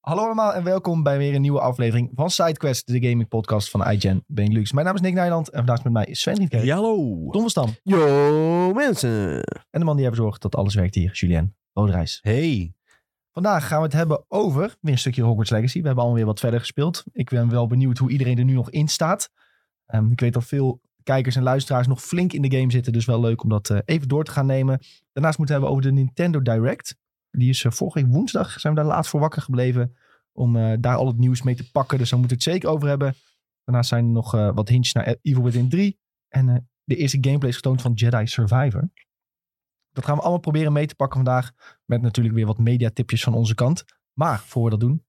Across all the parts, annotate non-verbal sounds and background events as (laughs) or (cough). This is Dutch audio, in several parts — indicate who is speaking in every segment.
Speaker 1: Hallo allemaal en welkom bij weer een nieuwe aflevering van SideQuest, de gaming podcast van iGen Benelux. Mijn naam is Nick Nijland en vandaag is met mij Sven Rietke,
Speaker 2: Ja, hallo.
Speaker 1: Don van Stam
Speaker 3: Yo mensen.
Speaker 1: en de man die ervoor zorgt dat alles werkt hier, Julien Roderijs.
Speaker 2: Hey.
Speaker 1: Vandaag gaan we het hebben over weer een stukje Hogwarts Legacy. We hebben allemaal weer wat verder gespeeld. Ik ben wel benieuwd hoe iedereen er nu nog in staat. Ehm, ik weet dat veel kijkers en luisteraars nog flink in de game zitten, dus wel leuk om dat eh, even door te gaan nemen. Daarnaast moeten we hebben over de Nintendo Direct. Die is eh, vorige week woensdag, zijn we daar laat voor wakker gebleven om eh, daar al het nieuws mee te pakken. Dus daar moeten we het zeker over hebben. Daarnaast zijn er nog eh, wat hints naar Evil Within 3 en eh, de eerste gameplay is getoond van Jedi Survivor. Dat gaan we allemaal proberen mee te pakken vandaag. Met natuurlijk weer wat mediatipjes van onze kant. Maar voor we dat doen,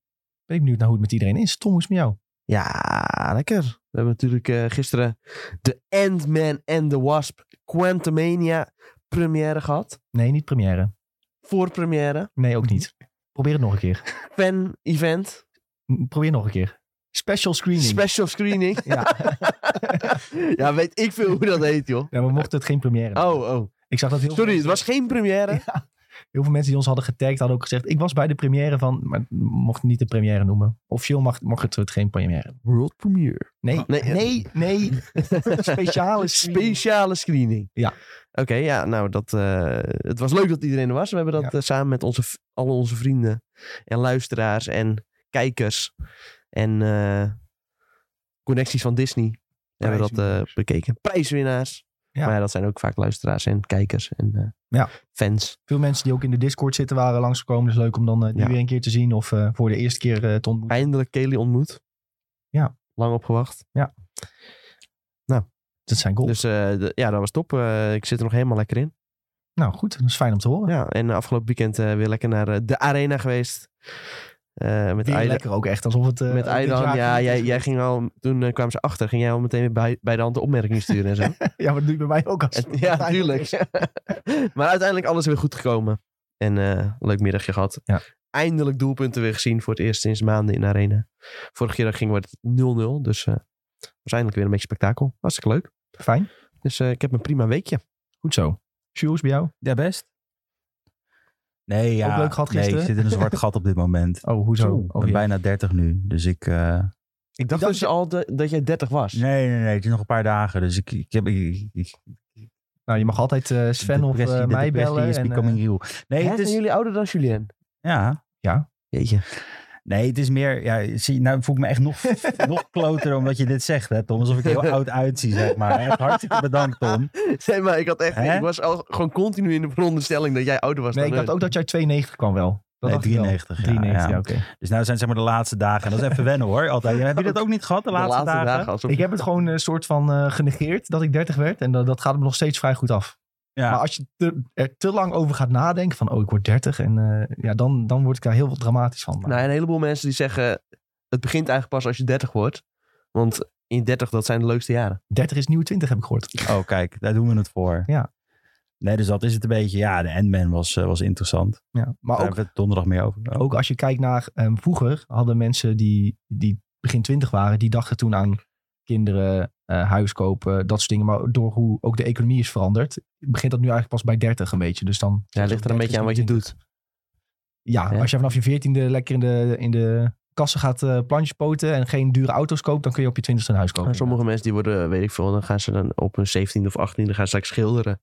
Speaker 1: ben ik benieuwd naar hoe het met iedereen is. Tom, hoe is het met jou?
Speaker 3: Ja, Ah, lekker. We hebben natuurlijk eh, gisteren de Ant-Man and the Wasp Quantumania première gehad.
Speaker 1: Nee, niet première.
Speaker 3: Voorpremière.
Speaker 1: Nee, ook
Speaker 3: (laughs)
Speaker 1: niet. Probeer het nog een keer.
Speaker 3: Fan event.
Speaker 1: N- Probeer nog een keer. Special screening.
Speaker 3: Special screening.
Speaker 1: (laughs) ja.
Speaker 3: ja, weet ik veel hoe dat heet joh.
Speaker 1: ja, we mochten het geen première. doen.
Speaker 3: Oh, oh.
Speaker 1: Ik zag dat heel,
Speaker 3: Sorry,
Speaker 1: veel,
Speaker 3: het was geen première.
Speaker 1: heel veel mensen die ons hadden getagd hadden ook gezegd... ik was bij de première van... maar het mocht niet de première noemen. Officieel mag, mocht het, het geen première.
Speaker 2: World premiere.
Speaker 3: (laughs)
Speaker 1: Nee, nee,
Speaker 3: Oh, Nee.
Speaker 1: nee.
Speaker 3: (laughs)
Speaker 1: Speciale screening.
Speaker 3: Speciale screening.
Speaker 1: Ja.
Speaker 3: Oké, ja, nou, dat, eh, het was leuk dat iedereen er was. We hebben dat
Speaker 1: Ja.
Speaker 3: eh, samen met onze, v- alle onze vrienden en luisteraars en kijkers en eh, connecties van Disney hebben we dat eh,
Speaker 1: Prijswinnaars.
Speaker 3: bekeken. Prijswinnaars.
Speaker 1: Ja.
Speaker 3: Maar ja, dat zijn ook vaak luisteraars en kijkers en eh,
Speaker 1: Ja.
Speaker 3: fans.
Speaker 1: Veel mensen die ook in de Discord zitten waren langskomen. Dus leuk om dan eh, die
Speaker 3: Ja.
Speaker 1: weer een keer te zien. Of eh, voor de eerste keer eh, te ontmoeten.
Speaker 3: Eindelijk Kelly ontmoet.
Speaker 1: Ja.
Speaker 3: Lang opgewacht.
Speaker 1: Dat zijn goals.
Speaker 3: Dus eh, d- ja, dat was top. Eh, ik zit er nog helemaal lekker in.
Speaker 1: Nou goed, dat is fijn om te horen.
Speaker 3: Ja, en afgelopen weekend eh, weer lekker naar eh, de arena geweest. Eh, met
Speaker 1: Weer
Speaker 3: Aida-
Speaker 1: lekker ook echt, alsof het... eh,
Speaker 3: Met
Speaker 1: dit
Speaker 3: Aydan,
Speaker 1: jaar
Speaker 3: ja,
Speaker 1: niet
Speaker 3: jij,
Speaker 1: is.
Speaker 3: jij ging al, toen eh, kwamen ze achter, ging jij al meteen weer bij, bij de hand de opmerkingen sturen (laughs) en zo.
Speaker 1: (laughs) Ja, maar dat doe je bij mij ook als...
Speaker 3: En- ja, (laughs) tuurlijk. maar uiteindelijk alles weer goed gekomen. En eh, een leuk middagje gehad.
Speaker 1: Ja.
Speaker 3: Eindelijk doelpunten weer gezien voor het eerst sinds maanden in de arena. Vorige keer ging het 0-0, dus eh waarschijnlijk weer een beetje spektakel. Hartstikke leuk.
Speaker 1: Fijn,
Speaker 3: Dus eh, ik heb een prima weekje.
Speaker 1: goed zo. Shoes bij jou?
Speaker 2: Ja, best. Nee, ja.
Speaker 1: Ook leuk gehad
Speaker 2: Nee,
Speaker 1: gisteren?
Speaker 2: ik zit in een zwart gat op dit moment.
Speaker 1: (laughs) Oh, hoezo?
Speaker 2: ik
Speaker 1: Oh,
Speaker 2: ben
Speaker 1: ja.
Speaker 2: bijna 30 nu, dus ik... eh,
Speaker 3: Ik dacht, dus al de- dat jij 30 was.
Speaker 2: Nee, nee, nee, het is nog een paar dagen, dus ik, ik heb... Ik, ik,
Speaker 1: Nou, je mag altijd eh, Sven of
Speaker 2: depressie-
Speaker 1: eh,
Speaker 2: de
Speaker 1: mij
Speaker 2: depressie
Speaker 1: bellen.
Speaker 2: is
Speaker 1: en, eh,
Speaker 2: becoming real. Nee,
Speaker 3: Hè,
Speaker 2: het
Speaker 3: zijn
Speaker 2: is...
Speaker 3: jullie ouder dan Julien?
Speaker 2: Ja,
Speaker 3: (laughs) Jeetje.
Speaker 2: nee, het is meer... Ja, zie, nou voel ik me echt
Speaker 1: (laughs)
Speaker 2: nog, nog kloter omdat je dit zegt, hè, Tom. Alsof ik er heel oud uitzie, zeg maar. Echt hartstikke bedankt, Tom.
Speaker 3: (laughs) Nee, maar ik, had echt,
Speaker 2: Hè?
Speaker 3: ik was al gewoon continu in de veronderstelling dat jij ouder was
Speaker 1: nee, ik
Speaker 3: dan
Speaker 1: dacht
Speaker 3: hun.
Speaker 1: ook dat jij 92 kwam wel. Dat
Speaker 2: Nee,
Speaker 1: dacht ik wel.
Speaker 2: 93, ja,
Speaker 1: 93,
Speaker 2: ja.
Speaker 1: ja, oké.
Speaker 2: Dus nou zijn zeg maar de laatste dagen. En dat is even wennen hoor. Altijd. Heb je dat ook niet gehad, de laatste, dagen?
Speaker 3: alsof
Speaker 1: Ik heb het gewoon een soort van eh, genegeerd dat ik 30 werd. En dat, dat gaat me nog steeds vrij goed af.
Speaker 2: Ja.
Speaker 1: Maar als je te- er te lang over gaat nadenken van... oh, ik word 30 en eh, ja, dan, dan word ik daar heel veel dramatisch van. Maar-
Speaker 3: Nou, een heleboel mensen die zeggen, het begint eigenlijk pas als je 30 wordt. Want in 30, dat zijn de leukste jaren.
Speaker 1: 30 is nieuwe 20, heb ik gehoord.
Speaker 2: Oh, kijk, daar doen we het voor.
Speaker 1: Ja.
Speaker 2: Nee, dus dat is het een beetje. Ja, de Endman was, eh, was interessant.
Speaker 1: Ja. Maar
Speaker 2: Daar
Speaker 1: ook
Speaker 2: hebben we het donderdag meer over.
Speaker 1: Ook als je kijkt naar ehm, vroeger hadden mensen die, die begin twintig waren, die dachten toen aan kinderen, eh huis kopen, dat soort dingen. Maar door hoe ook de economie is veranderd, begint dat nu eigenlijk pas bij dertig een beetje. Dus dan
Speaker 3: Ja, het ligt er een beetje aan wat je doet.
Speaker 1: Ja,
Speaker 3: Ja.
Speaker 1: als je vanaf je veertiende lekker in de, in de kassen gaat eh plantjes poten en geen dure auto's koopt, dan kun je op je twintigste een huis kopen.
Speaker 3: Maar sommige mensen die worden, weet ik veel, dan gaan ze dan op hun 17 of 18 gaan ze straks schilderen.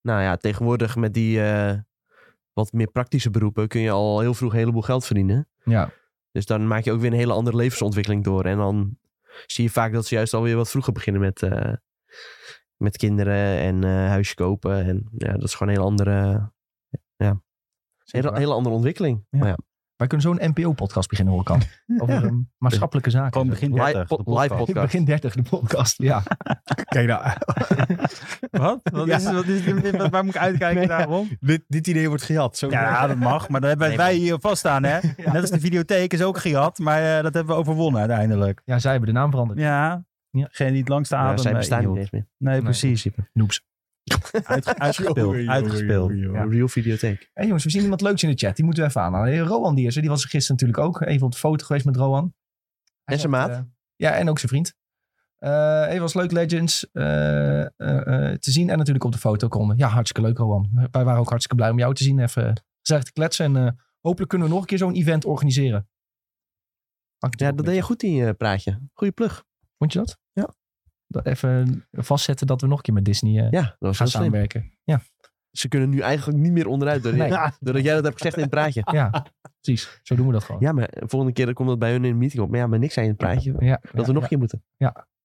Speaker 3: Nou ja, tegenwoordig met die eh, wat meer praktische beroepen kun je al heel vroeg een heleboel geld verdienen.
Speaker 1: Ja,
Speaker 3: Dus dan maak je ook weer een hele andere levensontwikkeling door. En dan zie je vaak dat ze juist alweer wat vroeger beginnen met, eh, met kinderen en eh, huisje kopen. En ja, dat is gewoon een hele andere, hele, hele andere ontwikkeling.
Speaker 1: Ja.
Speaker 3: Maar ja,
Speaker 1: Wij kunnen zo'n NPO-podcast beginnen, hoor ik
Speaker 3: (laughs)
Speaker 1: al. Over ehm, maatschappelijke zaken.
Speaker 2: Gewoon begin
Speaker 3: Live
Speaker 2: 30.
Speaker 3: po-
Speaker 2: de
Speaker 3: live
Speaker 2: podcast.
Speaker 3: podcast.
Speaker 1: Begin 30, de podcast. Ja. (laughs) Kijk nou,
Speaker 2: Wat? Wat is,
Speaker 1: Ja.
Speaker 2: wat is, wat- waar moet ik uitkijken
Speaker 1: Nee, ja.
Speaker 2: daarom?
Speaker 1: dit, dit idee wordt gejat. Zo
Speaker 2: Ja, dat mag. Maar dan hebben
Speaker 3: Nee,
Speaker 2: wij hier vaststaan, hè?
Speaker 1: Ja.
Speaker 2: Net als de videotheek is ook gejat. Maar eh, dat hebben we overwonnen uiteindelijk.
Speaker 1: ja, zij hebben de naam veranderd.
Speaker 2: Ja.
Speaker 1: Ja.
Speaker 2: Geen niet langs de
Speaker 3: Ja,
Speaker 2: adem.
Speaker 3: zij
Speaker 2: eh,
Speaker 3: bestaan niet
Speaker 2: hield.
Speaker 3: eens meer.
Speaker 2: Nee, precies.
Speaker 1: Noobs.
Speaker 2: Uit- uitgespeeld. Uitgespeeld.
Speaker 1: Ja.
Speaker 3: Real videotheek.
Speaker 1: Hé jongens, we zien iemand leuks in de chat. Die moeten we even aanhalen. Hey, Roan die is er. Die was er gisteren natuurlijk ook. Even op de foto geweest met Roan. Hij
Speaker 3: En zijn
Speaker 1: zegt,
Speaker 3: maat.
Speaker 1: eh, ja, en ook zijn vriend. Eh even was leuk Legends eh, eh, eh, te zien. En natuurlijk op de foto konden. Ja, hartstikke leuk Roan. eh, Wij waren ook hartstikke blij om jou te zien. Even gezellig te kletsen. En eh, hopelijk kunnen we nog een keer zo'n event organiseren. Had ik
Speaker 3: Ja,
Speaker 1: natuurlijk
Speaker 3: dat
Speaker 1: ook
Speaker 3: deed je goed, die eh, praatje. Goeie plug.
Speaker 1: niet. Vond je dat?
Speaker 3: Ja.
Speaker 1: Dat even vastzetten dat we nog een keer met Disney eh
Speaker 3: Ja, dat was
Speaker 1: gaan
Speaker 3: heel slim.
Speaker 1: samenwerken. Ja,
Speaker 3: Ze kunnen nu eigenlijk niet meer onderuit doordat,
Speaker 1: Nee.
Speaker 3: (laughs) doordat jij dat hebt gezegd in het praatje. (laughs)
Speaker 1: ja, precies. Zo doen we dat gewoon.
Speaker 3: Ja, maar volgende keer komt dat bij hun in de meeting op. Maar ja, maar niks zijn in het praatje. Dat
Speaker 1: Ja,
Speaker 3: we
Speaker 1: ja, ja.
Speaker 3: nog een keer moeten.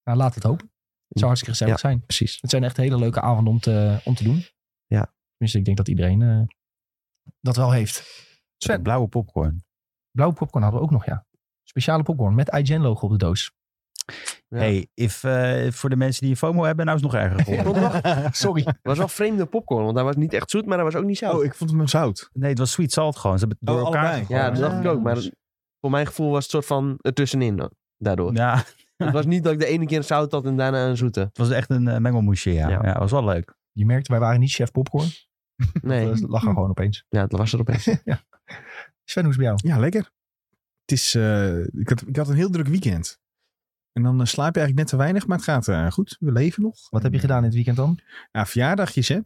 Speaker 1: Nou, laat het hopen. Het zou hartstikke gezellig zijn.
Speaker 3: Precies.
Speaker 1: Het zijn echt hele leuke avonden om te, om te doen.
Speaker 3: Ja.
Speaker 1: Tenminste, ik denk dat iedereen eh, dat wel heeft. Sven.
Speaker 2: Blauwe popcorn.
Speaker 1: Blauwe popcorn hadden we ook nog, ja. Speciale popcorn met IGN-logo op de
Speaker 3: (laughs)
Speaker 1: doos.
Speaker 3: Ja.
Speaker 2: Hey, if, eh, voor de mensen die een FOMO hebben, nou is het nog erger geworden.
Speaker 1: Sorry.
Speaker 3: Het was wel vreemde popcorn, want hij was niet echt zoet, maar hij was ook niet zout.
Speaker 4: Oh, ik vond hem zout.
Speaker 2: Nee, het was sweet salt gewoon. Ze hebben het door
Speaker 4: Oh,
Speaker 2: elkaar
Speaker 4: allebei.
Speaker 2: gegooid.
Speaker 3: ja, dus- dat dacht ik ook. Maar
Speaker 1: Ja.
Speaker 3: voor mijn gevoel was het soort van ertussenin dan- daardoor.
Speaker 2: Ja,
Speaker 3: Het was niet dat ik de ene keer een zout had en daarna een zoete.
Speaker 2: (laughs) het was echt een eh, mengelmoesje, ja.
Speaker 3: Ja.
Speaker 2: ja. was wel leuk.
Speaker 1: Je merkt, wij waren niet chef popcorn.
Speaker 3: Nee,
Speaker 1: Dat lag er gewoon opeens.
Speaker 3: ja, dat was er opeens.
Speaker 1: Sven, hoe is het bij jou?
Speaker 4: Ja, lekker. Het is, eh, ik, had, ik had een heel druk weekend. En dan eh, slaap je eigenlijk net te weinig, maar het gaat eh, goed. We leven nog.
Speaker 1: Wat heb je gedaan in het weekend dan?
Speaker 4: Ja, verjaardagjes, hè?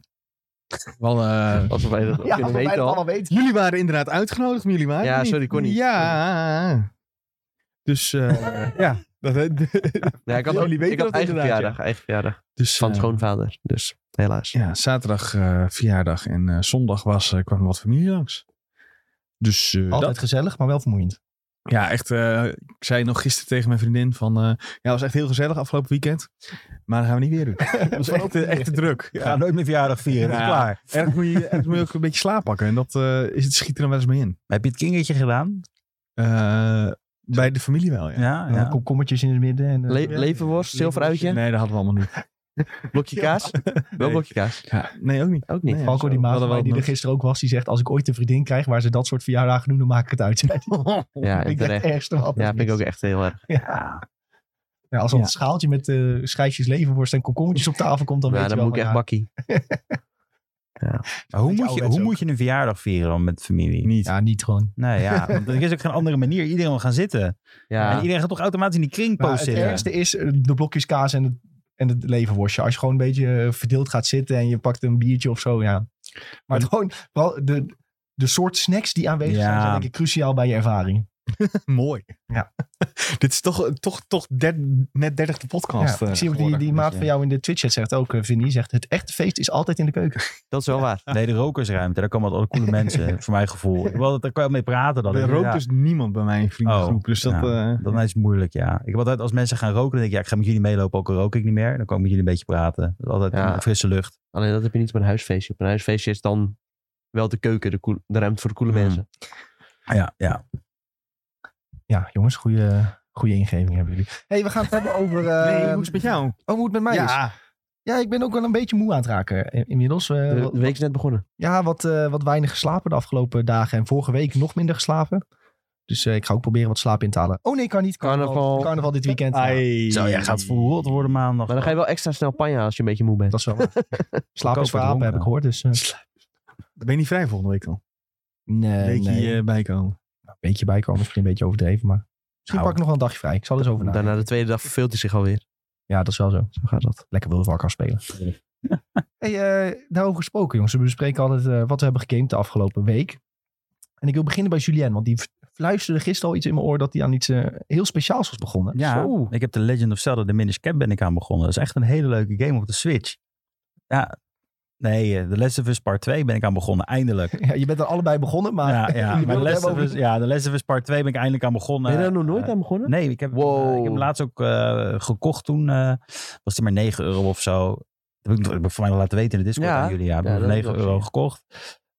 Speaker 4: Wel, eh,
Speaker 3: Als we bij dat ook kunnen weten al.
Speaker 1: weten.
Speaker 4: (laughs) jullie waren inderdaad uitgenodigd, maar jullie waren
Speaker 3: Ja,
Speaker 4: er niet.
Speaker 3: sorry, kon niet.
Speaker 4: Ja. Dus, eh, ja. Dat,
Speaker 3: Nee, ik had,
Speaker 4: Jullie
Speaker 3: ook-
Speaker 4: weten
Speaker 3: ik had
Speaker 4: dat
Speaker 3: eigen
Speaker 4: inderdaad,
Speaker 3: verjaardag, eigen verjaardag.
Speaker 4: (laughs) dus,
Speaker 3: Van
Speaker 4: eh,
Speaker 3: schoonvader, dus helaas.
Speaker 4: Ja, zaterdag eh, verjaardag en eh, zondag was, eh, kwam wat familie langs. Dus eh,
Speaker 1: Altijd
Speaker 4: dat,
Speaker 1: gezellig, maar wel vermoeiend.
Speaker 4: ja, echt. eh, ik zei nog gisteren tegen mijn vriendin van, eh, ja, was echt heel gezellig afgelopen weekend. Maar dat gaan we niet weer doen. (laughs) Dat was echt, eh, echt te druk.
Speaker 2: Ga
Speaker 4: Ja.
Speaker 2: nooit meer verjaardag vieren, dat is
Speaker 4: Ja.
Speaker 2: klaar.
Speaker 4: Ergens moet, je, ergens moet je ook een beetje slaap pakken. En dat eh, is het schiet er dan wel eens mee in.
Speaker 2: Heb je het kingertje gedaan?
Speaker 4: Eh, bij de familie wel, ja.
Speaker 2: Ja,
Speaker 1: Ja.
Speaker 2: ja.
Speaker 1: Komkommertjes Eh, in het midden. En, eh,
Speaker 3: Le- leverworst, zilveruitje,
Speaker 4: Nee, dat hadden we allemaal niet.
Speaker 3: blokje
Speaker 1: (laughs)
Speaker 3: kaas. Wel
Speaker 4: Nee.
Speaker 3: blokje kaas.
Speaker 4: (laughs) Ja, nee, ook niet.
Speaker 3: Ook niet.
Speaker 4: Nee.
Speaker 1: Falco
Speaker 4: zo,
Speaker 1: die
Speaker 4: we
Speaker 1: maat van mij
Speaker 4: hadden wel
Speaker 1: die er
Speaker 4: nog-
Speaker 1: gisteren ook was, die zegt als ik ooit een vriendin krijg waar ze dat soort verjaardagen doen, dan maak ik het uit.
Speaker 4: (laughs)
Speaker 3: Ja,
Speaker 1: ik
Speaker 3: en
Speaker 1: ben het
Speaker 3: terecht.
Speaker 1: ergste wat er
Speaker 3: Ja, vind ik
Speaker 1: is.
Speaker 3: ook echt heel erg.
Speaker 1: Ja. Ja, als er
Speaker 2: Ja.
Speaker 1: een schaaltje met eh schijfjes levenworst en komkommertjes op tafel komt, dan
Speaker 3: Ja,
Speaker 1: weet je
Speaker 3: dan
Speaker 1: wel
Speaker 3: moet ik echt
Speaker 1: van,
Speaker 3: bakkie.
Speaker 2: Maar
Speaker 1: Beetje
Speaker 2: hoe, moet je,
Speaker 1: ouderwets
Speaker 2: hoe
Speaker 1: ook.
Speaker 2: moet je een verjaardag vieren dan met familie?
Speaker 4: Niet.
Speaker 1: ja. Ja, niet gewoon.
Speaker 2: Nee, ja, want er is ook geen andere manier. Iedereen wil gaan zitten. En
Speaker 3: Ja,
Speaker 2: iedereen gaat toch automatisch in die
Speaker 1: Maar
Speaker 2: kringpost
Speaker 1: het
Speaker 2: zitten?
Speaker 1: ergste is eh, de blokjes kaas en het, en het leverworstje. Als je gewoon een beetje eh, verdeeld gaat zitten en je pakt een biertje of zo, ja. Maar het gewoon, vooral de, de soort snacks die aanwezig zijn,
Speaker 2: Ja.
Speaker 1: zijn denk ik cruciaal bij je ervaring.
Speaker 4: (laughs) Mooi.
Speaker 1: Ja.
Speaker 4: (laughs) Dit is toch, toch, toch der- net dertigde podcast.
Speaker 1: Ja,
Speaker 4: eh,
Speaker 1: ik zie ook die,
Speaker 4: geworden.
Speaker 1: die maat van jou in de Twitch-chat zegt ook, eh, Vinnie, zegt het echte feest is altijd in de keuken.
Speaker 3: dat is wel waar.
Speaker 2: Nee, de rokersruimte. Daar komen alle coole mensen, voor mijn gevoel. Ik wil dat daar kan je wel mee praten. Dan.
Speaker 4: Er
Speaker 2: Ik-
Speaker 4: rookt
Speaker 2: ja,
Speaker 4: dus niemand bij mijn vriendengroep.
Speaker 2: Oh,
Speaker 4: dus dat...
Speaker 2: ja.
Speaker 4: eh,
Speaker 2: Dat is het moeilijk, ja. Ik heb altijd, als mensen gaan roken, dan denk ik, ja, ik ga met jullie meelopen, ook al rook ik niet meer. Dan kan ik met jullie een beetje praten. Dat is altijd
Speaker 3: Ja.
Speaker 2: een frisse lucht.
Speaker 3: Alleen dat heb je niet op een huisfeestje. Op een huisfeestje is dan wel de keuken, de, koel- de ruimte voor de koele
Speaker 2: Hmm.
Speaker 3: mensen.
Speaker 2: Ja, ja.
Speaker 1: Ja, jongens, goede, goede ingeving hebben jullie. hey, we gaan het hebben over... eh,
Speaker 4: nee, hoe is het met jou?
Speaker 1: Oh, hoe het met mij is.
Speaker 4: Ja,
Speaker 1: Ja, ik ben ook wel een beetje moe aan het raken eh, inmiddels. eh,
Speaker 3: De,
Speaker 1: wat-
Speaker 3: de week is net begonnen.
Speaker 1: Ja, wat, eh, wat weinig geslapen de afgelopen dagen. En vorige week nog minder geslapen. Dus eh, ik ga ook proberen wat slaap in te halen. Oh nee, kan niet.
Speaker 3: Carnaval.
Speaker 1: Carnaval dit weekend. Ja,
Speaker 4: Ai.
Speaker 2: Zo, jij gaat verrot worden maandag.
Speaker 3: Maar dan ga je wel extra snel panja als je een beetje moe bent.
Speaker 1: dat is wel waar. Slaap is
Speaker 2: Goedkoper
Speaker 1: voor apen, heb ik
Speaker 2: dronken.
Speaker 1: gehoord. Dus, eh,
Speaker 4: Ben je niet vrij volgende week al?
Speaker 1: nee,
Speaker 4: Week
Speaker 1: nee.
Speaker 4: hier eh, bijkomen.
Speaker 1: Een beetje bijkomen, misschien een beetje overdreven. Maar misschien
Speaker 2: Nou.
Speaker 1: pak ik nog wel een dagje vrij. Ik zal er eens over nadenken.
Speaker 3: Daarna de tweede dag verveelt hij zich alweer.
Speaker 1: Ja, dat is wel zo.
Speaker 3: Zo gaat dat.
Speaker 1: Lekker World of Warcraft spelen. hey, eh, daarover gesproken jongens. We bespreken altijd eh, wat we hebben gegamed de afgelopen week. En ik wil beginnen bij Julien. Want die v- fluisterde gisteren al iets in mijn oor dat hij aan iets eh, heel speciaals was begonnen.
Speaker 2: Ja,
Speaker 1: Zo.
Speaker 2: ik heb The Legend of Zelda The Minish Cap ben ik aan begonnen. Dat is echt een hele leuke game op de Switch. Ja, nee, eh, The Last of Us Part 2 ben ik aan begonnen, eindelijk.
Speaker 1: Ja, je bent er allebei begonnen, maar...
Speaker 2: Ja, ja.
Speaker 1: Je
Speaker 2: Maar
Speaker 1: wilde
Speaker 2: The Last
Speaker 1: hebben
Speaker 2: of
Speaker 1: over-
Speaker 2: Us, ja, The Last of Us Part 2 ben ik eindelijk aan begonnen.
Speaker 3: Ben je daar nog nooit
Speaker 2: Eh,
Speaker 3: aan begonnen?
Speaker 2: Nee, ik heb, hem, eh,
Speaker 3: Wow.
Speaker 2: ik heb hem laatst ook eh, gekocht toen. eh, was die maar 9 euro of zo. Dat heb ik, dat heb ik voor mij al laten weten in de Discord
Speaker 3: Ja.
Speaker 2: aan jullie. Ja, ik
Speaker 3: Ja,
Speaker 2: heb hem
Speaker 3: dat
Speaker 2: voor 9
Speaker 3: is wel
Speaker 2: euro
Speaker 3: zie.
Speaker 2: gekocht.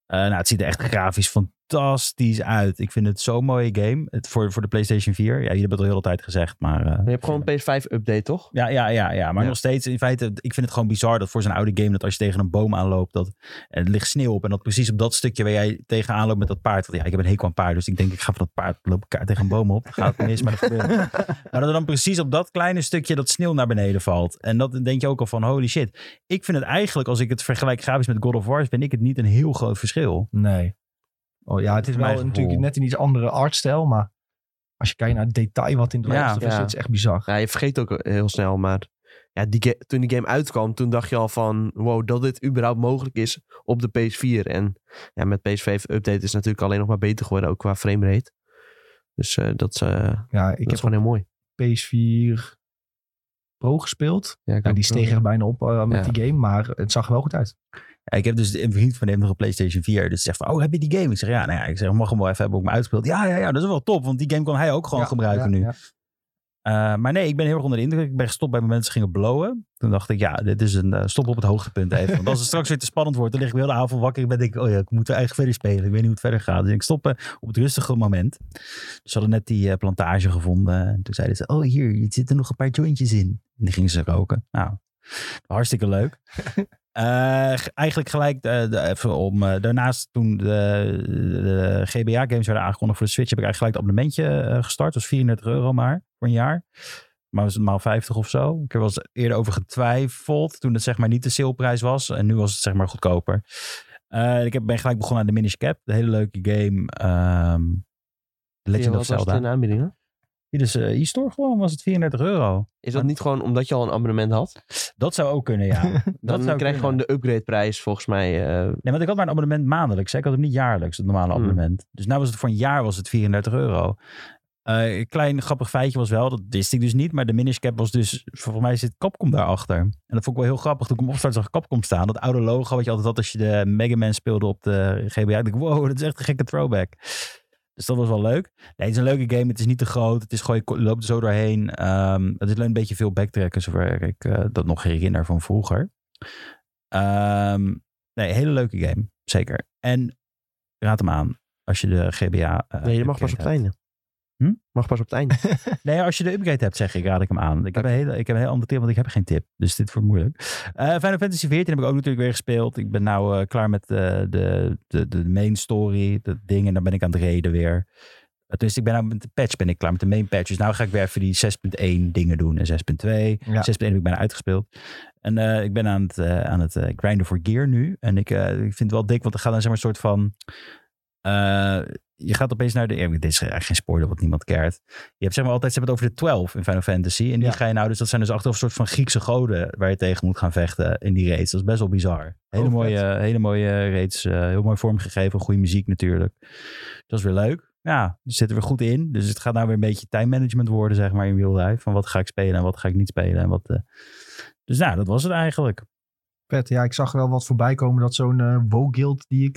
Speaker 2: Eh, nou, het ziet er echt grafisch fantastisch uit. Ik vind het zo'n mooie game. Het, voor, voor de PlayStation 4. Ja, jullie hebben het al heel de tijd gezegd, maar... eh,
Speaker 3: Je hebt gewoon een PS5-update, toch?
Speaker 2: ja, ja, ja, ja. Maar
Speaker 3: Ja.
Speaker 2: nog steeds, in feite, ik vind het gewoon bizar dat voor zo'n oude game, dat als je tegen een boom aanloopt, dat er ligt sneeuw op. En dat precies op dat stukje waar jij tegenaan loopt met dat paard. Want ja, ik heb een hekel aan paard, dus ik denk, ik ga van dat paard loop ik tegen een boom op. Dan gaat het mis, maar dat
Speaker 1: (laughs)
Speaker 2: gebeurt niet. Maar dat er dan precies op dat kleine stukje dat sneeuw naar beneden valt. En dat denk je ook al van, holy shit. Ik vind het eigenlijk, als ik het vergelijk grafisch met God of War, ben ik het niet een heel groot verschil.
Speaker 1: Nee. Oh ja, het is
Speaker 2: Voor mijn
Speaker 1: wel natuurlijk
Speaker 2: gevoel.
Speaker 1: net een iets andere artstijl, maar als je kijkt naar het detail wat in de
Speaker 2: Ja.
Speaker 1: laatste is,
Speaker 3: Ja.
Speaker 1: het is echt bizar.
Speaker 3: Ja, je vergeet ook eh, heel snel, maar ja, die ga- toen die game uitkwam, toen dacht je al van, wow, dat dit überhaupt mogelijk is op de PS4. En ja, met PS5-update is het natuurlijk alleen nog maar beter geworden, ook qua framerate. Dus eh, dat, is, eh,
Speaker 1: Ja,
Speaker 3: dat
Speaker 1: ik
Speaker 3: is
Speaker 1: heb
Speaker 3: gewoon heel mooi.
Speaker 1: PS4 Pro gespeeld.
Speaker 3: Ja, ik
Speaker 1: Ja,
Speaker 3: ook.
Speaker 1: die steeg er bijna op eh, met
Speaker 3: Ja.
Speaker 1: die game, maar het zag er wel goed uit.
Speaker 2: Ja, ik heb dus een vriend van die heeft nog een PlayStation 4. Dus zegt van, oh, heb je die game? Ik zeg, ja, nou ja, ik zeg, mag hem wel even hebben op me uitgespeeld. Ja, ja, ja, dat is wel top, want die game kan hij ook gewoon
Speaker 1: Ja,
Speaker 2: gebruiken
Speaker 1: ja,
Speaker 2: nu.
Speaker 1: ja.
Speaker 2: Eh, maar nee, ik ben heel erg onder de indruk. Ik ben gestopt bij het moment dat ze gingen blowen. Toen dacht ik, ja, dit is een eh, stop op het hoogtepunt even. Want als het straks weer te spannend wordt, dan lig ik weer de avond wakker. Ik ben denk ik, oh ja, ik moet er eigenlijk verder spelen. Ik weet niet hoe het verder gaat. Dus ik stop eh, op het rustige moment. Dus ze hadden net die eh, plantage gevonden. En toen zeiden ze, oh hier, er zitten nog een paar jointjes in. En die gingen ze roken. Nou, hartstikke leuk.
Speaker 3: (laughs)
Speaker 2: Eh, g- eigenlijk gelijk eh, de- even om. eh, daarnaast toen de, de GBA-games werden aangekondigd voor de Switch, heb ik eigenlijk gelijk het abonnementje eh, gestart. Dat was 34 euro maar voor een jaar. Maar was het maal 50 of zo. Ik heb er wel eens eerder over getwijfeld toen het zeg maar niet de saleprijs was. En nu was het zeg maar goedkoper. Eh, ik heb, ben gelijk begonnen aan de Minish Cap. De hele leuke game. ehm, Legend of
Speaker 3: Wat was het
Speaker 2: Zelda.
Speaker 3: in de aanbieding? hè?
Speaker 2: Hier dus eh e-store gewoon was het 34 euro.
Speaker 3: Is dat niet gewoon omdat je al een abonnement had?
Speaker 2: Dat zou ook kunnen,
Speaker 3: (laughs)
Speaker 2: ja. Dat
Speaker 3: Dan krijg je
Speaker 2: zou kunnen.
Speaker 3: gewoon de upgrade prijs volgens mij. eh,
Speaker 2: Nee, want ik had maar een abonnement maandelijks. hè. Ik had hem niet jaarlijks, het normale
Speaker 3: Hmm.
Speaker 2: abonnement. Dus nu was het voor een jaar was het 34 euro. Eh, een klein grappig feitje was wel, dat wist ik dus niet. Maar de Minish Cap was dus, volgens mij zit Capcom daarachter. En dat vond ik wel heel grappig. Toen ik hem opstart zag Capcom staan. Dat oude logo wat je altijd had als je de Mega Man speelde op de GBA. Ik dacht, wow, (laughs) dat is echt een gekke throwback. Dus dat was wel leuk. Nee, het is een leuke game. Het is niet te groot. Het is gewoon, je loopt er zo doorheen. Ehm, het is alleen een beetje veel backtracken, zover ik eh, dat nog herinner van vroeger. Ehm Nee, hele leuke game. Zeker. En raad hem aan als je de GBA... eh,
Speaker 3: nee, dat mag pas
Speaker 2: upgrade
Speaker 3: op het
Speaker 2: hebt.
Speaker 3: einde.
Speaker 2: Hm?
Speaker 3: Mag pas op het einde.
Speaker 2: Nee, als je de upgrade hebt, zeg ik, raad ik hem aan. Ik, heb, een hele, ik heb een heel andere tip, want ik heb geen tip. Dus dit wordt moeilijk. Eh Final Fantasy XIV heb ik ook natuurlijk weer gespeeld. Ik ben nou eh, klaar met eh, de, de, de main story, dat ding. En dan ben ik aan het reden weer. Eh, Dus ik ben nou met de patch ben ik klaar, met de main patch. Dus nou ga ik weer even die 6.1 dingen doen en 6.2.
Speaker 1: Ja.
Speaker 2: 6.1 heb ik bijna uitgespeeld. En eh, ik ben aan het, eh, aan het eh, grinden voor gear nu. En ik, eh, ik vind het wel dik, want er gaat dan zeg maar een soort van... eh, je gaat opeens naar de... ja, dit is eigenlijk geen spoiler, wat niemand keert. Je hebt zeg maar altijd ze hebben het over de 12 in Final Fantasy. En die
Speaker 1: Ja.
Speaker 2: ga je nou... Dus dat zijn dus achter een soort van Griekse goden... waar je tegen moet gaan vechten in die race. Dat is best wel bizar.
Speaker 1: Oh,
Speaker 2: Hele
Speaker 1: vet.
Speaker 2: mooie, hele mooie raids. eh, heel mooi vormgegeven. Goede muziek natuurlijk. Dat is weer leuk. Ja, dus zitten we goed in. Dus het gaat nou weer een beetje time management worden, zeg maar, in real life. Van wat ga ik spelen en wat ga ik niet spelen. En wat, eh. Dus nou, dat was het eigenlijk.
Speaker 1: Vet, ja, ik zag wel wat voorbij komen dat zo'n eh WoW-guild die ik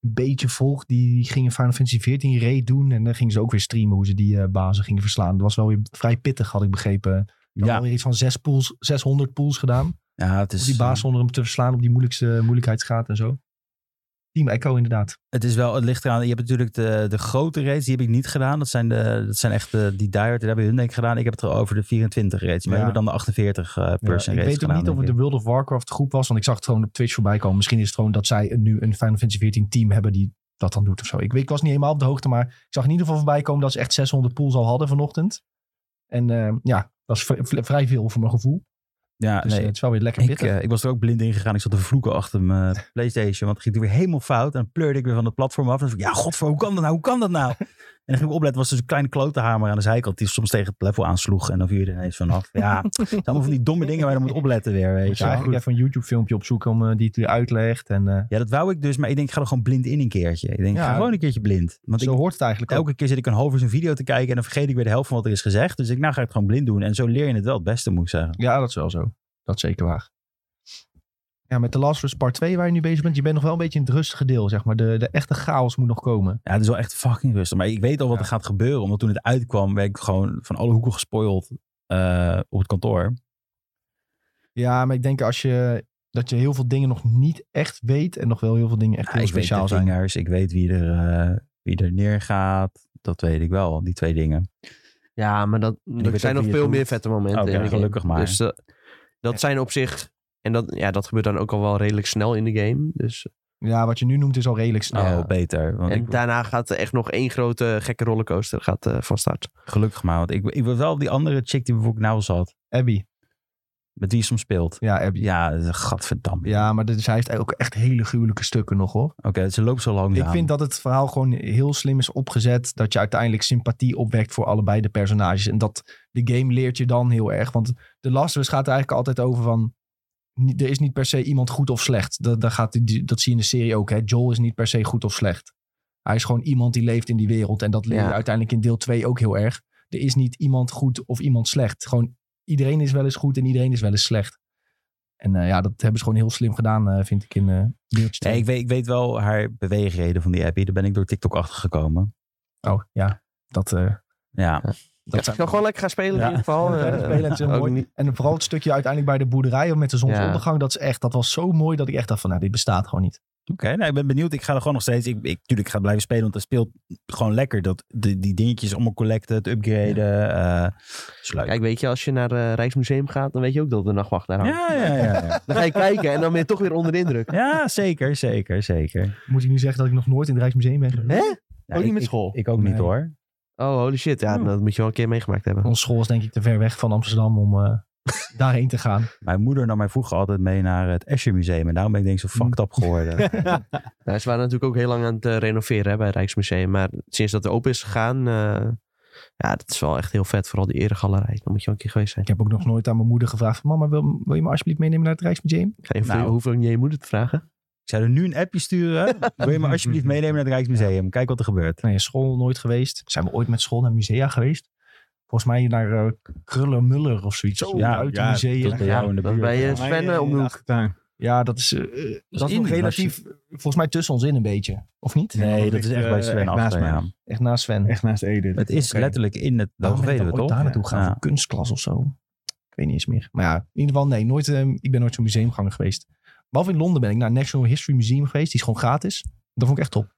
Speaker 1: een beetje volg, die gingen Final Fantasy 14 raid doen en dan gingen ze ook weer streamen hoe ze die eh, bazen gingen verslaan. Dat was wel weer vrij pittig, had ik begrepen. Ja.
Speaker 2: Ja,
Speaker 1: Alweer iets van zes pools, 600 pools gedaan.
Speaker 2: ja het,
Speaker 1: Om
Speaker 2: is, eh,
Speaker 1: die baas zonder hem te verslaan op die moeilijkste moeilijkheidsgraad en zo. Team Echo inderdaad.
Speaker 2: het is wel, het ligt eraan. Je hebt natuurlijk de, de grote raids, die heb ik niet gedaan. Dat zijn, de, dat zijn echt de, die diehard, die hebben hun denk ik gedaan. Ik heb het er over de 24 raids, maar
Speaker 1: Ja.
Speaker 2: je hebt dan de 48 eh
Speaker 1: Ja,
Speaker 2: person
Speaker 1: ik
Speaker 2: raids
Speaker 1: weet ook
Speaker 2: gedaan.
Speaker 1: niet of
Speaker 2: denk
Speaker 1: het de
Speaker 2: ik.
Speaker 1: World of Warcraft groep was, want ik zag het gewoon op Twitch voorbij komen. Misschien is het gewoon dat zij een- nu een Final Fantasy 14 team hebben die dat dan doet of zo. Ik, weet, ik was niet helemaal op de hoogte, maar ik zag in ieder geval voorbij komen dat ze echt 600 pools al hadden vanochtend. En eh, ja, dat is vri- vri- vrij veel voor mijn gevoel.
Speaker 2: Ja,
Speaker 1: Dus eh,
Speaker 2: nee.
Speaker 1: het is wel weer lekker
Speaker 2: Ik,
Speaker 1: pittig.
Speaker 2: eh, ik was er ook blind in gegaan. Ik zat te vloeken achter
Speaker 1: (laughs)
Speaker 2: mijn eh, PlayStation. Want het ging toen weer helemaal fout. En dan pleurde ik weer van het platform af. En dan dacht ik, ja, godver, hoe kan dat nou? Hoe kan dat
Speaker 1: (laughs)
Speaker 2: nou? En dan ging ik opletten. was dus een kleine klotenhamer aan de zijkant. Die soms tegen het level aansloeg. En dan viel je er ineens vanaf. Ja, het zijn allemaal van die domme dingen waar je dan moet opletten weer.
Speaker 1: Dus ik
Speaker 2: Weet je.
Speaker 1: ga
Speaker 2: wel.
Speaker 1: eigenlijk even een YouTube filmpje opzoeken om, eh, die het weer uitlegt. En eh,
Speaker 2: Ja, dat wou ik dus. Maar ik denk, ik ga er gewoon blind in een keertje. Ik denk, ik
Speaker 1: Ja.
Speaker 2: ga gewoon een keertje blind. Want ik,
Speaker 1: zo hoort het eigenlijk ook.
Speaker 2: elke keer zit ik een half uur zo'n video te kijken. En dan vergeet ik weer de helft van wat er is gezegd. Dus ik, nou ga ik het gewoon blind doen. En zo leer je het wel het beste, moet ik zeggen.
Speaker 1: Ja, dat is wel zo. Dat is zeker waar. Ja, met The Last of Us Part 2 waar je nu bezig bent, je bent nog wel een beetje in het rustige deel, zeg maar. De, de echte chaos moet nog komen.
Speaker 2: Ja, het is wel echt fucking rustig. Maar ik weet al wat er gaat gebeuren. Omdat toen het uitkwam, werd ik gewoon van alle hoeken gespoild eh, op het kantoor.
Speaker 1: Ja, maar ik denk als je, dat je heel veel dingen nog niet echt weet en nog wel heel veel dingen echt
Speaker 2: Ja,
Speaker 1: heel
Speaker 2: ik weet
Speaker 1: speciaal
Speaker 2: de
Speaker 1: zijn.
Speaker 2: vingers, ik weet wie er, eh, wie er neergaat. Dat weet ik wel, die twee dingen.
Speaker 3: Ja, maar dat,
Speaker 2: weet
Speaker 3: er
Speaker 2: ook
Speaker 3: zijn
Speaker 2: wie
Speaker 3: nog
Speaker 2: het
Speaker 3: veel
Speaker 2: doet.
Speaker 3: meer vette momenten.
Speaker 2: Oké,
Speaker 3: in de game.
Speaker 2: gelukkig maar.
Speaker 3: Dus eh, dat zijn op zich... En dat, ja, dat gebeurt dan ook al wel redelijk snel in de game. Dus,
Speaker 1: Ja, wat je nu noemt is al redelijk snel.
Speaker 3: Ja.
Speaker 2: Oh, beter. Want
Speaker 3: en
Speaker 2: ik,
Speaker 3: daarna gaat er echt nog één grote gekke rollercoaster gaat, eh, van start.
Speaker 2: gelukkig maar, want ik, ik was wel die andere chick die bijvoorbeeld nou zat.
Speaker 1: Abby.
Speaker 2: Met wie je soms speelt.
Speaker 1: Ja, Abby.
Speaker 2: Ja, gadverdamme.
Speaker 1: Ja, maar dit- zij heeft ook echt hele gruwelijke stukken nog, hoor.
Speaker 2: Oké, dus ze loopt zo langzaam.
Speaker 1: Ik vind dat het verhaal gewoon heel slim is opgezet. Dat je uiteindelijk sympathie opwekt voor allebei de personages. En dat de game leert je dan heel erg. Want de Last of Us gaat er eigenlijk altijd over van... niet- Er is niet per se iemand goed of slecht. Dat, dat, gaat, die- dat zie je in de serie ook. Hè? Joel is niet per se goed of slecht. Hij is gewoon iemand die leeft in die wereld. En dat leer je
Speaker 3: Ja.
Speaker 1: uiteindelijk in deel 2 ook heel erg. Er is niet iemand goed of iemand slecht. Gewoon iedereen is wel eens goed en iedereen is wel eens slecht. En eh, ja, dat hebben ze gewoon heel slim gedaan, eh, vind ik, in eh deeltje
Speaker 2: Nee,
Speaker 1: twee.
Speaker 2: ik, weet, ik weet wel haar beweegreden van die Abby. Daar ben ik door TikTok achtergekomen.
Speaker 1: Oh, ja. Dat, eh,
Speaker 2: Ja,
Speaker 1: dat
Speaker 3: ik
Speaker 1: zijn-
Speaker 3: kan gewoon lekker gaan spelen
Speaker 2: Ja.
Speaker 3: in ieder geval.
Speaker 1: Ja,
Speaker 3: Eh,
Speaker 1: lekker spelen, het is heel
Speaker 3: ook
Speaker 1: mooi.
Speaker 3: niet-
Speaker 1: En vooral het stukje uiteindelijk bij de boerderij met de zonsondergang. Dat, is echt, dat was zo mooi dat ik echt dacht van, nou, dit bestaat gewoon niet.
Speaker 2: Oké, nou, ik ben benieuwd. Ik ga er gewoon nog steeds. Ik, ik, tuurlijk, ik ga blijven spelen, want het speelt gewoon lekker. Dat, die, die dingetjes allemaal collecten, het upgraden. eh is leuk.
Speaker 3: Kijk, weet je, als je naar het Rijksmuseum gaat, dan weet je ook dat de nachtwacht daar hangt.
Speaker 2: ja, ja, ja, (laughs) ja.
Speaker 3: Dan ga je kijken en dan ben je toch weer onder de indruk.
Speaker 2: ja, zeker, zeker, zeker.
Speaker 1: Moet ik nu zeggen dat ik nog nooit in het Rijksmuseum ben geweest?
Speaker 3: Hè?
Speaker 2: (laughs) Ja,
Speaker 3: Ook niet
Speaker 2: ik-
Speaker 3: met
Speaker 2: ik-
Speaker 3: school?
Speaker 2: Ik, ook niet
Speaker 1: Nee.
Speaker 2: hoor.
Speaker 3: Oh, holy shit. Ja,
Speaker 2: Hmm.
Speaker 3: dat moet je wel een keer meegemaakt hebben.
Speaker 1: Onze school is denk ik te ver weg van Amsterdam om eh, (laughs) daarheen te gaan.
Speaker 2: Mijn moeder nam mij vroeger altijd mee naar het Escher Museum. En daarom ben ik denk ik zo fucked up (laughs) geworden.
Speaker 3: Nou, ze waren natuurlijk ook heel lang aan het eh, renoveren hè, bij het Rijksmuseum. Maar sinds dat er open is gegaan, eh, ja, dat is wel echt heel vet. Vooral die eregalerij. Dan moet je wel een keer geweest zijn.
Speaker 1: Ik heb ook nog nooit aan mijn moeder gevraagd van, mama, wil, wil je me alsjeblieft meenemen naar het Rijksmuseum?
Speaker 3: Ik ga even
Speaker 2: Nou.
Speaker 3: hoef ook niet aan je moeder te vragen.
Speaker 2: ik zou er nu een appje sturen. Wil je me alsjeblieft meenemen naar het Rijksmuseum? Kijk wat er gebeurt.
Speaker 1: Nee, school nooit geweest. Zijn we ooit met school naar musea geweest? Volgens mij naar eh, Krullenmuller of zoiets.
Speaker 4: Zo,
Speaker 1: ja,
Speaker 4: ja,
Speaker 1: uit
Speaker 4: ja,
Speaker 1: musea.
Speaker 2: Dat is bij jou in de
Speaker 3: dat
Speaker 2: buurt.
Speaker 3: ben je-
Speaker 2: Ja.
Speaker 3: Sven, eh, om de hoek.
Speaker 1: Ja, dat is, eh, eh, dat is
Speaker 2: in,
Speaker 1: nog
Speaker 2: maar
Speaker 1: relatief, volgens mij tussen ons in een beetje. Of niet?
Speaker 2: Nee, dat is echt bij
Speaker 4: Eh, echt
Speaker 2: Sven
Speaker 4: naast
Speaker 2: achter,
Speaker 4: mij.
Speaker 2: ja.
Speaker 1: Echt naast Sven.
Speaker 4: Echt naast Eden.
Speaker 2: Het is
Speaker 4: Oké.
Speaker 2: letterlijk in het
Speaker 1: Waarom ben ik dan
Speaker 2: Hoogveden,
Speaker 1: ooit
Speaker 2: toch?
Speaker 1: daar naartoe gaan
Speaker 2: Ja.
Speaker 1: voor kunstklas of zo. Ik weet niet eens meer. Maar ja, in ieder geval nee, nooit, eh, ik ben nooit zo'n museumganger geweest. Behalve in Londen ben ik naar het National History Museum geweest. Die is gewoon gratis. Dat vond ik echt top.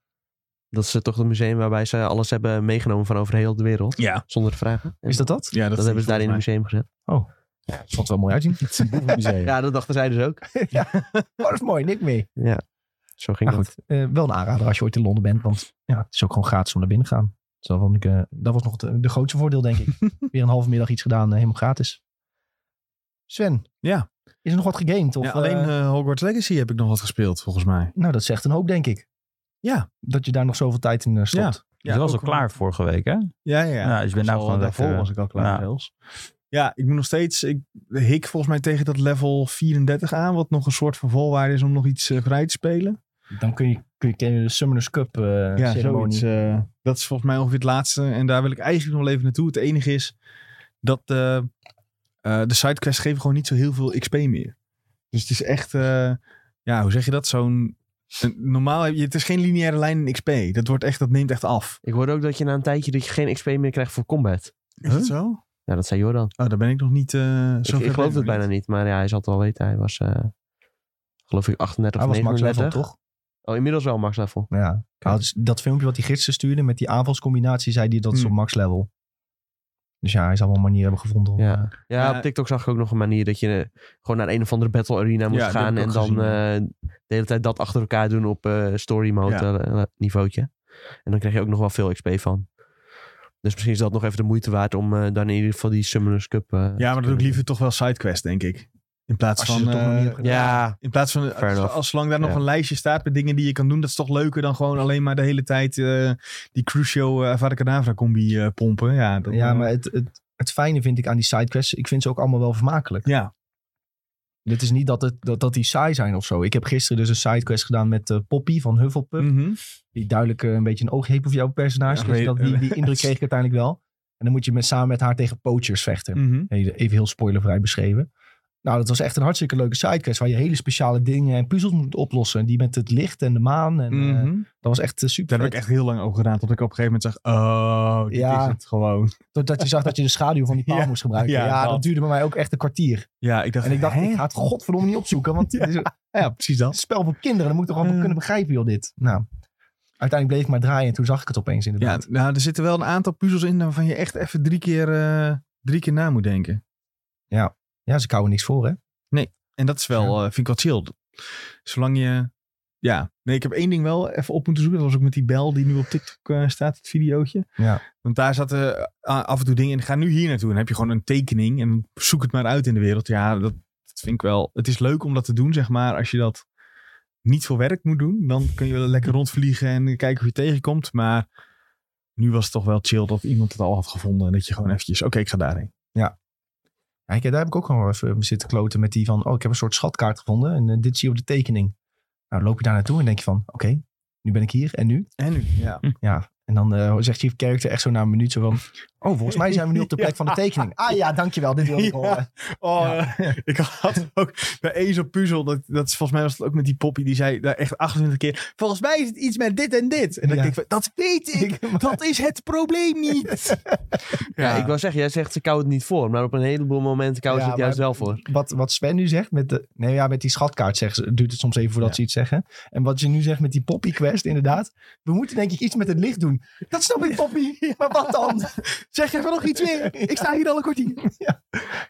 Speaker 3: Dat is eh, toch het museum waarbij ze alles hebben meegenomen van over heel de wereld.
Speaker 4: Ja.
Speaker 3: Zonder te vragen.
Speaker 1: Is dat dat?
Speaker 4: ja, dat,
Speaker 3: dat hebben ze daar in het museum gezet.
Speaker 1: Het vond er wel mooi
Speaker 4: (laughs)
Speaker 1: uitzien. (laughs)
Speaker 2: Museum.
Speaker 3: Ja, dat dachten zij dus ook.
Speaker 1: Oh, dat is mooi. Niks mee.
Speaker 3: Zo ging
Speaker 1: Maar
Speaker 3: dat.
Speaker 1: goed, eh, wel een aanrader als je ooit in Londen bent. Want ja, het is ook gewoon gratis om naar binnen te gaan. Dus dat, vond ik, eh, dat was nog het- de grootste voordeel, denk
Speaker 4: (laughs)
Speaker 1: ik. Weer een halve middag iets gedaan, eh, helemaal gratis. Sven,
Speaker 4: Ja.
Speaker 1: is er nog wat gegamed? Of,
Speaker 4: Ja, alleen
Speaker 1: eh,
Speaker 4: eh, Hogwarts Legacy heb ik nog wat gespeeld, volgens mij.
Speaker 1: nou, dat zegt een hoop, denk ik.
Speaker 4: Ja.
Speaker 1: Dat je daar nog zoveel tijd in eh, stopt.
Speaker 4: Ja.
Speaker 2: Je was al klaar vorige week, hè?
Speaker 4: Ja, ja, ja.
Speaker 2: Ja, dus ik ben
Speaker 4: was
Speaker 2: nou
Speaker 4: al- eh,
Speaker 2: gewoon
Speaker 4: daarvoor
Speaker 2: lekker-
Speaker 4: was ik al klaar
Speaker 2: Ja.
Speaker 4: zelfs. Ja, ik moet nog steeds... Ik hik volgens mij tegen dat level 34 aan, wat nog een soort van volwaarde is om nog iets eh, vrij te spelen.
Speaker 1: Dan kun je, kun je, ken je de Summoners Cup eh,
Speaker 4: ja,
Speaker 1: ceremonie.
Speaker 4: zoiets. eh, dat is volgens mij ongeveer het laatste. En daar wil ik eigenlijk nog wel even naartoe. Het enige is dat eh, eh, de sidequests geven gewoon niet zo heel veel XP meer. Dus het is echt... eh, ja, hoe zeg je dat? Zo'n... een- Normaal, heb je- het is geen lineaire lijn in XP. Dat, wordt echt, dat neemt echt af.
Speaker 3: Ik hoorde ook dat je na een tijdje dat je geen XP meer krijgt voor combat.
Speaker 4: Is het zo?
Speaker 3: Ja, dat zei Jordan.
Speaker 4: Oh, daar ben ik nog niet eh zo
Speaker 3: Ik,
Speaker 4: ver
Speaker 3: ik geloof
Speaker 4: ben
Speaker 3: het bijna niet, maar ja, hij zal het wel weten. Hij was, eh, geloof ik, 38
Speaker 1: Hij
Speaker 3: of
Speaker 1: was max
Speaker 3: 39.
Speaker 1: level, toch?
Speaker 3: Oh, inmiddels wel max level.
Speaker 1: Ja. Hij had dus dat filmpje wat die gidsen stuurde met die aanvalscombinatie, zei hij dat is
Speaker 4: Hmm.
Speaker 1: op max level. Dus ja, hij zal wel een manier hebben gevonden. om, eh,
Speaker 3: Ja. ja,
Speaker 4: Ja.
Speaker 3: op TikTok zag ik ook nog een manier dat je eh, gewoon naar een of andere battle arena moest
Speaker 4: Ja, dat heb
Speaker 3: gaan.
Speaker 4: ik
Speaker 3: En
Speaker 4: ook
Speaker 3: dan
Speaker 4: gezien,
Speaker 3: eh, de hele tijd dat achter elkaar doen op eh, story mode
Speaker 4: Ja.
Speaker 3: eh, niveautje. En dan krijg je ook nog wel veel XP van. Dus misschien is dat nog even de moeite waard om eh, dan in ieder geval die Summoners Cup... eh, te
Speaker 4: Ja, maar dat ook
Speaker 3: kunnen
Speaker 4: liever toch wel sidequest, denk ik. In plaats
Speaker 1: Als je
Speaker 4: van...
Speaker 1: het toch nog
Speaker 4: eh,
Speaker 1: niet hebt
Speaker 3: doen.
Speaker 1: gedaan.
Speaker 3: Ja,
Speaker 4: in plaats van,
Speaker 3: Fair
Speaker 4: als,
Speaker 3: enough.
Speaker 4: als zolang daar nog
Speaker 3: Ja.
Speaker 4: een lijstje staat met dingen die je kan doen, dat is toch leuker dan gewoon alleen maar de hele tijd eh, die Crucio eh Avada Kedavra combi eh, pompen. Ja, dat-
Speaker 1: Ja, maar het, het, het fijne vind ik aan die sidequests, ik vind ze ook allemaal wel vermakelijk.
Speaker 4: Ja,
Speaker 1: Het is niet dat, het, dat, dat die saai zijn of zo. Ik heb gisteren dus een sidequest gedaan met eh, Poppy van Hufflepuff.
Speaker 4: mhm.
Speaker 1: Die duidelijk eh, een beetje een oogje heeft op jouw personage.
Speaker 4: Ja,
Speaker 1: dus
Speaker 4: weet-
Speaker 1: dat, die, (laughs) die indruk kreeg ik uiteindelijk wel. En dan moet je met, samen met haar tegen poachers vechten.
Speaker 4: mhm.
Speaker 1: Even even heel spoilervrij beschreven. Nou, dat was echt een hartstikke leuke sidequest. Waar je hele speciale dingen en puzzels moet oplossen. Die met het licht en de maan. En, eh,
Speaker 4: Mhm.
Speaker 1: dat was echt eh, super.
Speaker 4: Daar heb ik echt heel lang over gedaan, tot ik op een gegeven moment zag, oh, dit
Speaker 1: Ja.
Speaker 4: is het gewoon.
Speaker 1: Dat je zag dat je de schaduw van die
Speaker 4: (laughs)
Speaker 1: paal
Speaker 4: Ja,
Speaker 1: moest gebruiken. Ja,
Speaker 4: ja,
Speaker 1: dat.
Speaker 4: dat.
Speaker 1: duurde bij mij ook echt een kwartier.
Speaker 4: Ja, ik dacht,
Speaker 1: En ik dacht,
Speaker 4: hè?
Speaker 1: ik ga het godverdomme niet opzoeken.
Speaker 4: (laughs)
Speaker 1: Want het is een
Speaker 4: ja, precies dat.
Speaker 1: spel voor kinderen. Dan moet ik toch wel
Speaker 4: Ja.
Speaker 1: kunnen begrijpen, joh, dit. Nou, uiteindelijk bleef ik maar draaien. En toen zag ik het opeens
Speaker 4: Ja,
Speaker 1: inderdaad.
Speaker 4: nou, er zitten wel een aantal puzzels in waarvan je echt even drie keer, eh, drie keer na moet denken.
Speaker 1: Ja, ze kauwen niks voor, hè.
Speaker 4: En dat is wel, eh, vind ik wel chill. Zolang je, ja. Nee, ik heb één ding wel even op moeten zoeken. Dat was ook met die bel die nu op TikTok eh, staat, het videootje.
Speaker 1: Ja.
Speaker 4: Want daar zaten eh, a- af en toe dingen in. Ga nu hier naartoe. Dan heb je gewoon een tekening en zoek het maar uit in de wereld. Ja, dat, dat vind ik wel. Het is leuk om dat te doen, zeg maar. Als je dat niet voor werk moet doen, dan kun je wel lekker rondvliegen en kijken hoe je tegenkomt. Maar nu was het toch wel chill dat iemand het al had gevonden. En dat je gewoon eventjes, oké, ik ga daarheen.
Speaker 1: Ja, ik, daar heb ik ook gewoon even zitten kloten met die eh, van... oh, ik heb een soort schatkaart gevonden en eh, dit zie je op de tekening. Nou, loop je daar naartoe en denk je van... oké, nu ben ik hier en nu.
Speaker 4: En nu, ja.
Speaker 1: Ja, en dan eh, zegt je character echt zo na een minuut zo van... Oh, volgens mij zijn we nu op
Speaker 4: (laughs)
Speaker 1: de plek van de tekening. Ah ja, dankjewel, dit wilde ik
Speaker 4: Ja.
Speaker 1: horen.
Speaker 4: Oh, (laughs) ik had ook bij één zo'n puzzel. Dat, dat is volgens mij was het ook met die poppy. Die zei daar echt 28 keer. Volgens mij is het iets met dit en dit. En dan
Speaker 1: Ja.
Speaker 4: denk ik, van, dat weet (laughs) ik. Dat is het probleem (laughs) niet.
Speaker 3: Ja, ik wil zeggen, jij zegt ze kouden het niet voor. Maar op een heleboel momenten kouden
Speaker 1: Ja,
Speaker 3: ze het juist
Speaker 1: maar-
Speaker 3: wel voor.
Speaker 1: Wat, wat Sven nu zegt, met, de, nee, ja, met die schatkaart zeggen ze, duurt het soms even voordat
Speaker 4: Ja.
Speaker 1: ze iets zeggen. En wat je nu zegt met die poppy quest, inderdaad. We moeten denk ik iets met het licht doen. Dat snap ik, poppy. Maar wat dan?
Speaker 4: Zeg even nog iets meer. Ik sta hier al een kwartier.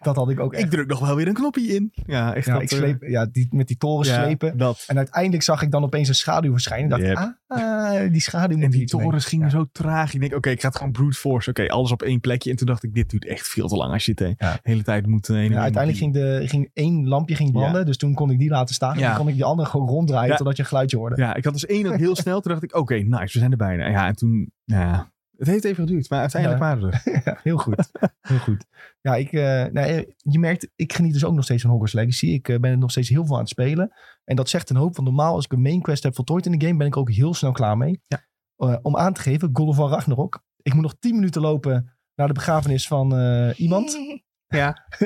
Speaker 1: Dat had ik ook
Speaker 4: Ik
Speaker 1: echt.
Speaker 4: druk nog wel weer een knopje in. Ja, echt.
Speaker 1: Ja,
Speaker 4: dat,
Speaker 1: ik
Speaker 4: eh,
Speaker 1: sleep, ja, die, met die toren
Speaker 4: ja,
Speaker 1: slepen.
Speaker 4: Dat.
Speaker 1: En uiteindelijk zag ik dan opeens een schaduw verschijnen. Ik dacht, ah, ah, die schaduw
Speaker 4: En
Speaker 1: moet
Speaker 4: die
Speaker 1: iets mee.
Speaker 4: torens gingen zo traag. Ik denk, oké, ik ga het gewoon brute force. Oké, alles op één plekje. En toen dacht ik, dit duurt echt veel te lang als je het eh,
Speaker 1: Ja.
Speaker 4: de hele tijd moet... eh, heen en
Speaker 1: Ja,
Speaker 4: weer
Speaker 1: uiteindelijk
Speaker 4: moet
Speaker 1: ging, de, ging één lampje ging branden, dus toen kon ik die laten staan. En
Speaker 4: Ja.
Speaker 1: toen kon ik die andere gewoon ronddraaien
Speaker 4: Ja.
Speaker 1: totdat je een geluidje hoorde.
Speaker 4: Ja, ik had dus één dat (laughs) heel snel. Toen dacht ik, oké, nice, we zijn er bijna. Ja, en toen, ja, het heeft even geduurd, maar uiteindelijk waren we er.
Speaker 1: Ja, heel goed. heel goed. Ja, ik, eh, nou, eh, je merkt, ik geniet dus ook nog steeds van Hogwarts Legacy. Ik eh, ben er nog steeds heel veel aan het spelen. En dat zegt een hoop, want normaal als ik een main quest heb voltooid in de game, ben ik ook heel snel klaar mee. Eh, om aan te geven, Golden van Ragnarok. Ik moet nog 10 minuten lopen naar de begrafenis van eh, iemand.
Speaker 4: (laughs) Ja.
Speaker 1: (laughs)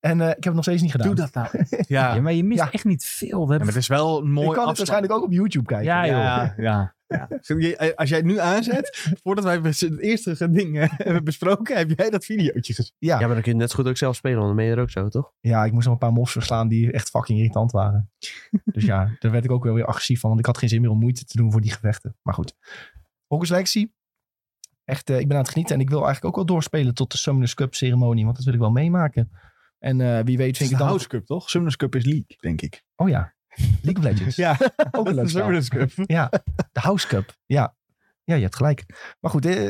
Speaker 1: en eh, ik heb het nog steeds niet gedaan.
Speaker 4: dat (laughs) nou. Ja,
Speaker 2: Ja,
Speaker 4: Ja,
Speaker 2: maar je mist
Speaker 1: Ja.
Speaker 2: echt niet veel. We
Speaker 4: maar
Speaker 2: hebben
Speaker 4: het is wel een mooi
Speaker 1: ik kan het
Speaker 4: afsluit.
Speaker 1: waarschijnlijk ook op YouTube kijken.
Speaker 2: Ja, joh.
Speaker 4: Ja, ja. Zul je- eh, Als jij het nu aanzet, voordat wij het eerste ding eh, hebben besproken, heb jij dat videootje gezien.
Speaker 1: Ja.
Speaker 3: Ja, maar dan kun je net zo goed ook zelf spelen. Want dan ben je er ook zo, toch?
Speaker 1: Ja, ik moest nog een paar mobs verslaan die echt fucking irritant waren. dus ja, daar werd ik ook wel weer agressief van. Want ik had geen zin meer om moeite te doen voor die gevechten. Maar goed. Hogwarts Legacy. Echt, eh, ik ben aan het genieten. En ik wil eigenlijk ook wel doorspelen tot de Summoners Cup ceremonie. Want dat wil ik wel meemaken. En eh, wie weet
Speaker 4: Het
Speaker 1: vind
Speaker 4: is
Speaker 1: ik
Speaker 4: de
Speaker 1: het dan...
Speaker 4: House Cup, toch? Summoners Cup is League, denk ik.
Speaker 1: Oh ja, League of Legends.
Speaker 4: (laughs) Ja,
Speaker 1: (laughs) ook een leuk
Speaker 4: de
Speaker 1: spel.
Speaker 4: Summoners Cup.
Speaker 1: Ja, de House Cup. Ja. ja, je hebt gelijk. Maar goed, eh,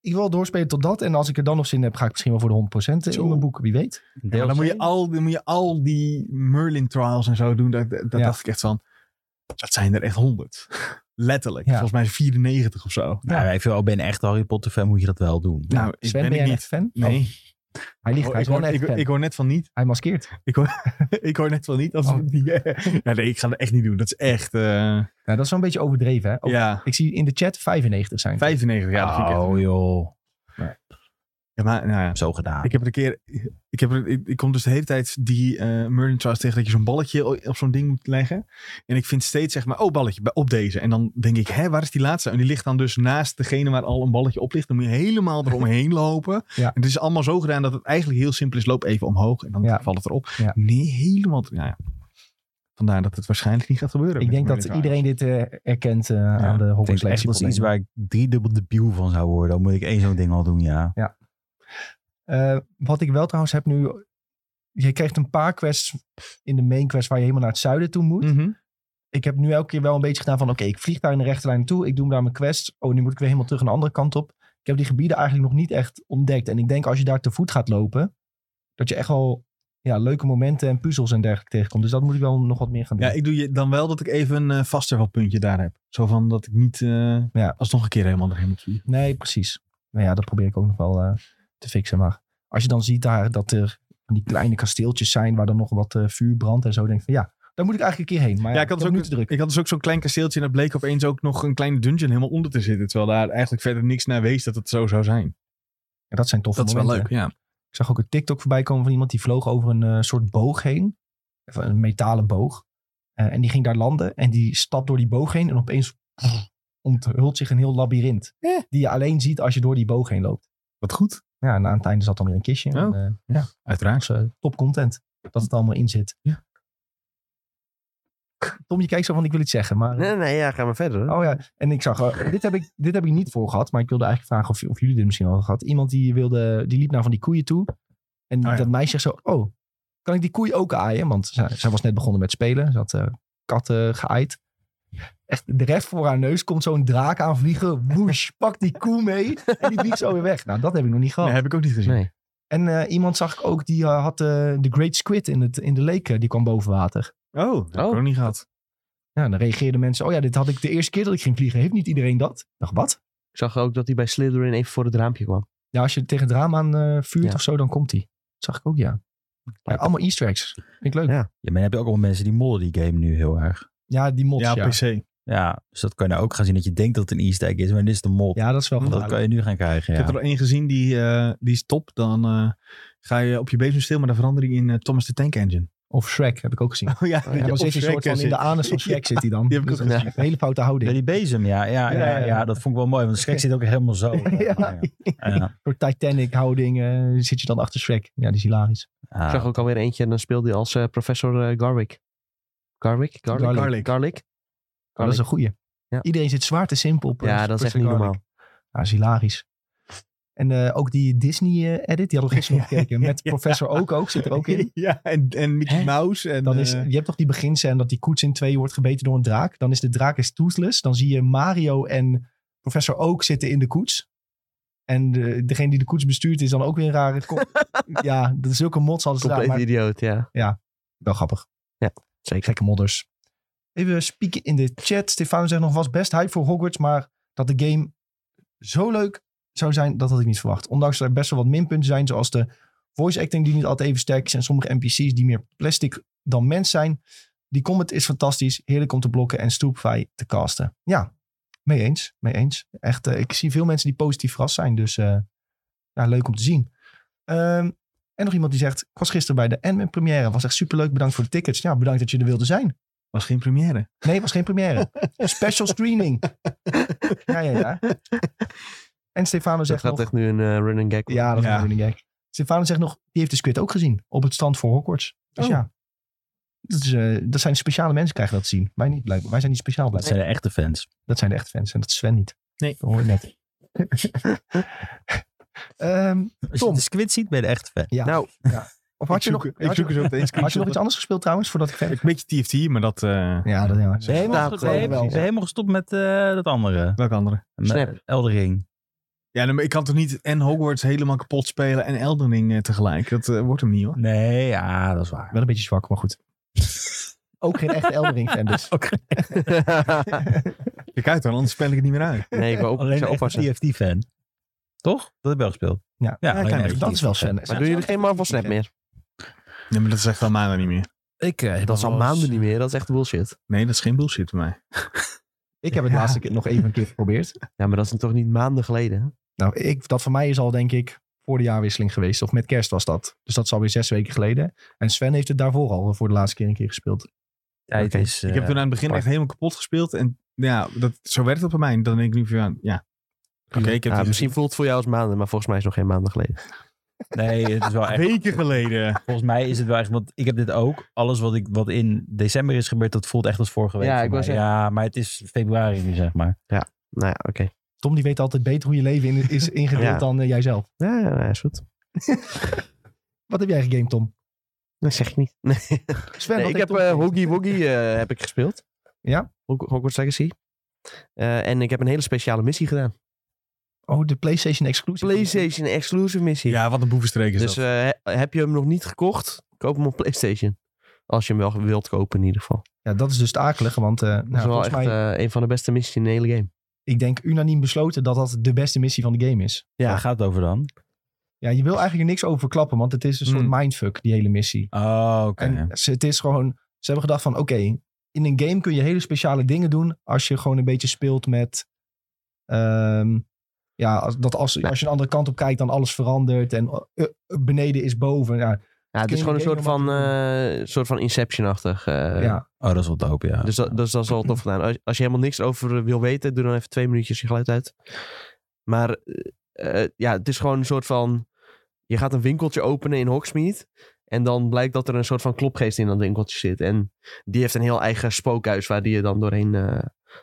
Speaker 1: ik wil doorspelen tot dat. En als ik er dan nog zin in heb, ga ik misschien wel voor de 100% in
Speaker 4: Zo.
Speaker 1: mijn boek. Wie weet.
Speaker 2: een
Speaker 4: Ja, maar dan moet, je al, dan moet je al die Merlin trials en zo doen. Dat, dat
Speaker 1: Ja.
Speaker 4: dacht ik echt van, dat zijn er echt honderd. Letterlijk.
Speaker 1: Ja. Oh,
Speaker 4: Volgens mij 94 of zo.
Speaker 2: Nou, ik vind, al ben je echt Harry Potter fan, moet je dat wel doen.
Speaker 4: Nou, ik
Speaker 1: Sven, ben, jij
Speaker 4: ben ik
Speaker 1: een
Speaker 4: niet.
Speaker 1: echt fan?
Speaker 4: Nee.
Speaker 1: Oh, hij ligt,
Speaker 4: Oh,
Speaker 1: hij
Speaker 4: ik,
Speaker 1: is wel
Speaker 4: hoor,
Speaker 1: een echt
Speaker 4: ik,
Speaker 1: fan.
Speaker 4: ik hoor net van niet. (laughs)
Speaker 1: Hij maskeert.
Speaker 4: Ik hoor, ik hoor net van niet. (laughs) Als
Speaker 1: Oh.
Speaker 4: die, ja, nee, ik ga dat echt niet doen. Dat is echt. eh,
Speaker 1: Nou, dat is wel een beetje overdreven, hè? Ook-
Speaker 4: ja,
Speaker 1: Ik zie in de chat 95 zijn.
Speaker 4: 95 jaar. vind ik echt-
Speaker 2: oh joh,
Speaker 4: Ja, maar, nou ja.
Speaker 2: zo gedaan.
Speaker 4: Ik heb het een keer. Ik, heb, er- ik, ik kom dus de hele tijd die eh Merlin Trust tegen dat je zo'n balletje o- op zo'n ding moet leggen. En ik vind steeds zeg maar, oh balletje, bij- op deze. En dan denk ik, hè, waar is die laatste? En die ligt dan dus naast degene waar al een balletje op ligt. Dan moet je helemaal eromheen (laughs) lopen.
Speaker 1: Ja.
Speaker 4: En het is allemaal zo gedaan dat het eigenlijk heel simpel is. Loop even omhoog en dan
Speaker 1: Ja.
Speaker 4: valt het erop.
Speaker 1: Ja.
Speaker 4: Nee, helemaal. Nou ja. Vandaar dat het waarschijnlijk niet gaat gebeuren.
Speaker 1: Ik
Speaker 4: met
Speaker 1: denk dat
Speaker 4: Merlin Trust.
Speaker 1: iedereen dit eh, erkent eh, aan de
Speaker 2: Ik
Speaker 1: Hogwarts
Speaker 2: vind echt dat is
Speaker 1: Legacy.
Speaker 2: iets waar ik driedubbel debiel van zou worden. Dan moet ik één zo'n ding al doen, ja.
Speaker 1: Eh, wat ik wel trouwens heb nu... Je krijgt een paar quests in de main quest waar je helemaal naar het zuiden toe moet.
Speaker 4: Mhm.
Speaker 1: Ik heb nu elke keer wel een beetje gedaan van... Oké, ik vlieg daar in de rechte lijn naartoe. Ik doe daar mijn quest. Oh, nu moet ik weer helemaal terug aan de andere kant op. Ik heb die gebieden eigenlijk nog niet echt ontdekt. En ik denk als je daar te voet gaat lopen... Dat je echt wel ja, leuke momenten en puzzels en dergelijke tegenkomt. Dus dat moet ik wel nog wat meer gaan doen.
Speaker 4: Ja, ik doe je dan wel dat ik even een eh, vastervalpuntje daar heb. Zo van dat ik niet eh
Speaker 1: Ja.
Speaker 4: alsnog een keer helemaal erheen moet vliegen.
Speaker 1: Nee, precies. Nou ja, dat probeer ik ook nog wel eh, te fixen. Maar als je dan ziet daar dat er van die kleine kasteeltjes zijn waar dan nog wat eh, vuur brandt en zo, denk ik van ja, daar moet ik eigenlijk een keer heen. Maar ja, ik had het
Speaker 4: dus
Speaker 1: ook nu
Speaker 4: ook,
Speaker 1: te druk.
Speaker 4: ik had dus ook zo'n klein kasteeltje en dat bleek opeens ook nog een kleine dungeon helemaal onder te zitten. Terwijl daar eigenlijk verder niks naar wees dat het zo zou zijn.
Speaker 1: Ja, dat zijn toffe momenten.
Speaker 4: ja.
Speaker 1: Ik zag ook een TikTok voorbij komen van iemand die vloog over een eh, soort boog heen. Even Een metalen boog. Eh, en die ging daar landen en die stapt door die boog heen en opeens onthult zich een heel labyrint.
Speaker 4: Eh.
Speaker 1: Die je alleen ziet als je door die boog heen loopt.
Speaker 4: Wat goed.
Speaker 1: Ja, en aan het einde zat dan weer een kistje. En,
Speaker 4: Oh.
Speaker 1: eh,
Speaker 4: Uiteraard.
Speaker 1: Dus, eh, top content. Dat het allemaal in zit.
Speaker 4: Ja.
Speaker 1: Tom, je kijkt zo van ik wil iets zeggen. Maar,
Speaker 3: Nee, nee, ja, ga maar verder.
Speaker 1: Oh ja, en ik zag, eh, dit, heb ik, dit heb ik niet voor gehad. Maar ik wilde eigenlijk vragen of, of jullie dit misschien al hadden gehad. Iemand die, wilde, die liep naar van die koeien toe. En
Speaker 4: ja.
Speaker 1: dat meisje zegt zo, oh, kan ik die koeien ook aaien? Want zij, zij was net begonnen met spelen. Ze had eh, katten geaaid. Echt, de rest voor haar neus komt zo'n draak aanvliegen. Woesh, pak die koe mee. En die vliegt zo weer weg. Nou, dat heb ik nog niet gehad.
Speaker 4: Nee, heb ik ook niet gezien.
Speaker 3: Nee.
Speaker 1: En eh, iemand zag ik ook, die eh, had eh, de Great Squid in, het, in de leek, eh, die kwam boven water.
Speaker 4: Oh, dat heb ik
Speaker 3: Oh.
Speaker 4: ook niet gehad.
Speaker 1: Ja, en dan reageerden mensen, oh ja, dit had ik de eerste keer dat ik ging vliegen. Heeft niet iedereen dat? Ik dacht, wat?
Speaker 3: Ik zag ook dat hij bij Slytherin even voor het raampje kwam.
Speaker 1: Ja, als je tegen het raam aan eh, vuurt
Speaker 3: Ja.
Speaker 1: of zo, dan komt die. Dat zag ik ook, ja. Ja, allemaal easter eggs. Vind ik leuk. Ja,
Speaker 3: Ja.
Speaker 2: Ja, maar dan heb je ook al mensen die modden die game nu heel erg.
Speaker 1: die mods,
Speaker 4: Ja,
Speaker 1: ja.
Speaker 4: op PC.
Speaker 2: Ja, dus dat kan je nou ook gaan zien. Dat je denkt dat het een easter egg is, maar dit is de mol.
Speaker 1: Ja, dat is wel
Speaker 4: Dat
Speaker 2: dat
Speaker 1: gevaarlijk.
Speaker 2: kan je nu gaan krijgen,
Speaker 4: nou, Ik
Speaker 2: ja.
Speaker 4: heb er al één gezien, die, eh, die is top. Dan eh, ga je op je bezemsteel, maar dan verander je in eh, Thomas de Tank Engine.
Speaker 1: Of Shrek heb ik ook gezien.
Speaker 4: (laughs) Oh ja,
Speaker 1: Ja, dan zit je soort van in de anus van Shrek zit hij dan.
Speaker 4: die heb ik
Speaker 1: Dus
Speaker 4: ook
Speaker 1: dat is
Speaker 3: gezien.
Speaker 1: een hele foute
Speaker 2: Bij
Speaker 1: houding.
Speaker 2: die bezem, ja. Ja, ja,
Speaker 1: Ja,
Speaker 2: ja,
Speaker 1: ja.
Speaker 2: dat vond ik wel mooi. Want de schrik zit ook helemaal zo.
Speaker 1: Ja.
Speaker 2: Ja. Ja.
Speaker 1: Een soort Titanic houding eh, zit je dan achter Shrek. Ja, die is hilarisch.
Speaker 2: Ja.
Speaker 3: Ik zag ook alweer eentje en dan speelde hij als eh, professor eh, Garwick. Garwick? Garlic?
Speaker 1: Garlic.
Speaker 3: Garlic. Garlic? Oh,
Speaker 1: Maar dat is een goeie.
Speaker 3: Ja.
Speaker 1: Iedereen zit zwaar te simpel. op, eh,
Speaker 3: Ja, dat is
Speaker 1: Percy
Speaker 3: echt niet
Speaker 1: Garlic.
Speaker 3: normaal.
Speaker 1: Ja, dat is hilarisch. En eh, ook die Disney-edit, die hadden we
Speaker 3: (laughs)
Speaker 1: gisteren nog gekeken. Met
Speaker 4: Ja.
Speaker 1: professor ook, ook zit er ook in.
Speaker 4: (laughs) Ja, en, en Mickey
Speaker 1: Hè?
Speaker 4: Mouse. En,
Speaker 1: Dan is,
Speaker 4: eh,
Speaker 1: je hebt toch die beginscène dat die koets in twee wordt gebeten door een draak. Dan is de draak is toothless. Dan zie je Mario en professor Oak zitten in de koets. En de- degene die de koets bestuurt is dan ook weer een rare...
Speaker 3: (laughs)
Speaker 1: kop. ja, dat is zulke mods hadden ze daar.
Speaker 3: Compleet
Speaker 1: Maar
Speaker 3: idioot, ja.
Speaker 1: wel grappig.
Speaker 3: Zeker.
Speaker 1: Gekke modders. Even spieken in de chat. Stefano zegt nog was best hype voor Hogwarts, maar dat de game zo leuk zou zijn, dat had ik niet verwacht. Ondanks dat er best wel wat minpunten zijn, zoals de voice acting die niet altijd even sterk is en sommige NPC's die meer plastic dan mens zijn. Die combat is fantastisch, heerlijk om te blokken en stoepvaai te casten. Ja, mee eens, mee eens. Echt, eh, ik zie veel mensen die positief verrast zijn, dus eh, ja, leuk om te zien. Ehm, en nog iemand die zegt, ik was gisteren bij de Ant-Man première, was echt superleuk, bedankt voor de tickets. Ja, bedankt dat je er wilde zijn.
Speaker 4: was geen première.
Speaker 1: Nee, het was geen
Speaker 4: (laughs)
Speaker 1: première. Special screening. Ja, ja, ja. En Stefano
Speaker 3: Dat
Speaker 1: zegt
Speaker 3: gaat
Speaker 1: nog...
Speaker 3: echt nu een eh, running gag worden.
Speaker 1: Ja, dat is
Speaker 4: Ja.
Speaker 1: natuurlijk gek. Stefano zegt nog, die heeft de Squid ook gezien. Op het stand voor Hogwarts. Dus
Speaker 4: Oh.
Speaker 1: ja. Dat, is, eh, dat zijn speciale mensen krijgen dat te zien. Wij niet, blijkbaar. Wij zijn niet speciaal
Speaker 2: Dat
Speaker 1: blijkbaar.
Speaker 2: zijn de echte fans.
Speaker 1: Dat zijn de echte fans. En dat is Sven niet.
Speaker 4: Nee.
Speaker 1: Dat hoor je
Speaker 4: (laughs)
Speaker 1: net. Ehm,
Speaker 2: Als
Speaker 1: Tom.
Speaker 2: je de squid ziet, ben je de echte fan.
Speaker 1: ja.
Speaker 3: Nou.
Speaker 1: Ja. Of had
Speaker 4: ik
Speaker 1: je
Speaker 4: zoek,
Speaker 1: nog...
Speaker 4: ik
Speaker 1: had
Speaker 4: zoek
Speaker 1: je,
Speaker 4: er zo meteen
Speaker 1: had je nog
Speaker 4: screenshots
Speaker 1: iets anders gespeeld trouwens, voordat ik verder...
Speaker 4: Een beetje TFT, maar dat... eh
Speaker 1: Ja, dat ja.
Speaker 2: Ben je helemaal,
Speaker 3: Staat,
Speaker 2: ben je-
Speaker 3: eh,
Speaker 2: ben je helemaal gestopt met eh, dat andere?
Speaker 4: Welke andere?
Speaker 3: (laughs) Snap.
Speaker 2: Eldering.
Speaker 4: Ja, nee, maar ik kan toch niet en Hogwarts helemaal kapot spelen en Elden Ring eh, tegelijk. Dat eh, wordt hem niet hoor.
Speaker 2: Nee, ja, dat is waar.
Speaker 1: Wel een beetje zwak, maar goed. (laughs) Ook geen echte Eldering fan dus.
Speaker 4: Kijk uit dan, anders spel ik het niet meer uit.
Speaker 3: nee, ik wou op, ik
Speaker 2: Alleen
Speaker 3: zou
Speaker 2: een
Speaker 3: oppassen.
Speaker 2: TFT-fan. Toch? Dat heb ik wel gespeeld.
Speaker 1: Ja.
Speaker 2: ja,
Speaker 4: klein
Speaker 2: alleen
Speaker 4: beetje.
Speaker 2: een
Speaker 1: Dat is wel
Speaker 2: TFT-fan.
Speaker 1: Sven.
Speaker 3: Maar doen jullie geen Marvel Snap meer?
Speaker 4: Nee, maar dat is echt al maanden niet meer.
Speaker 2: Ik, eh, heb
Speaker 3: Dat is al
Speaker 2: wel eens-
Speaker 3: maanden niet meer. Dat is echt bullshit.
Speaker 4: Nee, dat is geen bullshit bij mij.
Speaker 1: Ik heb het
Speaker 4: Ja.
Speaker 1: laatste keer nog even een keer geprobeerd.
Speaker 3: Ja, maar dat is toch niet maanden geleden? hè?
Speaker 1: Nou, ik, dat voor mij is al denk ik voor de jaarwisseling geweest. Of met kerst was dat. Dus dat is alweer zes weken geleden. En Sven heeft het daarvoor al eh, voor de laatste keer een keer gespeeld.
Speaker 2: Ja, het
Speaker 3: Oké.
Speaker 2: is,
Speaker 4: ik heb
Speaker 2: eh,
Speaker 4: toen aan het begin
Speaker 2: apart.
Speaker 4: echt helemaal kapot gespeeld. En ja, dat, zo werkt dat bij mij. Dan denk ik nu van ja, ja. Oké, ik heb
Speaker 3: Ja,
Speaker 4: dit
Speaker 3: Ah, misschien voelt het voor jou als maanden, maar volgens mij is het nog geen maanden geleden.
Speaker 2: Nee, het is wel echt.
Speaker 4: weken geleden.
Speaker 2: Volgens mij is het wel echt. Want ik heb dit ook. Alles wat, ik, wat in december is gebeurd, dat voelt echt als vorige week.
Speaker 3: Ja,
Speaker 2: voor
Speaker 3: ik wou
Speaker 2: mij. ja maar het is februari nu, zeg maar.
Speaker 3: Nou ja, oké.
Speaker 1: Tom die weet altijd beter hoe je leven in, is (laughs) ingedeeld
Speaker 3: Ja.
Speaker 1: dan eh, jijzelf.
Speaker 3: Ja, ja, ja, is goed.
Speaker 1: Wat heb jij gegamed, Tom?
Speaker 3: Dat zeg ik niet. Nee,
Speaker 1: Sven,
Speaker 3: Nee,
Speaker 1: wat
Speaker 3: ik
Speaker 1: heeft
Speaker 3: heb
Speaker 1: Tom
Speaker 3: eh
Speaker 1: gegamed?
Speaker 3: Hoggy Woggy eh, heb ik gespeeld.
Speaker 1: Ja?
Speaker 3: Hog- Hogwarts Legacy. Eh, en ik heb een hele speciale missie gedaan.
Speaker 1: Oh, de PlayStation exclusive.
Speaker 3: PlayStation exclusive missie.
Speaker 4: Ja, wat een boevenstreek is
Speaker 3: dus
Speaker 4: dat.
Speaker 3: eh, he- heb je hem nog niet gekocht? Koop hem op PlayStation. Als je hem wel wilt kopen in ieder geval.
Speaker 1: Ja, dat is dus het akelige. Want eh,
Speaker 3: Dat
Speaker 1: nou,
Speaker 3: is wel
Speaker 1: volgens
Speaker 3: echt
Speaker 1: mij,
Speaker 3: eh, een van de beste missies in de hele game.
Speaker 1: ik denk unaniem besloten dat dat de beste missie van de game is.
Speaker 3: Ja.
Speaker 2: Waar gaat het over dan?
Speaker 1: Ja, je wil eigenlijk er niks over verklappen. Want het is een soort
Speaker 4: Hmm.
Speaker 1: mindfuck, die hele missie.
Speaker 2: Oh, oké.
Speaker 1: En ze, het is gewoon, ze hebben gedacht van oké, in een game kun je hele speciale dingen doen als je gewoon een beetje speelt met, ehm, ja, als, dat als, als je een andere kant op kijkt dan alles verandert en eh, eh, beneden is boven. Ja,
Speaker 3: Ja, het
Speaker 1: Kun
Speaker 3: is
Speaker 1: je
Speaker 3: gewoon een
Speaker 1: de game nog
Speaker 3: soort van, eh, soort van Inception-achtig. eh,
Speaker 1: ja.
Speaker 2: Oh, dat is wel dope, ja.
Speaker 3: Dus dat, dus dat is wel tof gedaan. Als, als je helemaal niks over eh, wil weten, doe dan even twee minuutjes je geluid uit. Maar eh, eh, ja, het is gewoon een soort van... Je gaat een winkeltje openen in Hogsmeade. En dan blijkt dat er een soort van klopgeest in dat winkeltje zit. En die heeft een heel eigen spookhuis waar die je dan doorheen eh,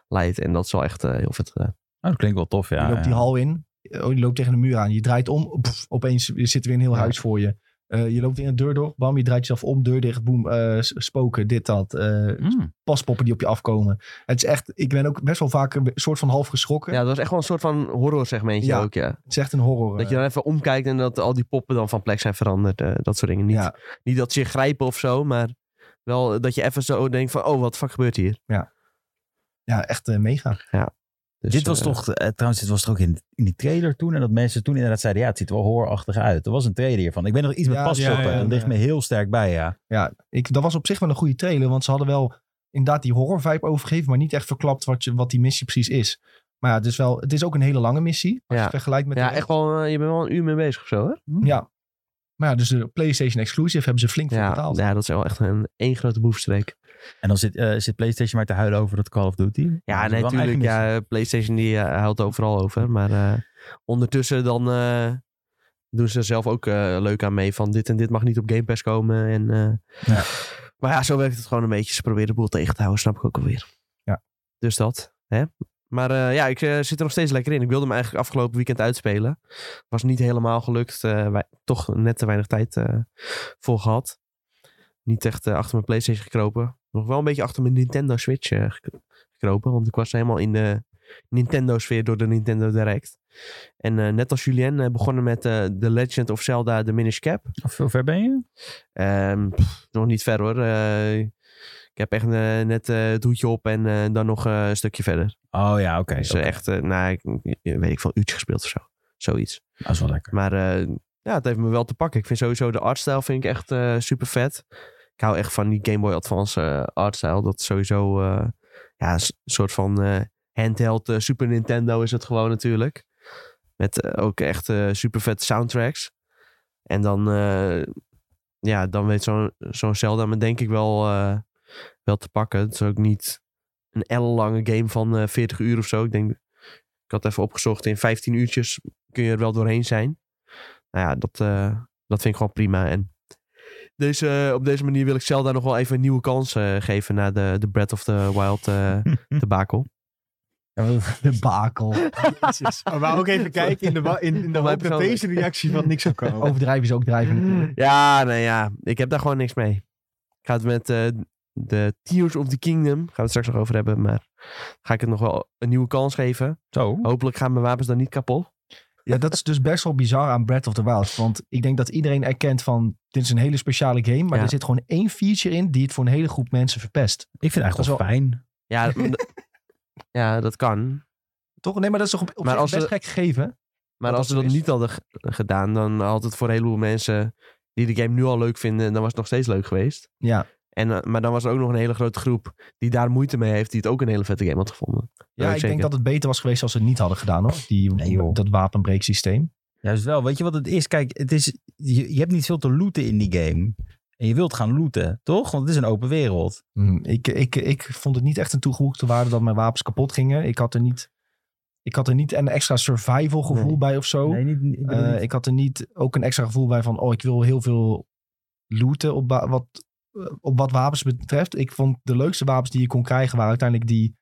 Speaker 3: leidt. En dat is wel echt eh, heel vet gedaan.
Speaker 2: Oh, dat klinkt wel tof, ja.
Speaker 1: je loopt die
Speaker 2: ja.
Speaker 1: hal in, oh, je loopt tegen een muur aan, je draait om, pff, opeens zit er weer een heel
Speaker 3: Ja.
Speaker 1: huis voor je. Eh, je loopt in een deur door, bam, je draait jezelf om, deur dicht, boem, eh, s- spoken, dit, dat. eh,
Speaker 2: Mm.
Speaker 1: paspoppen die op je afkomen. Het is echt, ik ben ook best wel vaak een soort van half geschrokken.
Speaker 3: Ja, dat was echt wel een soort van horror segmentje
Speaker 1: Ja.
Speaker 3: ook, ja.
Speaker 1: Het is echt een horror.
Speaker 3: Dat
Speaker 1: eh,
Speaker 3: je dan even omkijkt en dat al die poppen dan van plek zijn veranderd. eh, dat soort dingen. Niet,
Speaker 1: ja.
Speaker 3: niet dat ze je grijpen of zo, maar wel dat je even zo denkt van... Oh, wat de fuck gebeurt hier?
Speaker 1: ja, echt eh, mega.
Speaker 3: Dus,
Speaker 2: dit was
Speaker 3: eh,
Speaker 2: toch, eh, trouwens, dit was toch ook in, in die trailer toen. En dat mensen toen inderdaad zeiden, ja, het ziet er wel hoorachtig uit. Er was een trailer hiervan. Ik weet nog iets
Speaker 1: Ja,
Speaker 2: met paspoppen.
Speaker 4: ja, ja,
Speaker 2: dat ligt
Speaker 1: ja.
Speaker 2: me heel sterk bij, ja.
Speaker 1: Ik, dat was op zich wel een goede trailer, want ze hadden wel inderdaad die horror vibe overgeeft, maar niet echt verklapt wat, je, wat die missie precies is. Maar ja, het is, wel, het is ook een hele lange missie. Als je
Speaker 3: Ja.
Speaker 1: het vergelijkt met de
Speaker 3: ja,
Speaker 1: rest.
Speaker 3: echt wel, eh, je bent wel een uur mee bezig of zo, hoor.
Speaker 1: Ja. Maar ja, dus de PlayStation Exclusive hebben ze flink voor
Speaker 3: Ja,
Speaker 1: betaald.
Speaker 3: ja, dat is wel echt een één grote boefstreek.
Speaker 2: En dan zit, eh, zit PlayStation maar te huilen over dat Call of Duty.
Speaker 3: Ja,
Speaker 2: Dat is wel een
Speaker 3: natuurlijk.
Speaker 2: eigen
Speaker 3: Ja, PlayStation die eh, houdt overal over. Maar eh, ondertussen dan eh, doen ze er zelf ook eh, leuk aan mee. Van dit en dit mag niet op Game Pass komen. En, eh,
Speaker 2: Ja.
Speaker 3: Maar ja, zo werkt het gewoon een beetje. Ze proberen de boel tegen te houden, snap ik ook alweer.
Speaker 1: Ja.
Speaker 3: Dus dat. Hè? Maar eh, ja, ik eh, zit er nog steeds lekker in. Ik wilde hem eigenlijk afgelopen weekend uitspelen. Was niet helemaal gelukt. eh, wij, toch net te weinig tijd eh, voor gehad. Niet echt eh, achter mijn PlayStation gekropen. Nog wel een beetje achter mijn Nintendo Switch eh, gek- gekropen. Want ik was helemaal in de Nintendo-sfeer door de Nintendo Direct. En eh, net als Julien eh, begonnen met eh, The Legend of Zelda The Minish Cap.
Speaker 2: missie. Hoe ver ben je?
Speaker 3: Ehm, pff, nog niet ver hoor. Eh, ik heb echt eh, net eh, het hoedje op en eh, dan nog eh, een stukje verder.
Speaker 2: Oh ja, oké.
Speaker 3: dus
Speaker 2: oké.
Speaker 3: eh, echt, eh, nou, ik, weet ik veel, een uurtje gespeeld of zo. Zoiets.
Speaker 2: Dat is wel lekker.
Speaker 3: Maar eh, ja, het heeft me wel te pakken. Ik vind sowieso de artstijl vind ik echt eh, super vet. Ik hou echt van die Game Boy Advance eh, artstijl. Dat is sowieso eh, ja, een s- soort van eh, handheld eh, Super Nintendo is het gewoon natuurlijk. Met eh, ook echt super vet soundtracks. En dan, eh, ja, dan weet zo'n zo'n Zelda me denk ik wel, eh, wel te pakken. Het is ook niet een ellenlange game van eh, 40 uur of zo. Ik denk, ik had even opgezocht, in 15 uurtjes kun je er wel doorheen zijn. Nou ja, dat, eh, dat vind ik gewoon prima. En deze, eh, op deze manier wil ik Zelda nog wel even een nieuwe kans eh, geven na de, de Breath of the
Speaker 1: (laughs)
Speaker 3: Wild eh debakel.
Speaker 1: De
Speaker 3: (laughs)
Speaker 1: bakel. Jezus.
Speaker 4: Maar Oh, wou (laughs) ook even kijken in de, wa- in, in de
Speaker 3: Mij
Speaker 4: hoop dat
Speaker 3: persoonlijk.
Speaker 4: deze reactie van niks zou komen.
Speaker 1: Overdrijven is ook drijven. natuurlijk.
Speaker 3: Ja, nou ja, ik heb daar gewoon niks mee. Ik ga het met eh, de Tears of the Kingdom, gaan we het straks nog over hebben, maar ga ik het nog wel een nieuwe kans geven.
Speaker 2: Zo.
Speaker 3: Hopelijk gaan mijn wapens dan niet kapot.
Speaker 1: Ja, dat is dus best wel bizar aan Breath of the Wild. Want ik denk dat iedereen erkent van, dit is een hele speciale game. Maar
Speaker 3: Ja.
Speaker 1: er zit gewoon één feature in die het voor een hele groep mensen verpest.
Speaker 2: Ik vind het
Speaker 1: Dat is wel-
Speaker 2: eigenlijk wel fijn.
Speaker 1: (laughs)
Speaker 3: Ja, d- ja dat kan.
Speaker 1: Toch? Nee, maar dat is toch op, op
Speaker 3: Maar
Speaker 1: zich
Speaker 3: als
Speaker 1: best
Speaker 3: ze-
Speaker 1: gek gegeven?
Speaker 3: Maar
Speaker 1: dat
Speaker 3: als ze
Speaker 1: er
Speaker 3: dat
Speaker 1: is.
Speaker 3: niet hadden g- gedaan, dan had het voor een heleboel mensen die de game nu al leuk vinden, dan was het nog steeds leuk geweest.
Speaker 1: Ja.
Speaker 3: En, eh, maar dan was er ook nog een hele grote groep die daar moeite mee heeft, die het ook een hele vette game had gevonden.
Speaker 1: Ja,
Speaker 3: Leuk,
Speaker 1: ik denk
Speaker 3: zeker.
Speaker 1: dat het beter was geweest als ze het niet hadden gedaan, hoor. Die,
Speaker 2: Nee, joh.
Speaker 1: dat wapenbreeksysteem.
Speaker 2: Juist wel. Weet je wat het is? Kijk, het is, je, je hebt niet veel te looten in die game. En je wilt gaan looten, toch? Want het is een open wereld.
Speaker 1: Hm, ik, ik, ik vond het niet echt een toegevoegde waarde dat mijn wapens kapot gingen. Ik had er niet, ik had er niet een extra survival gevoel
Speaker 2: Nee.
Speaker 1: bij of zo.
Speaker 2: niet, ik bedoel
Speaker 1: Eh,
Speaker 2: niet-
Speaker 1: ik had er niet ook een extra gevoel bij van, oh, ik wil heel veel looten op, ba- wat, eh, op wat wapens betreft. Ik vond de leukste wapens die je kon krijgen waren uiteindelijk die,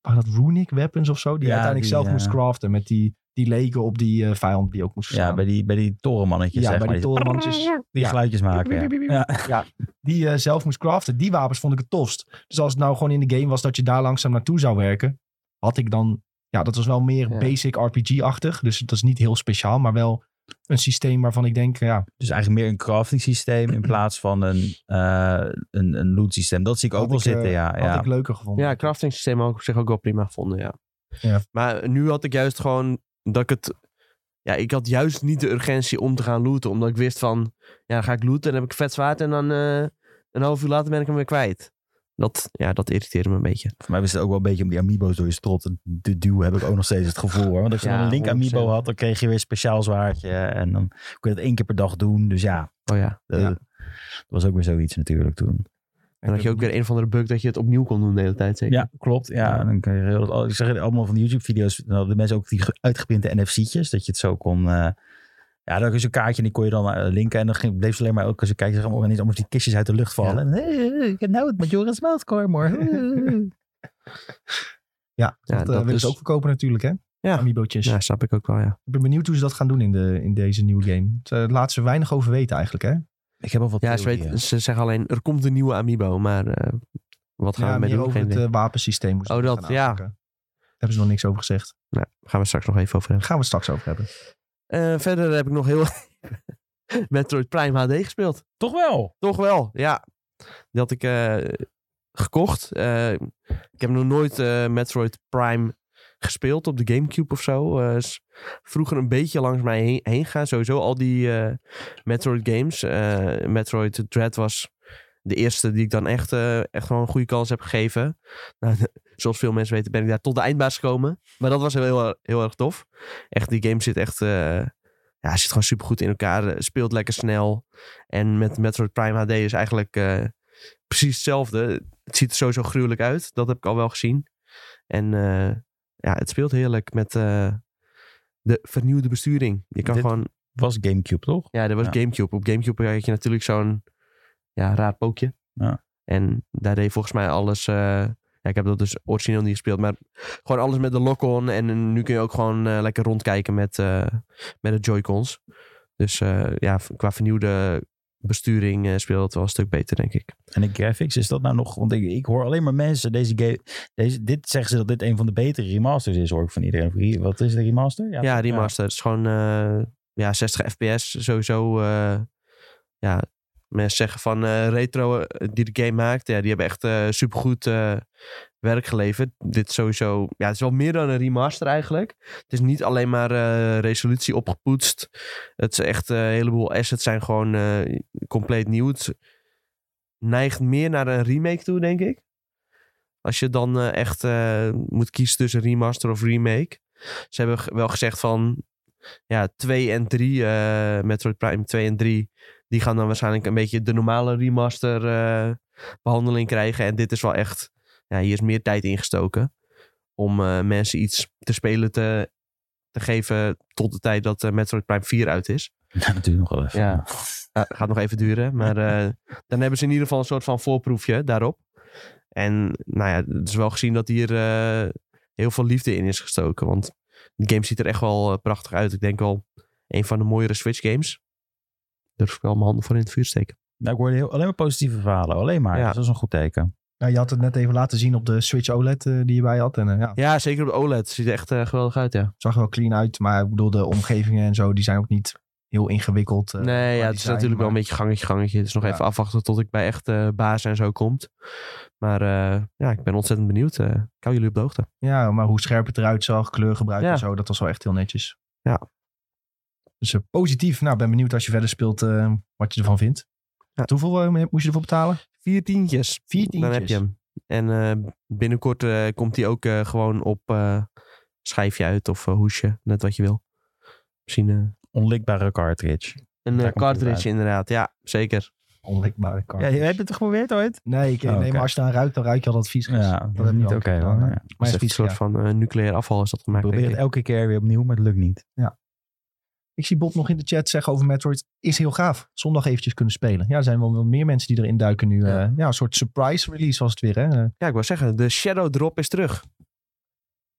Speaker 1: waren dat runic weapons of zo? Die je
Speaker 2: Ja,
Speaker 1: uiteindelijk
Speaker 2: die,
Speaker 1: zelf
Speaker 2: ja.
Speaker 1: moest craften met die, die leken op die eh, vijand die je ook moest
Speaker 2: ja,
Speaker 1: verslaan.
Speaker 2: bij die, bij die torenmannetjes,
Speaker 1: ja,
Speaker 2: zeg
Speaker 1: bij
Speaker 2: maar.
Speaker 1: die
Speaker 2: die-
Speaker 1: torenmannetjes
Speaker 2: die
Speaker 1: ja.
Speaker 2: geluidjes maken. Ja. Ja.
Speaker 1: die je zelf moest craften. Die wapens vond ik het tofst. Dus als het nou gewoon in de game was dat je daar langzaam naartoe zou werken, had ik dan. Ja, dat was wel meer
Speaker 3: Ja.
Speaker 1: basic RPG-achtig. Dus dat is niet heel speciaal, maar wel een systeem waarvan ik denk, ja,
Speaker 2: Dus eigenlijk meer een crafting systeem in plaats van een, eh, een, een loot systeem. Dat zie ik
Speaker 1: Had
Speaker 2: ook wel
Speaker 1: ik, eh,
Speaker 2: zitten, ja.
Speaker 1: had
Speaker 2: ja.
Speaker 1: ik leuker gevonden.
Speaker 3: Ja, crafting systeem ook op zich ook wel prima gevonden, ja.
Speaker 1: Ja.
Speaker 3: Maar nu had ik juist gewoon dat ik het... Ja, ik had juist niet de urgentie om te gaan looten, omdat ik wist van... Ja, dan ga ik looten, dan heb ik vet zwaard en dan eh, een half uur later ben ik hem weer kwijt. Dat, ja, dat irriteerde me een beetje.
Speaker 2: Voor mij was het ook wel een beetje om die amiibo's door je strot te- te duwen, heb ik ook nog steeds het gevoel hoor. Want als je
Speaker 3: Ja,
Speaker 2: dan een link amiibo
Speaker 3: 100%.
Speaker 2: had, dan kreeg je weer een speciaal zwaardje. En dan kon je dat één keer per dag doen. Dus ja,
Speaker 3: Oh ja.
Speaker 2: eh,
Speaker 3: Ja.
Speaker 2: dat was ook weer zoiets natuurlijk toen.
Speaker 3: En dan had je ook weer een of andere bug dat je het opnieuw kon doen de hele tijd, zeker?
Speaker 2: Ja, klopt. Ja, en Nou, dan kan je heel dat, al- ik zag allemaal van die YouTube-video's. Dan hadden mensen ook die ge- uitgeprinte NFC'tjes, dat je het zo kon. eh, ja, dan is een kaartje en die kon je dan eh, linken. En dan ging, bleef ze alleen maar ook als je kijkt, zeg maar, ineens allemaal die kistjes uit de lucht vallen. En, eh, ik heb nou het Majora's Mask hoor, morgen.
Speaker 1: Ja,
Speaker 3: Ja,
Speaker 1: dat,
Speaker 3: dat
Speaker 1: wil eh, willen ze
Speaker 3: is-
Speaker 1: ook verkopen natuurlijk, hè?
Speaker 3: Ja.
Speaker 1: Amiibootjes.
Speaker 3: Ja, snap ik ook wel, ja.
Speaker 1: Ik ben benieuwd hoe ze dat gaan doen in, de, in deze nieuwe game. Het, eh, laat ze weinig over weten eigenlijk, hè?
Speaker 2: (laughs) ik heb al wat
Speaker 3: Ja, ze,
Speaker 2: theorieën.
Speaker 3: weet, ze zeggen alleen, er komt een nieuwe Amiibo, maar eh, wat gaan
Speaker 1: Ja,
Speaker 3: we met
Speaker 1: meer
Speaker 3: doen?
Speaker 1: over
Speaker 3: Geen
Speaker 1: het
Speaker 3: idee.
Speaker 1: eh, wapensysteem. hoe ze
Speaker 3: Oh, dat,
Speaker 1: gaan
Speaker 3: ja.
Speaker 1: aanpakken. Daar hebben ze nog niks over gezegd.
Speaker 3: Nou, gaan we straks nog even over
Speaker 1: Daar
Speaker 3: hebben.
Speaker 1: gaan we het straks over hebben.
Speaker 3: Eh, verder heb ik nog heel (laughs) Metroid Prime HD gespeeld.
Speaker 2: Toch wel?
Speaker 3: Toch wel, ja. Die had ik eh, gekocht. Eh, ik heb nog nooit eh, Metroid Prime gespeeld op de Gamecube of zo. Eh, is vroeger een beetje langs mij heen, heen gaan. Sowieso al die eh, Metroid games. Eh, Metroid Dread was de eerste die ik dan echt, eh, echt gewoon een goede kans heb gegeven. (laughs) Nou, zoals veel mensen weten ben ik daar tot de eindbaas gekomen. Maar dat was heel, heel, heel erg tof. Echt, die game zit echt... eh, ja, zit gewoon supergoed in elkaar. eh, Speelt lekker snel. En met Metroid Prime HD is eigenlijk eh, precies hetzelfde. Het ziet er sowieso gruwelijk uit. Dat heb ik al wel gezien. En eh, ja, het speelt heerlijk met eh, de vernieuwde besturing. Je kan
Speaker 2: Dit-
Speaker 3: gewoon
Speaker 2: Was Gamecube, toch?
Speaker 3: ja, dat was
Speaker 2: Ja.
Speaker 3: Gamecube. Op Gamecube had je natuurlijk zo'n ja, raar pookje.
Speaker 2: Ja.
Speaker 3: En daar deed volgens mij alles... eh, ja, ik heb dat dus origineel niet gespeeld. Maar gewoon alles met de lock-on. En nu kun je ook gewoon eh, lekker rondkijken met, eh, met de Joy-Cons. Dus eh, ja, v- qua vernieuwde besturing eh, speelt het wel een stuk beter, denk ik.
Speaker 2: En de graphics, is dat nou nog... Want ik, ik hoor alleen maar mensen, deze game... Deze, dit zeggen ze dat dit een van de betere remasters is, hoor ik van iedereen. Re- Wat is de remaster?
Speaker 3: Ja, remaster. Het is gewoon eh, ja, 60 fps sowieso. eh, ja, mensen zeggen van eh, retro eh, die de game maakt. Ja, die hebben echt eh, supergoed eh, werk geleverd. Dit is sowieso... Ja, het is wel meer dan een remaster eigenlijk. Het is niet alleen maar eh, resolutie opgepoetst. Het is echt eh, een heleboel assets zijn gewoon eh, compleet nieuw. Het neigt meer naar een remake toe, denk ik. Als je dan eh, echt eh, moet kiezen tussen remaster of remake ze hebben ge- wel gezegd van ja, 2 en 3, eh Metroid Prime 2 en 3, die gaan dan waarschijnlijk een beetje de normale remaster eh, behandeling krijgen. En dit is wel echt, ja, hier is meer tijd ingestoken om eh, mensen iets te spelen te, te geven tot de tijd dat eh, Metroid Prime 4 uit is.
Speaker 2: Ja, natuurlijk nog wel even.
Speaker 3: Ja. Ja, Eh, gaat nog even duren. (laughs) Maar eh, dan hebben ze in ieder geval een soort van voorproefje daarop. En nou ja, het is wel gezien dat hier eh, heel veel liefde in is gestoken. Want de game ziet er echt wel eh, prachtig uit. Ik denk wel een van de mooiere Switch games. Durf ik wel mijn handen voor in het vuur te steken.
Speaker 2: Nou, ik hoorde heel, alleen maar positieve verhalen. Alleen maar.
Speaker 3: Ja.
Speaker 2: Dus dat is een goed teken.
Speaker 1: Nou, je had het net even laten zien op de Switch OLED eh, die je bij je had. En eh, ja,
Speaker 3: Ja, zeker op de OLED. Ziet er echt eh, geweldig uit, ja.
Speaker 1: zag er wel clean uit. Maar ik bedoel, de omgevingen en zo, die zijn ook niet heel ingewikkeld. eh,
Speaker 3: nee, ja,
Speaker 1: qua
Speaker 3: het is
Speaker 1: design,
Speaker 3: natuurlijk wel een
Speaker 1: maar-
Speaker 3: beetje gangetje, gangetje. Het is nog
Speaker 1: Ja.
Speaker 3: even afwachten tot ik bij echt eh baas en zo komt. Maar eh, ja, ik ben ontzettend benieuwd. Eh, ik hou jullie op de hoogte.
Speaker 1: Ja, maar hoe scherp het eruit zag, kleurgebruik
Speaker 3: Ja.
Speaker 1: en zo, dat was wel echt heel netjes.
Speaker 3: Ja.
Speaker 1: Dus eh, positief. Nou, ben benieuwd als je verder speelt eh, wat je ervan vindt.
Speaker 3: Ja.
Speaker 1: Hoeveel eh, moest je ervoor betalen?
Speaker 3: Vier tientjes.
Speaker 1: Vier
Speaker 3: Dan heb je hem. En eh, binnenkort eh, komt hij ook eh, gewoon op eh, schijfje uit of eh, hoesje. Net wat je wil. Misschien eh,
Speaker 2: Onlikbare cartridge.
Speaker 3: een
Speaker 2: Daar
Speaker 3: eh,
Speaker 2: komt hij uit.
Speaker 3: cartridge inderdaad. Ja, zeker.
Speaker 1: Onlikbare
Speaker 2: Ja,
Speaker 1: kaart.
Speaker 2: heb je het geprobeerd ooit?
Speaker 1: Nee, ik, eh,
Speaker 2: Oh,
Speaker 1: nee
Speaker 2: oké.
Speaker 1: maar als je daar ruikt, dan ruik je al dat vies. gist.
Speaker 2: Ja,
Speaker 1: dat heb
Speaker 2: niet
Speaker 1: ik ook
Speaker 2: oké
Speaker 1: gedaan,
Speaker 2: hoor.
Speaker 1: hè.
Speaker 2: Ja.
Speaker 1: Maar is
Speaker 3: Dat is echt een
Speaker 1: vies,
Speaker 3: soort
Speaker 1: ja.
Speaker 3: van eh, nucleair afval is dat
Speaker 2: Ik
Speaker 3: gemaakt.
Speaker 2: probeer
Speaker 3: denk
Speaker 2: het
Speaker 3: ik.
Speaker 2: elke keer weer opnieuw, maar het lukt niet.
Speaker 1: Ik zie Bob nog in de chat zeggen over Metroid. Is heel gaaf. Zondag eventjes kunnen spelen. Ja, er zijn wel wel meer mensen die erin duiken nu. eh, Ja,
Speaker 3: Ja.
Speaker 1: een soort surprise release was het weer. Hè? Eh,
Speaker 3: Ja, ik wou zeggen, de Shadow Drop is terug.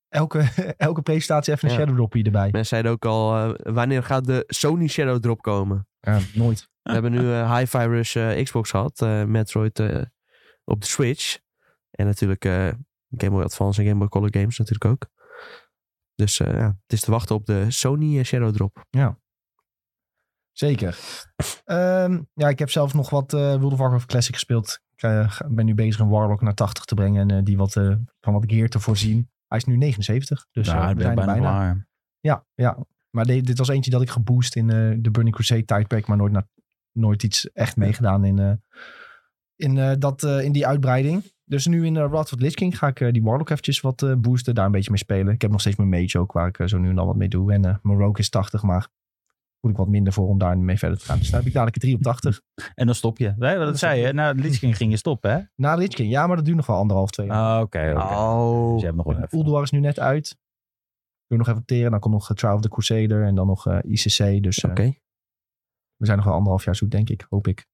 Speaker 1: Elke, (laughs) elke presentatie even een
Speaker 3: Ja.
Speaker 1: shadow drop hier erbij.
Speaker 3: Mensen zeiden ook al, eh, wanneer gaat de Sony Shadow Drop komen?
Speaker 1: Ja, nooit.
Speaker 3: We hebben nu eh Hi-Fi Rush eh, Xbox gehad. eh, Metroid eh, op de Switch. En natuurlijk eh, Game Boy Advance en Game Boy Color games natuurlijk ook. Dus eh, ja, het is te wachten op de Sony eh, Shadow Drop.
Speaker 1: Zeker. Ehm, ja, ik heb zelf nog wat eh World of Warcraft Classic gespeeld. Ik eh, ga- ben nu bezig een Warlock naar 80 te brengen en eh, die wat, eh, van wat gear te voorzien. Hij is nu 79, dus eh,
Speaker 2: ja, ik
Speaker 1: we
Speaker 2: ben
Speaker 1: zijn er
Speaker 2: bijna
Speaker 1: bijna.
Speaker 2: klaar.
Speaker 1: Ja, ja. maar de- dit was eentje dat ik geboost in eh, de Burning Crusade tijdperk, maar nooit, na- nooit iets echt meegedaan in, eh, in, eh, dat, eh, in die uitbreiding. Dus nu in uh, Wrath of the Lich King ga ik eh, die Warlock eventjes wat eh, boosten, daar een beetje mee spelen. Ik heb nog steeds mijn mage ook, waar ik eh, zo nu en dan wat mee doe. En eh mijn rogue is 80, maar voel ik wat minder voor om daar mee verder te gaan. Dus daar heb ik dadelijk een 3 op 80.
Speaker 2: En dan stop je. Nee, dat zei je. Na Lich King ging je stoppen, hè?
Speaker 1: Na Lich King, ja, maar dat duurt nog wel anderhalf, twee jaar.
Speaker 2: Ah, Oké, oké. Dus
Speaker 3: Oh.
Speaker 2: je hebt nog wel even.
Speaker 1: Ulduar is nu net uit. Doe nog even opteren, dan komt nog eh, Trial of the Crusader en dan nog eh, ICC. Dus eh,
Speaker 3: Oké.
Speaker 1: We zijn nog wel anderhalf jaar zoet, denk ik. Hoop ik.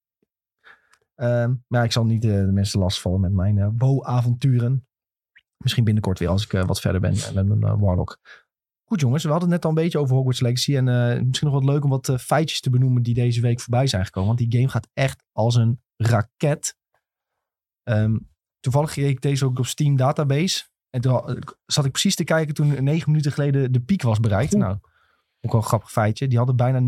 Speaker 1: Ehm, maar ik zal niet eh, de mensen lastvallen met mijn eh WoW-avonturen. Misschien binnenkort weer als ik eh, wat verder ben eh, met mijn eh, Warlock. Goed jongens, we hadden het net al een beetje over Hogwarts Legacy. En eh, misschien nog wat leuk om wat eh, feitjes te benoemen die deze week voorbij zijn gekomen. Want die game gaat echt als een raket. Ehm, toevallig kreeg ik deze ook op Steam Database. En toen had- eh, zat ik precies te kijken toen negen minuten geleden de piek was bereikt.
Speaker 2: Oeh.
Speaker 1: Nou, ook wel een grappig feitje. Die hadden bijna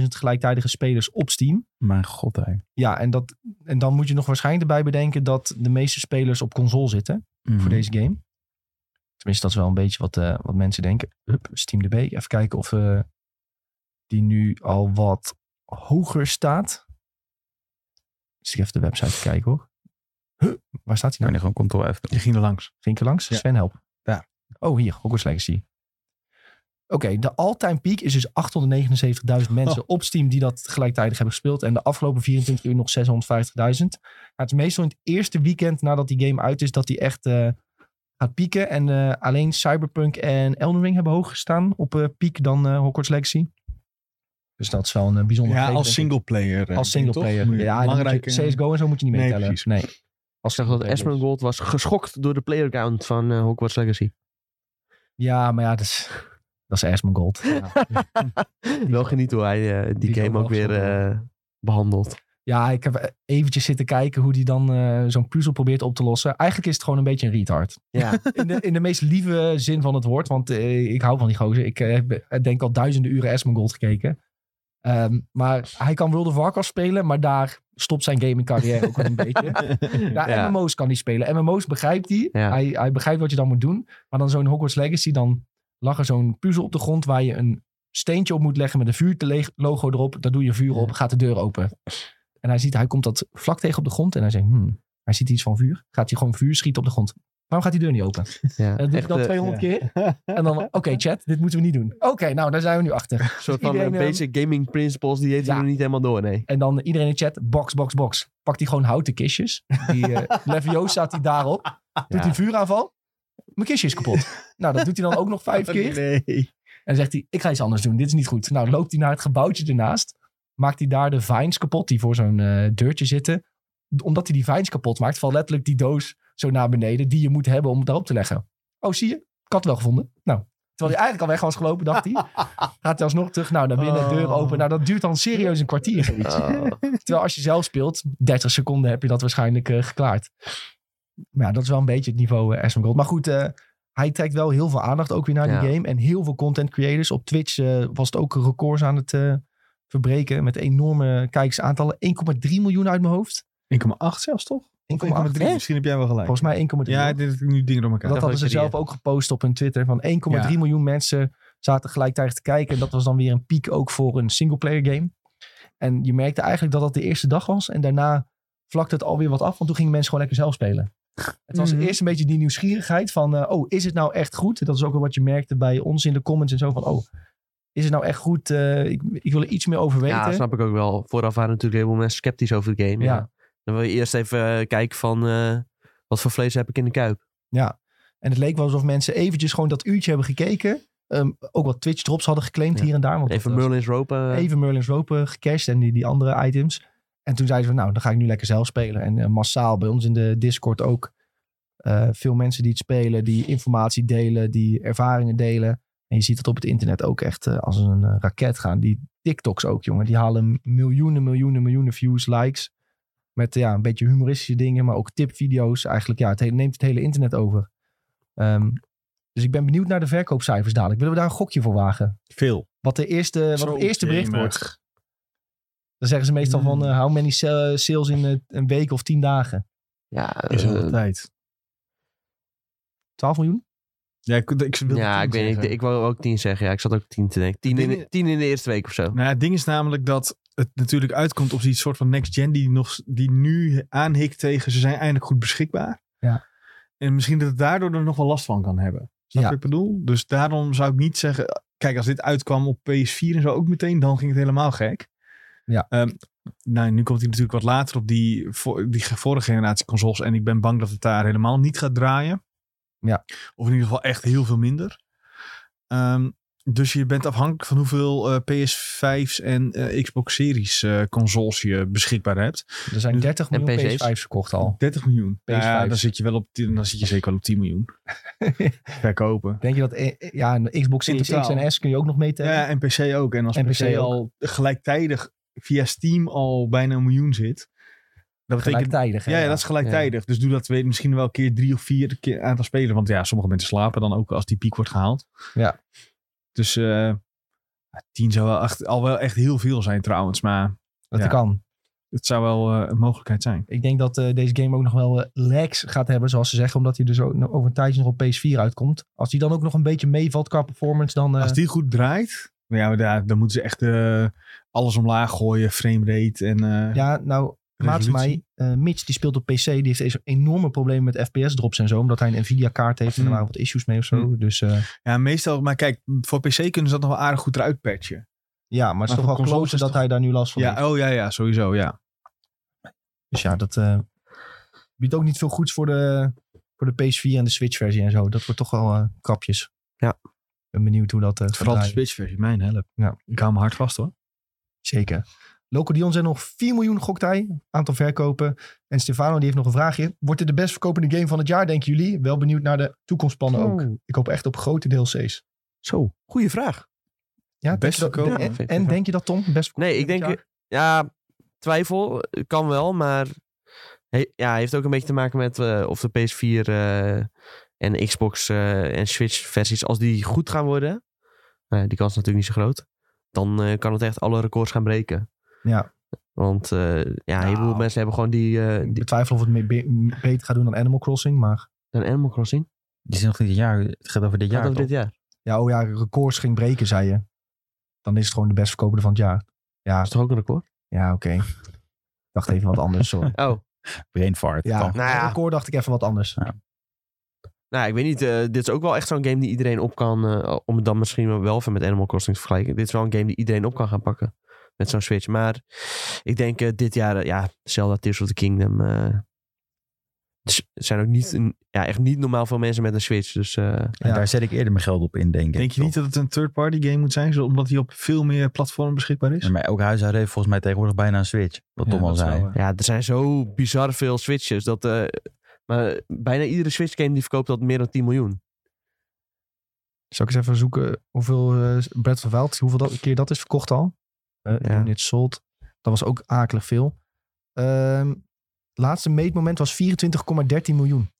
Speaker 1: 900.000 gelijktijdige spelers op Steam.
Speaker 2: Mijn god, hè.
Speaker 1: Ja, en, dat, en dan moet je nog waarschijnlijk erbij bedenken dat de meeste spelers op console zitten
Speaker 2: Mhm.
Speaker 1: eh, voor deze game. Tenminste, dat is wel een beetje wat, eh, wat mensen denken. Hup, Steam DB. Even kijken of eh, die nu al wat hoger staat. Zit ik even de website te kijken hoor. Huh, waar staat hij
Speaker 2: Kan
Speaker 1: nou?
Speaker 2: je gewoon control F.
Speaker 4: Je ging er langs.
Speaker 1: Ging ik er langs?
Speaker 4: Ja.
Speaker 1: Sven, help.
Speaker 4: Daar.
Speaker 1: Oh, hier. Hogwarts Legacy. Oké, de all-time peak is dus 879.000
Speaker 4: Oh.
Speaker 1: mensen op Steam die dat gelijktijdig hebben gespeeld. En de afgelopen 24 uur nog 650.000. Nou, het is meestal in het eerste weekend nadat die game uit is dat die echt eh, gaat pieken. En eh, alleen Cyberpunk en Elden Ring hebben hoger gestaan op eh, piek dan eh Hogwarts Legacy. Dus dat is wel een eh, bijzonder
Speaker 4: Ja,
Speaker 1: gegeven,
Speaker 4: als
Speaker 1: denk ik.
Speaker 4: singleplayer. eh,
Speaker 1: Als singleplayer. Ja,
Speaker 4: belangrijk.
Speaker 1: belangrijke... CSGO en zo moet je niet
Speaker 4: Nee,
Speaker 1: meetellen.
Speaker 4: precies.
Speaker 1: Nee, dus-
Speaker 3: Ik zag dat Esmeralda was geschokt door de playaccount van eh, Hogwarts Legacy.
Speaker 1: Ja, maar ja, dat is, dat is Asmongold. Gold.
Speaker 3: (laughs) wel geniet hoe hij eh, die,
Speaker 1: die
Speaker 3: game
Speaker 1: komen
Speaker 3: ook weer
Speaker 1: afzonderen.
Speaker 3: eh, behandelt.
Speaker 1: Ja, ik heb eh, eventjes zitten kijken hoe die dan eh, zo'n puzzel probeert op te lossen. Eigenlijk is het gewoon een beetje een retard.
Speaker 3: (laughs) Ja,
Speaker 1: In de, in de meest lieve zin van het woord, want eh, ik hou van die gozer. Ik eh, heb eh, denk al duizenden uren Asmongold gekeken. Ehm, maar hij kan World of Warcraft spelen, maar daar stopt zijn gaming carrière ook wel een beetje. Ja,
Speaker 3: Ja.
Speaker 1: MMO's kan hij spelen. MMO's begrijpt hij.
Speaker 3: Ja.
Speaker 1: hij. Hij begrijpt wat je dan moet doen. Maar dan zo'n Hogwarts Legacy, dan lag er zo'n puzzel op de grond waar je een steentje op moet leggen met een vuurlogo erop. Dan doe je vuur op, gaat de deur open. En hij ziet, hij komt dat vlak tegen op de grond en hij zegt, hmm, hij ziet iets van vuur. Gaat hij gewoon vuur schieten op de grond. Waarom gaat die deur niet open?
Speaker 3: ja.
Speaker 1: En dus dat doe ik
Speaker 3: Echt
Speaker 1: dan
Speaker 3: eh,
Speaker 1: 200 keer. En dan, oké chat, dit moeten we niet doen. Oké, nou daar zijn we nu achter.
Speaker 3: een soort
Speaker 1: (laughs)
Speaker 3: van
Speaker 1: Iedereen,
Speaker 3: eh,
Speaker 1: eh,
Speaker 3: basic gaming principles, die heeft hij
Speaker 1: Ja.
Speaker 3: nog niet helemaal door, nee.
Speaker 1: En dan iedereen in de chat, box, box, box. Pakt hij gewoon houten kistjes. Die eh Leviosa hij daarop. Doet
Speaker 3: Ja.
Speaker 1: hij vuuraanval. Mijn kistje is kapot. Nou, dat doet hij dan ook nog
Speaker 3: (laughs) Oh,
Speaker 1: vijf keer.
Speaker 4: Nee.
Speaker 1: En zegt hij, ik ga iets anders doen. Dit is niet goed. Nou, loopt hij naar het gebouwtje ernaast. Maakt hij daar de vines kapot die voor zo'n eh, deurtje zitten. Omdat hij die vines kapot maakt, valt letterlijk die doos zo naar beneden. Die je moet hebben om het daarop te leggen. Oh, zie je? Ik had het wel gevonden. Nou, terwijl hij eigenlijk al weg was gelopen, dacht hij. Gaat hij alsnog terug. Nou, dan weer de deur open. Nou, dat duurt dan serieus een kwartier. zoiets.
Speaker 3: (laughs) Oh.
Speaker 1: Terwijl als je zelf speelt, 30 seconden heb je dat waarschijnlijk eh, geklaard. Maar ja, dat is wel een beetje het niveau eh Asmongold. Maar goed, eh, hij trekt wel heel veel aandacht ook weer naar die
Speaker 3: Ja.
Speaker 1: game. En heel veel content creators. Op Twitch eh, was het ook records aan het eh, verbreken. Met enorme kijkersaantallen. 1,3 miljoen uit mijn hoofd.
Speaker 4: 1,8 zelfs toch? 1,3.
Speaker 1: 1,3?
Speaker 4: Misschien heb jij wel gelijk.
Speaker 1: Volgens mij 1,3
Speaker 4: Ja,
Speaker 1: miljoen.
Speaker 4: dit is nu dingen door elkaar.
Speaker 1: Dat
Speaker 3: dacht
Speaker 1: hadden ze
Speaker 3: dat je die
Speaker 1: zelf ook gepost op hun Twitter. Van 1,3
Speaker 4: Ja.
Speaker 1: miljoen mensen zaten gelijktijdig te kijken. En dat was dan weer een piek ook voor een singleplayer game. En je merkte eigenlijk dat dat de eerste dag was. En daarna vlakte het alweer wat af. Want toen gingen mensen gewoon lekker zelf spelen. Het was
Speaker 3: Mhm.
Speaker 1: eerst een beetje die nieuwsgierigheid van... eh, oh, is het nou echt goed? Dat is ook wel wat je merkte bij ons in de comments en zo. Van, oh, is het nou echt goed? Eh, ik, ik wil er iets meer over weten.
Speaker 3: Ja, snap ik ook wel. Vooraf waren natuurlijk heel veel mensen sceptisch over de game. Ja.
Speaker 1: Ja.
Speaker 3: Dan wil je eerst even eh, kijken van eh, wat voor vlees heb ik in de kuip.
Speaker 1: En het leek wel alsof mensen eventjes gewoon dat uurtje hebben gekeken. Ehm, ook wat Twitch drops hadden geclaimd
Speaker 3: Ja.
Speaker 1: hier en daar. Want
Speaker 3: Even
Speaker 1: dat-
Speaker 3: Merlin's Rope. eh,
Speaker 1: even Merlin's Rope eh, gecashed en die, die andere items. En toen zeiden ze van, nou, dan ga ik nu lekker zelf spelen. En eh, massaal bij ons in de Discord ook eh, veel mensen die het spelen, die informatie delen, die ervaringen delen. En je ziet het op het internet ook echt eh, als een eh, raket gaan. Die TikToks ook, jongen, die halen miljoenen, miljoenen, miljoenen views, likes. Met ja, een beetje humoristische dingen, maar ook tipvideo's. Eigenlijk, ja, het hele- neemt het hele internet over. Ehm, dus ik ben benieuwd naar de verkoopcijfers dadelijk. Willen we daar een gokje voor wagen?
Speaker 2: Veel.
Speaker 1: Wat de eerste, wat
Speaker 4: Zo,
Speaker 1: het eerste bericht
Speaker 4: jemig. Hmm.
Speaker 1: wordt. Dan zeggen ze meestal van, eh, how many sa- sales in eh, een week of tien dagen?
Speaker 3: ja,
Speaker 4: Is al
Speaker 3: eh,
Speaker 4: de tijd.
Speaker 1: 12 miljoen?
Speaker 4: Ja, ik, ik wilde
Speaker 3: ja,
Speaker 4: tien
Speaker 3: ik weet niet.
Speaker 4: zeggen.
Speaker 3: Ik, ik wou ook tien zeggen. Ja, ik zat ook tien te denken. Tien, in,
Speaker 4: Tien-
Speaker 3: tien in de eerste week of zo.
Speaker 4: Nou, ja, het ding is namelijk dat het natuurlijk uitkomt op die soort van next gen die, nog, die nu aanhikt tegen ze zijn eindelijk goed beschikbaar.
Speaker 1: Ja.
Speaker 4: En misschien dat het daardoor er nog wel last van kan hebben. Snap
Speaker 1: Ja.
Speaker 4: je wat ik bedoel? Dus daarom zou ik niet zeggen, kijk als dit uitkwam op PS4 en zo ook meteen, dan ging het helemaal gek.
Speaker 1: Ja.
Speaker 4: Ehm, nou, nu komt hij natuurlijk wat later op die, vo- die vorige generatie consoles en ik ben bang dat het daar helemaal niet gaat draaien.
Speaker 1: Ja.
Speaker 4: Of in ieder geval echt heel veel minder. Ehm, dus je bent afhankelijk van hoeveel eh, PS5's en eh, Xbox Series eh, consoles je beschikbaar hebt.
Speaker 1: Er zijn
Speaker 4: Dus-
Speaker 1: 30
Speaker 3: en
Speaker 1: miljoen
Speaker 3: PC's?
Speaker 1: PS5's verkocht al. (laughs)
Speaker 4: 30 miljoen.
Speaker 1: PS5's.
Speaker 4: Ja, dan zit je, wel op, 10 dan zit je zeker wel op 10 miljoen. Verkopen.
Speaker 1: Denk je dat eh, eh, ja, een Xbox
Speaker 4: In
Speaker 1: Series X
Speaker 4: totaal.
Speaker 1: en S kun je ook nog meetellen?
Speaker 4: Ja, en PC ook. En als
Speaker 1: En
Speaker 4: PC,
Speaker 1: PC ook.
Speaker 4: al gelijktijdig via Steam al bijna een miljoen zit. Dat betekent...
Speaker 1: Gelijktijdig. hè?
Speaker 4: Ja, ja, dat is gelijktijdig. Dus doe dat weer misschien wel een keer drie of vier keer aantal spelen. Want ja, sommige mensen slapen dan ook als die piek wordt gehaald.
Speaker 1: Ja.
Speaker 4: Dus eh, ja, tien zou wel echt, al wel echt heel veel zijn trouwens. Maar
Speaker 1: Dat
Speaker 4: Ja.
Speaker 1: kan.
Speaker 4: het zou wel eh, een mogelijkheid zijn.
Speaker 1: Ik denk dat eh, deze game ook nog wel eh, lags gaat hebben, zoals ze zeggen. Omdat hij dus ook nog over een tijdje nog op PS4 uitkomt. Als die dan ook nog een beetje meevalt qua performance, dan... eh,
Speaker 4: Als die goed draait, nou ja, maar daar, dan moeten ze echt eh, alles omlaag gooien, frame rate en eh,
Speaker 1: Ja, nou, maat van mij,
Speaker 4: Resolutie.
Speaker 1: eh, Mitch, die speelt op PC. Die heeft eens enorme problemen met FPS-drops en zo. Omdat hij een Nvidia-kaart heeft. En
Speaker 4: Mm.
Speaker 1: er waren wat issues mee of zo.
Speaker 4: Mm.
Speaker 1: Dus eh,
Speaker 4: Ja, meestal, maar kijk, voor PC kunnen ze dat nog wel aardig goed eruit patchen.
Speaker 1: ja, maar het
Speaker 4: Maar
Speaker 1: is
Speaker 4: voor
Speaker 1: toch wel
Speaker 4: consoles
Speaker 1: kloten
Speaker 4: is
Speaker 1: dat
Speaker 4: toch-
Speaker 1: hij daar nu last van heeft.
Speaker 4: Ja, oh ja, ja, sowieso, ja.
Speaker 1: Dus ja, dat eh, biedt ook niet veel goeds voor de, voor de PS4 en de Switch-versie en zo. Dat wordt toch wel eh, kapjes.
Speaker 3: Ja.
Speaker 1: Ik ben benieuwd hoe dat eh, gaat
Speaker 4: Vooral de
Speaker 1: draaien.
Speaker 4: Switch-versie, mijn help.
Speaker 1: Ja.
Speaker 4: Ik hou me hard vast hoor.
Speaker 1: Zeker. Loco Dion zijn nog 4 miljoen goktij, aantal verkopen. En Stefano die heeft nog een vraagje. Wordt dit de best verkopende game van het jaar, denken jullie? Wel benieuwd naar de toekomstplannen ook.
Speaker 3: Oh,
Speaker 1: Ik hoop echt op grote DLC's.
Speaker 3: Zo, goede vraag.
Speaker 1: Ja,
Speaker 4: Best
Speaker 1: denk je dat- En,
Speaker 4: verkopen.
Speaker 1: en denk je dat, Tom? Best
Speaker 3: Nee, ik
Speaker 1: verkopende
Speaker 3: denk... eh, Ja, twijfel eh, kan wel, maar... he- ja, heeft ook een beetje te maken met eh, of de PS4 eh, en Xbox eh, en Switch versies... als die goed gaan worden, nou ja, die kans is natuurlijk niet zo groot... dan eh, kan het echt alle records gaan breken.
Speaker 1: Ja.
Speaker 3: Want eh, ja, een heleboel
Speaker 1: Nou.
Speaker 3: mensen hebben gewoon die, eh,
Speaker 1: Ik
Speaker 3: die...
Speaker 1: betwijfel of het me- be- beter gaat doen dan Animal Crossing, maar...
Speaker 3: een Animal Crossing.
Speaker 2: Die zijn nog niet een jaar. Het gaat over dit
Speaker 3: Gaat
Speaker 2: jaar.
Speaker 3: over dit
Speaker 2: toch?
Speaker 3: jaar.
Speaker 1: Ja, oh ja, records ging breken, zei je. Dan is het gewoon de best verkopende van het jaar. Ja,
Speaker 3: Dat is toch ook een record?
Speaker 1: ja oké. Ik dacht even wat anders, sorry.
Speaker 3: Oh,
Speaker 2: Brain
Speaker 1: (laughs)
Speaker 2: fart.
Speaker 1: Ja,
Speaker 2: Kan.
Speaker 1: nou
Speaker 3: ja.
Speaker 1: record dacht ik even wat anders.
Speaker 3: Nou, ik weet niet. eh, dit is ook wel echt zo'n game die iedereen op kan. eh, om het dan misschien wel even met Animal Crossing te vergelijken. Dit is wel een game die iedereen op kan gaan pakken. Met zo'n Switch. Maar ik denk eh, dit jaar. eh, ja, Zelda Tears of the Kingdom. eh, s- zijn ook niet. een- ja, echt niet normaal veel mensen met een Switch. Dus. eh,
Speaker 2: En
Speaker 1: Ja.
Speaker 2: daar zet ik eerder mijn geld op in, denk ik.
Speaker 4: Denk je niet dat het een third-party game moet zijn, zo- omdat die op veel meer platformen beschikbaar is?
Speaker 2: Ja, Maar elk huishouden heeft volgens mij tegenwoordig bijna een Switch. Wat
Speaker 4: Ja,
Speaker 2: Tom al
Speaker 4: dat is
Speaker 2: zei.
Speaker 4: wel, eh,
Speaker 3: ja, er zijn zo bizar veel Switches. Dat. eh, maar bijna iedere Switch game die verkoopt dat meer dan 10 miljoen.
Speaker 1: Zal ik eens even zoeken hoeveel eh, Breath of the Wild, hoeveel dat, keer dat is verkocht al? Eh
Speaker 3: Ja.
Speaker 1: Units sold. Dat was ook akelig veel. Ehm, laatste meetmoment was 24,13 miljoen.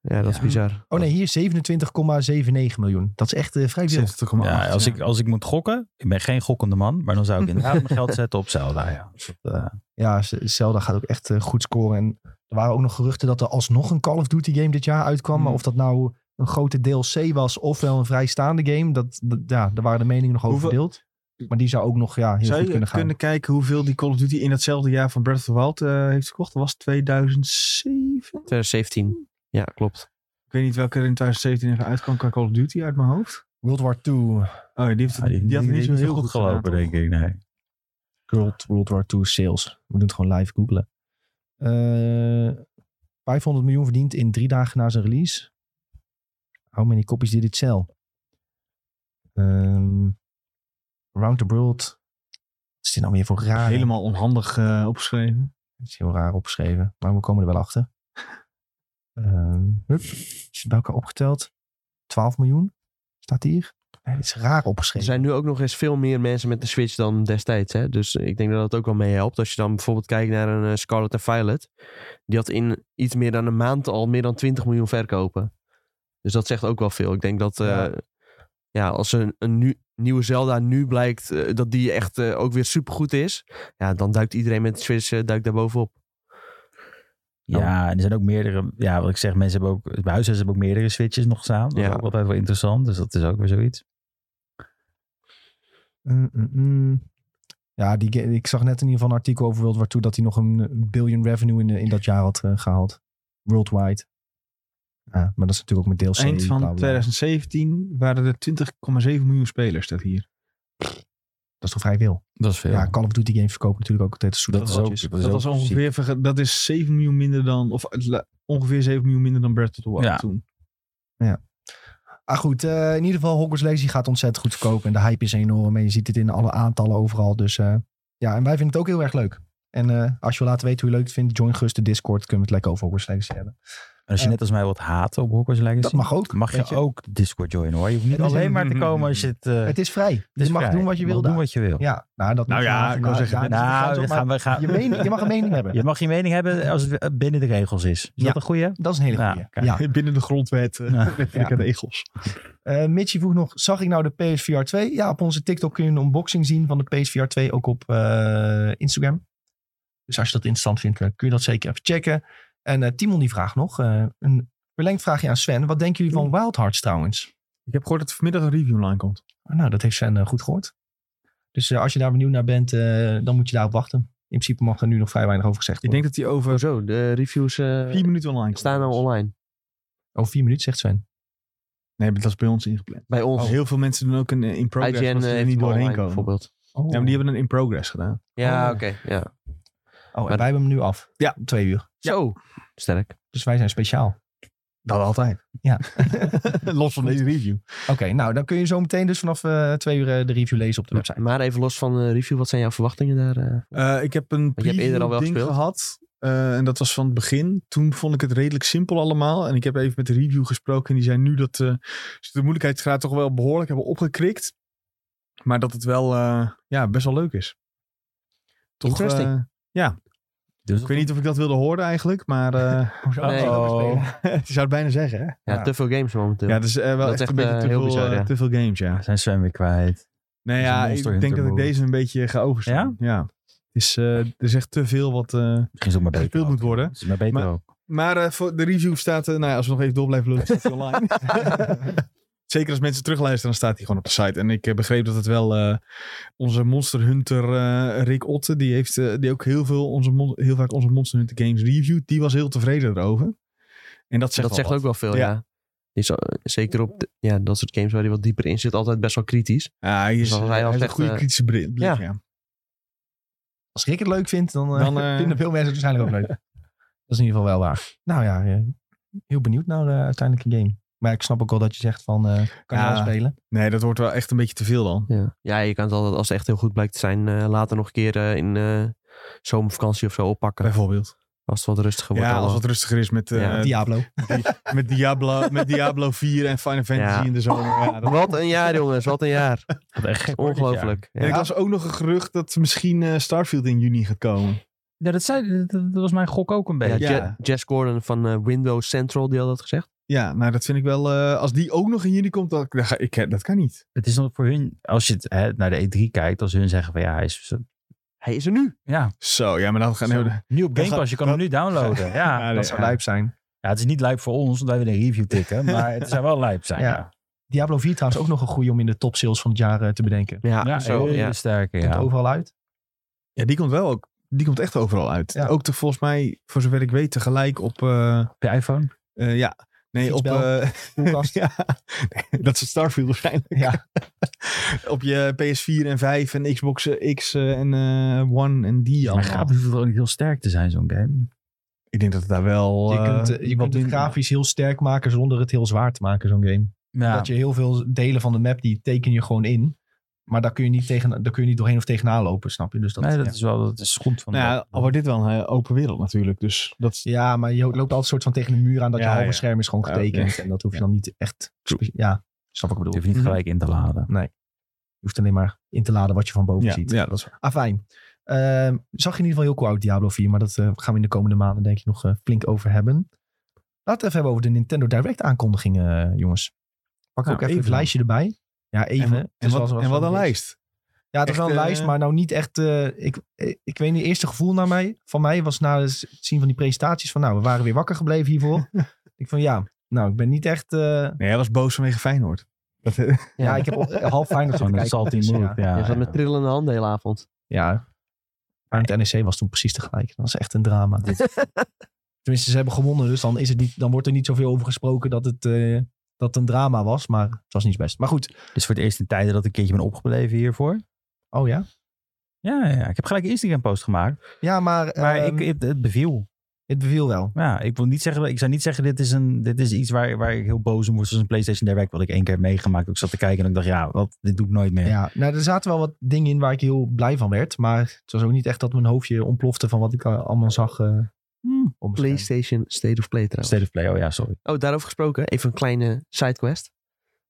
Speaker 3: Ja, dat is
Speaker 2: Ja.
Speaker 3: bizar.
Speaker 1: Oh nee, hier 27,79 miljoen. Dat is echt eh, vrij veel.
Speaker 4: 70,8.
Speaker 2: Ja, als, Ik, als ik moet gokken, ik ben geen gokkende man, maar dan zou ik inderdaad mijn geld zetten op Zelda. Ja. Dat, eh,
Speaker 1: Ja, Z- Zelda gaat ook echt eh, goed scoren. En er waren ook nog geruchten dat er alsnog een Call of Duty game dit jaar uitkwam.
Speaker 4: Hmm.
Speaker 1: Maar of dat nou een grote DLC was of wel een vrijstaande game, dat, dat- ja, daar waren de meningen nog over
Speaker 4: Hoeveel-
Speaker 1: verdeeld. Maar die zou ook nog ja, heel
Speaker 4: Zou je
Speaker 1: goed kunnen
Speaker 4: kunnen,
Speaker 1: gaan.
Speaker 4: kijken hoeveel die Call of Duty in datzelfde jaar van Breath of the Wild eh, heeft verkocht? Dat was 2007?
Speaker 3: 2017. Ja, klopt.
Speaker 4: Ik weet niet welke er in 2017 even uitkwam qua Call of Duty uit mijn hoofd.
Speaker 1: World War II.
Speaker 4: Oh, ja, die, heeft,
Speaker 2: ja, (laughs) die,
Speaker 4: die, had
Speaker 2: die-
Speaker 4: niet
Speaker 2: die
Speaker 4: zo
Speaker 2: is
Speaker 4: heel
Speaker 2: goed
Speaker 4: goed
Speaker 2: gelopen, denk ik. Nee.
Speaker 1: World, World War II sales. We doen het gewoon live googlen. Eh 500 miljoen verdiend in drie dagen na zijn release. How many copies did it sell? Ehm around the world. Wat is dit nou weer voor raar?
Speaker 4: Helemaal onhandig eh, opgeschreven.
Speaker 1: Dat is heel raar opgeschreven, maar we komen er wel achter. Ehm hup, is het bij elkaar opgeteld? 12 miljoen staat hier. Nee, het is raar
Speaker 3: Er
Speaker 1: opgeschreven.
Speaker 3: zijn nu ook nog eens veel meer mensen met de Switch dan destijds. Hè? Dus ik denk dat dat ook wel mee helpt. Als je dan bijvoorbeeld kijkt naar een eh, Scarlet en Violet. Die had in iets meer dan een maand al meer dan 20 miljoen verkopen. Dus dat zegt ook wel veel. Ik denk dat eh, ja.
Speaker 1: Ja.
Speaker 3: als een, een nu- nieuwe Zelda nu blijkt eh, dat die echt eh, ook weer supergoed is. Ja, dan duikt iedereen met de Switch eh, duikt daar bovenop.
Speaker 2: Ja, en er zijn ook meerdere. Ja, wat ik zeg, mensen hebben ook. Bij huisartsen hebben ook meerdere switches nog staan. Dat
Speaker 3: Ja.
Speaker 2: is ook altijd wel interessant. Dus dat is ook weer zoiets.
Speaker 1: Mm, mm, mm. Ja, die, ga- ik zag net in ieder geval een artikel over World War II dat hij nog een billion revenue in, in dat jaar had eh, gehaald. Worldwide. Ja, maar dat is natuurlijk ook met DLC.
Speaker 4: Eind
Speaker 1: bla, bla.
Speaker 4: van 2017 waren er 20,7 miljoen spelers, staat hier.
Speaker 1: Dat is toch vrij veel.
Speaker 2: Dat is veel.
Speaker 1: Ja, Call of Duty games verkopen natuurlijk ook altijd zoete
Speaker 2: Dat is ook-
Speaker 1: broodjes.
Speaker 2: dat is
Speaker 4: Dat,
Speaker 2: ook
Speaker 4: was ongeveer, verge- dat is 7 miljoen minder dan, of eh, la- ongeveer 7 miljoen minder dan Breath of the Wild
Speaker 2: Ja.
Speaker 4: toen.
Speaker 1: Ah goed, eh, in ieder geval Hogwarts Legacy gaat ontzettend goed verkopen. En de hype is enorm. En je ziet het in alle aantallen overal. Dus eh, ja, en wij vinden het ook heel erg leuk. En eh, als je wil laten weten hoe je leuk het vindt, join gerust de Discord. Kunnen we het lekker over Hogwarts Legacy hebben.
Speaker 2: En als je
Speaker 1: Ja.
Speaker 2: net als mij wat haat op Hogwarts Legacy.
Speaker 1: Dat mag ook.
Speaker 2: Mag je
Speaker 1: weet je.
Speaker 2: ook Discord joinen hoor. Je hoeft niet
Speaker 1: Het is
Speaker 2: alleen
Speaker 1: een-
Speaker 2: maar te komen als je het. eh,
Speaker 1: Het is vrij.
Speaker 2: het is
Speaker 1: je mag
Speaker 2: vrij.
Speaker 1: doen wat je wil.
Speaker 2: Mag doen
Speaker 1: daar.
Speaker 2: wat je wil.
Speaker 1: Ja, nou, dat
Speaker 4: Nou
Speaker 1: moet
Speaker 4: ja,
Speaker 1: vanavond-
Speaker 4: ik wou
Speaker 1: nou, ja,
Speaker 4: zeggen,
Speaker 1: dat is
Speaker 2: nou,
Speaker 1: interessant,
Speaker 2: we
Speaker 1: maar
Speaker 2: gaan, we gaan,
Speaker 1: je, mening, je mag een mening hebben.
Speaker 2: (laughs) je mag je mening hebben als het eh, binnen de regels is. Is
Speaker 1: Ja.
Speaker 2: dat een goeie?
Speaker 1: Dat is een hele
Speaker 2: Ja,
Speaker 1: goeie. Ja,
Speaker 2: kijk.
Speaker 4: (laughs) Binnen de grondwet, eh,
Speaker 2: Ja.
Speaker 4: (laughs) wettelijke
Speaker 1: Ja.
Speaker 4: regels.
Speaker 1: Eh, Mitchie vroeg nog, zag ik nou de PSVR 2? Ja, op onze TikTok kun je een unboxing zien van de PSVR 2, ook op eh, Instagram. Dus als je dat interessant vindt, eh, kun je dat zeker even checken. En eh, Timon die vraagt nog, eh, een verlengd vraagje aan Sven. Wat denken jullie van Wild Hearts trouwens? Ah,
Speaker 4: Ik heb gehoord dat er vanmiddag een review online komt.
Speaker 1: Nou, dat heeft Sven eh, goed gehoord. Dus eh, als je daar benieuwd naar bent, eh, dan moet je daarop wachten. In principe mag er nu nog vrij weinig over gezegd
Speaker 4: Ik
Speaker 1: worden.
Speaker 4: denk dat die over
Speaker 3: Zo, de reviews eh,
Speaker 4: vier minuten online komt.
Speaker 3: staan al online.
Speaker 1: Over Oh, vier minuten, zegt Sven.
Speaker 4: Nee, maar dat is bij ons ingepland.
Speaker 3: Bij ons.
Speaker 4: Oh, Heel veel mensen doen ook een eh, in progress.
Speaker 3: IGN
Speaker 4: omdat ze
Speaker 3: eh,
Speaker 4: er
Speaker 3: heeft
Speaker 4: niet
Speaker 3: hem
Speaker 4: doorheen
Speaker 3: online,
Speaker 4: komen.
Speaker 3: bijvoorbeeld.
Speaker 1: Oh,
Speaker 4: Ja, maar die hebben een in progress gedaan.
Speaker 3: Ja,
Speaker 1: Oh.
Speaker 3: oké. ja.
Speaker 1: oh, en wij hebben hem nu af.
Speaker 4: Ja.
Speaker 1: Om twee uur.
Speaker 3: Zo, sterk.
Speaker 1: Dus wij zijn speciaal.
Speaker 4: Dat altijd.
Speaker 1: Ja.
Speaker 4: (laughs) Los van deze review.
Speaker 1: Oké, nou dan kun je zo meteen dus vanaf eh, twee uur eh, de review lezen op de website.
Speaker 3: Maar even los van de review, wat zijn jouw verwachtingen daar? eh?
Speaker 4: Eh, ik heb een
Speaker 3: hebt eerder
Speaker 4: preview
Speaker 3: al wel
Speaker 4: ding
Speaker 3: gespeeld.
Speaker 4: gehad. eh, en dat was van het begin. Toen vond ik het redelijk simpel allemaal. En ik heb even met de review gesproken. En die zei nu dat eh, ze de moeilijkheidsgraad toch wel behoorlijk hebben opgekrikt. Maar dat het wel eh, ja, best wel leuk is. Toch,
Speaker 3: Interesting.
Speaker 4: eh,
Speaker 2: Dus
Speaker 4: ik weet niet of ik dat wilde horen eigenlijk.
Speaker 3: (laughs)
Speaker 4: Maar eh,
Speaker 1: Hoezo?
Speaker 3: Nee.
Speaker 1: Oh.
Speaker 4: je zou het bijna zeggen. Hè?
Speaker 3: ja, te veel games momenteel.
Speaker 4: Ja, dus wel
Speaker 3: Dat is
Speaker 4: echt een
Speaker 3: echt,
Speaker 4: beetje
Speaker 3: eh,
Speaker 4: te,
Speaker 3: heel
Speaker 4: veel,
Speaker 3: bizar,
Speaker 4: eh,
Speaker 3: ja.
Speaker 4: te veel games, ja.
Speaker 2: Ah, zijn Sven weer kwijt.
Speaker 4: Nou
Speaker 2: is een
Speaker 4: ja,
Speaker 2: Monster
Speaker 4: ik denk
Speaker 2: Hunter
Speaker 4: dat ik
Speaker 2: move.
Speaker 4: deze een beetje ga overslaan. Ja? Het is, eh, er is echt te veel wat... eh,
Speaker 2: Misschien is het maar beter.
Speaker 4: Gespeeld moet
Speaker 2: ook.
Speaker 4: worden.
Speaker 2: Het is maar beter
Speaker 4: Maar-
Speaker 2: ook.
Speaker 4: Maar eh, voor de review staat, eh, nou ja, als we nog even door blijven lullen, staat die
Speaker 3: (laughs)
Speaker 4: online. Zeker als mensen terugluisteren, dan staat hij gewoon op de site. En ik eh, begreep dat het wel eh, onze Monster Hunter eh, Rick Otte, die heeft eh, die ook heel, veel onze, mon- heel vaak onze Monster Hunter games reviewt, die was heel tevreden erover. En dat zegt,
Speaker 3: dat zegt
Speaker 4: wel
Speaker 3: ook wel veel,
Speaker 4: Ja.
Speaker 3: ja. Die is, al- zeker op de- ja, dat soort games waar hij wat dieper in zit, altijd best wel kritisch.
Speaker 4: wat. Ja, hij is,
Speaker 3: Dus als hij
Speaker 4: hij
Speaker 3: al
Speaker 4: heeft een
Speaker 3: zegt,
Speaker 4: goede
Speaker 3: eh,
Speaker 4: kritische bri- blik.
Speaker 3: ja.
Speaker 4: Ja.
Speaker 1: Als Rick het leuk vindt, dan, eh,
Speaker 3: (laughs)
Speaker 4: Dan,
Speaker 1: (laughs)
Speaker 4: eh,
Speaker 1: vinden veel mensen het waarschijnlijk ook (laughs) leuk. Dat is in ieder geval wel waar. Nou ja, eh, heel benieuwd naar eh uiteindelijk een game. Maar ik snap ook wel dat je zegt van, eh, kan je
Speaker 4: Ja.
Speaker 1: wel spelen?
Speaker 4: Nee, dat wordt wel echt een beetje te veel dan.
Speaker 3: Ja. ja, je kan het altijd, als het echt heel goed blijkt te zijn, eh, later nog een keer eh, in eh, zomervakantie of zo oppakken.
Speaker 4: Bijvoorbeeld.
Speaker 3: Als het wat rustiger wordt.
Speaker 4: Ja, als
Speaker 3: allemaal.
Speaker 4: het rustiger is met, eh,
Speaker 3: Ja,
Speaker 1: Diablo.
Speaker 4: met, Diablo, met Diablo 4 en Final Fantasy
Speaker 3: Ja.
Speaker 4: in de zomer. Ja, dat-
Speaker 3: Wat een jaar, jongens. (laughs) Wat een jaar.
Speaker 2: Wat echt gek wordt dit jaar.
Speaker 3: Ongelooflijk.
Speaker 4: En ik
Speaker 3: Ja.
Speaker 4: las ook nog een gerucht dat misschien eh, Starfield in juni gaat komen.
Speaker 2: Ja, dat, zei, dat, dat was mijn gok ook een
Speaker 3: Ja,
Speaker 2: beetje.
Speaker 4: Ja.
Speaker 3: Ja, Jess Gordon van eh, Windows Central, die had dat gezegd.
Speaker 4: Ja, nou dat vind ik wel. eh, als die ook nog in juni komt, dan, dan ga ik, eh, dat kan niet.
Speaker 2: Het is nog voor hun, als je het, hè, naar de E3 kijkt, als hun zeggen van ja, hij is...
Speaker 3: Hij is er nu.
Speaker 2: Ja,
Speaker 4: Zo, ja, maar dan gaan
Speaker 2: Zo.
Speaker 4: we.
Speaker 2: nu op
Speaker 4: Dat
Speaker 2: Game Pass, je kan
Speaker 4: gaat-
Speaker 2: hem nu downloaden. Ja,
Speaker 4: Ja,
Speaker 1: Dat
Speaker 4: nee,
Speaker 1: zou
Speaker 4: ja.
Speaker 1: lijp zijn.
Speaker 2: Ja, het is niet lijp voor ons, omdat wij weer een review tikken. Maar het zou wel lijp zijn.
Speaker 1: Ja.
Speaker 2: Ja,
Speaker 1: Diablo 4 trouwens ook nog een goede om in de top sales van het jaar eh, te bedenken.
Speaker 3: Ja,
Speaker 2: ja,
Speaker 3: zo.
Speaker 2: hele
Speaker 3: Ja.
Speaker 2: sterke.
Speaker 1: Komt
Speaker 2: Ja.
Speaker 1: overal (laughs) uit.
Speaker 4: Ja, die komt wel ook. Die komt echt overal uit.
Speaker 1: Ja.
Speaker 4: Ook te, volgens mij, voor zover ik weet, tegelijk op. eh,
Speaker 2: Op je iPhone?
Speaker 4: eh, ja, nee, op.
Speaker 1: Fietsbel.
Speaker 4: eh,
Speaker 1: Koelkast.
Speaker 4: (laughs) ja, Nee, dat is Starfield waarschijnlijk.
Speaker 1: Ja.
Speaker 4: (laughs) op je PS4 en 5 en Xbox eh, X eh, en eh, One en die
Speaker 2: Maar
Speaker 4: allemaal.
Speaker 2: gaat het er ook niet heel sterk te zijn, zo'n game?
Speaker 4: Ik denk dat het daar wel.
Speaker 1: Je
Speaker 4: eh,
Speaker 1: kunt, eh, je
Speaker 4: wat
Speaker 1: kunt het
Speaker 4: minder-
Speaker 1: grafisch heel sterk maken zonder het heel zwaar te maken, zo'n game.
Speaker 2: Ja,
Speaker 1: Dat je heel veel delen van de map, die teken je gewoon in. Maar daar kun je niet, tegen, daar kun je niet doorheen of tegenaan lopen, snap je? Dus dat,
Speaker 2: nee, dat
Speaker 1: ja.
Speaker 2: is wel dat is goed van.
Speaker 4: Nou ja,
Speaker 2: dat-
Speaker 4: al wordt dit wel een eh, open wereld natuurlijk. Dus dat is
Speaker 1: Ja, maar je loopt altijd soort van tegen de muur aan dat
Speaker 4: Ja,
Speaker 1: je halve
Speaker 4: ja.
Speaker 1: scherm is gewoon
Speaker 4: Ja,
Speaker 1: getekend. En dat hoef je
Speaker 4: Ja.
Speaker 1: dan niet echt... spe- Ja, snap wat ik
Speaker 2: Je
Speaker 1: bedoel.
Speaker 2: hoeft niet
Speaker 4: Mhm.
Speaker 2: gelijk in te laden.
Speaker 1: Je hoeft alleen maar in te laden wat je van boven
Speaker 4: ja,
Speaker 1: ziet.
Speaker 4: ja, dat is waar.
Speaker 1: Ah, fijn. Ehm, zag je in ieder geval heel cool uit Diablo 4, maar dat eh, gaan we in de komende maanden denk ik nog eh, flink over hebben. Laten we het even hebben over de Nintendo Direct aankondigingen, eh, jongens. Pak
Speaker 4: Nou,
Speaker 1: ook even,
Speaker 4: even
Speaker 1: het
Speaker 4: dan.
Speaker 1: lijstje erbij. Ja, even.
Speaker 4: En,
Speaker 1: Het
Speaker 4: en,
Speaker 1: is
Speaker 4: wat,
Speaker 1: wel- wel-
Speaker 4: en wat
Speaker 1: wel
Speaker 4: een
Speaker 1: niks.
Speaker 4: lijst.
Speaker 1: Ja, het
Speaker 4: Echt,
Speaker 1: was wel een
Speaker 4: eh,
Speaker 1: lijst, maar nou niet echt... eh, ik, ik, ik weet niet, eerste gevoel naar mij, van mij was na het zien van die presentaties van... Nou, we waren weer wakker gebleven hiervoor. ik van ja, nou, ik ben niet echt... eh,
Speaker 4: Nee, hij was boos vanwege Feyenoord. Dat, ja,
Speaker 1: ja. ik heb al- half fijn
Speaker 2: (laughs)
Speaker 1: dat
Speaker 2: Zo'n salty move. Ja,
Speaker 3: Je zat met trillende handen de hele (laughs) avond.
Speaker 1: Ja. Maar het NEC was toen precies tegelijk. Dat was echt een drama. Tenminste, ze hebben gewonnen, dus dan, is het niet, dan wordt er niet zoveel over gesproken dat het, eh, dat het een drama was. Maar het was niet best. Maar goed.
Speaker 2: Dus voor het eerst in tijden dat ik een keertje ben opgebleven hiervoor.
Speaker 1: Oh ja?
Speaker 2: Ja, ja, ik heb gelijk een Instagram-post gemaakt.
Speaker 1: Ja, maar,
Speaker 2: Maar
Speaker 1: ehm,
Speaker 2: ik, het, het beviel.
Speaker 1: het beviel wel.
Speaker 2: Ja, ik, wil niet zeggen, ik zou niet zeggen, dit is, een, dit is iets waar, waar ik heel boos om word. Zoals een PlayStation Direct, wat ik één keer heb meegemaakt. Ik zat te kijken en ik dacht, ja, wat, dit doe ik nooit meer.
Speaker 1: Ja, nou, er zaten wel wat dingen in waar ik heel blij van werd. Maar het was ook niet echt dat mijn hoofdje ontplofte van wat ik eh, allemaal zag. eh,
Speaker 2: Hm.
Speaker 1: op mijn scherm.
Speaker 3: PlayStation State of Play trouwens.
Speaker 2: State of Play, oh ja, sorry.
Speaker 3: Oh, daarover gesproken. Even een kleine sidequest.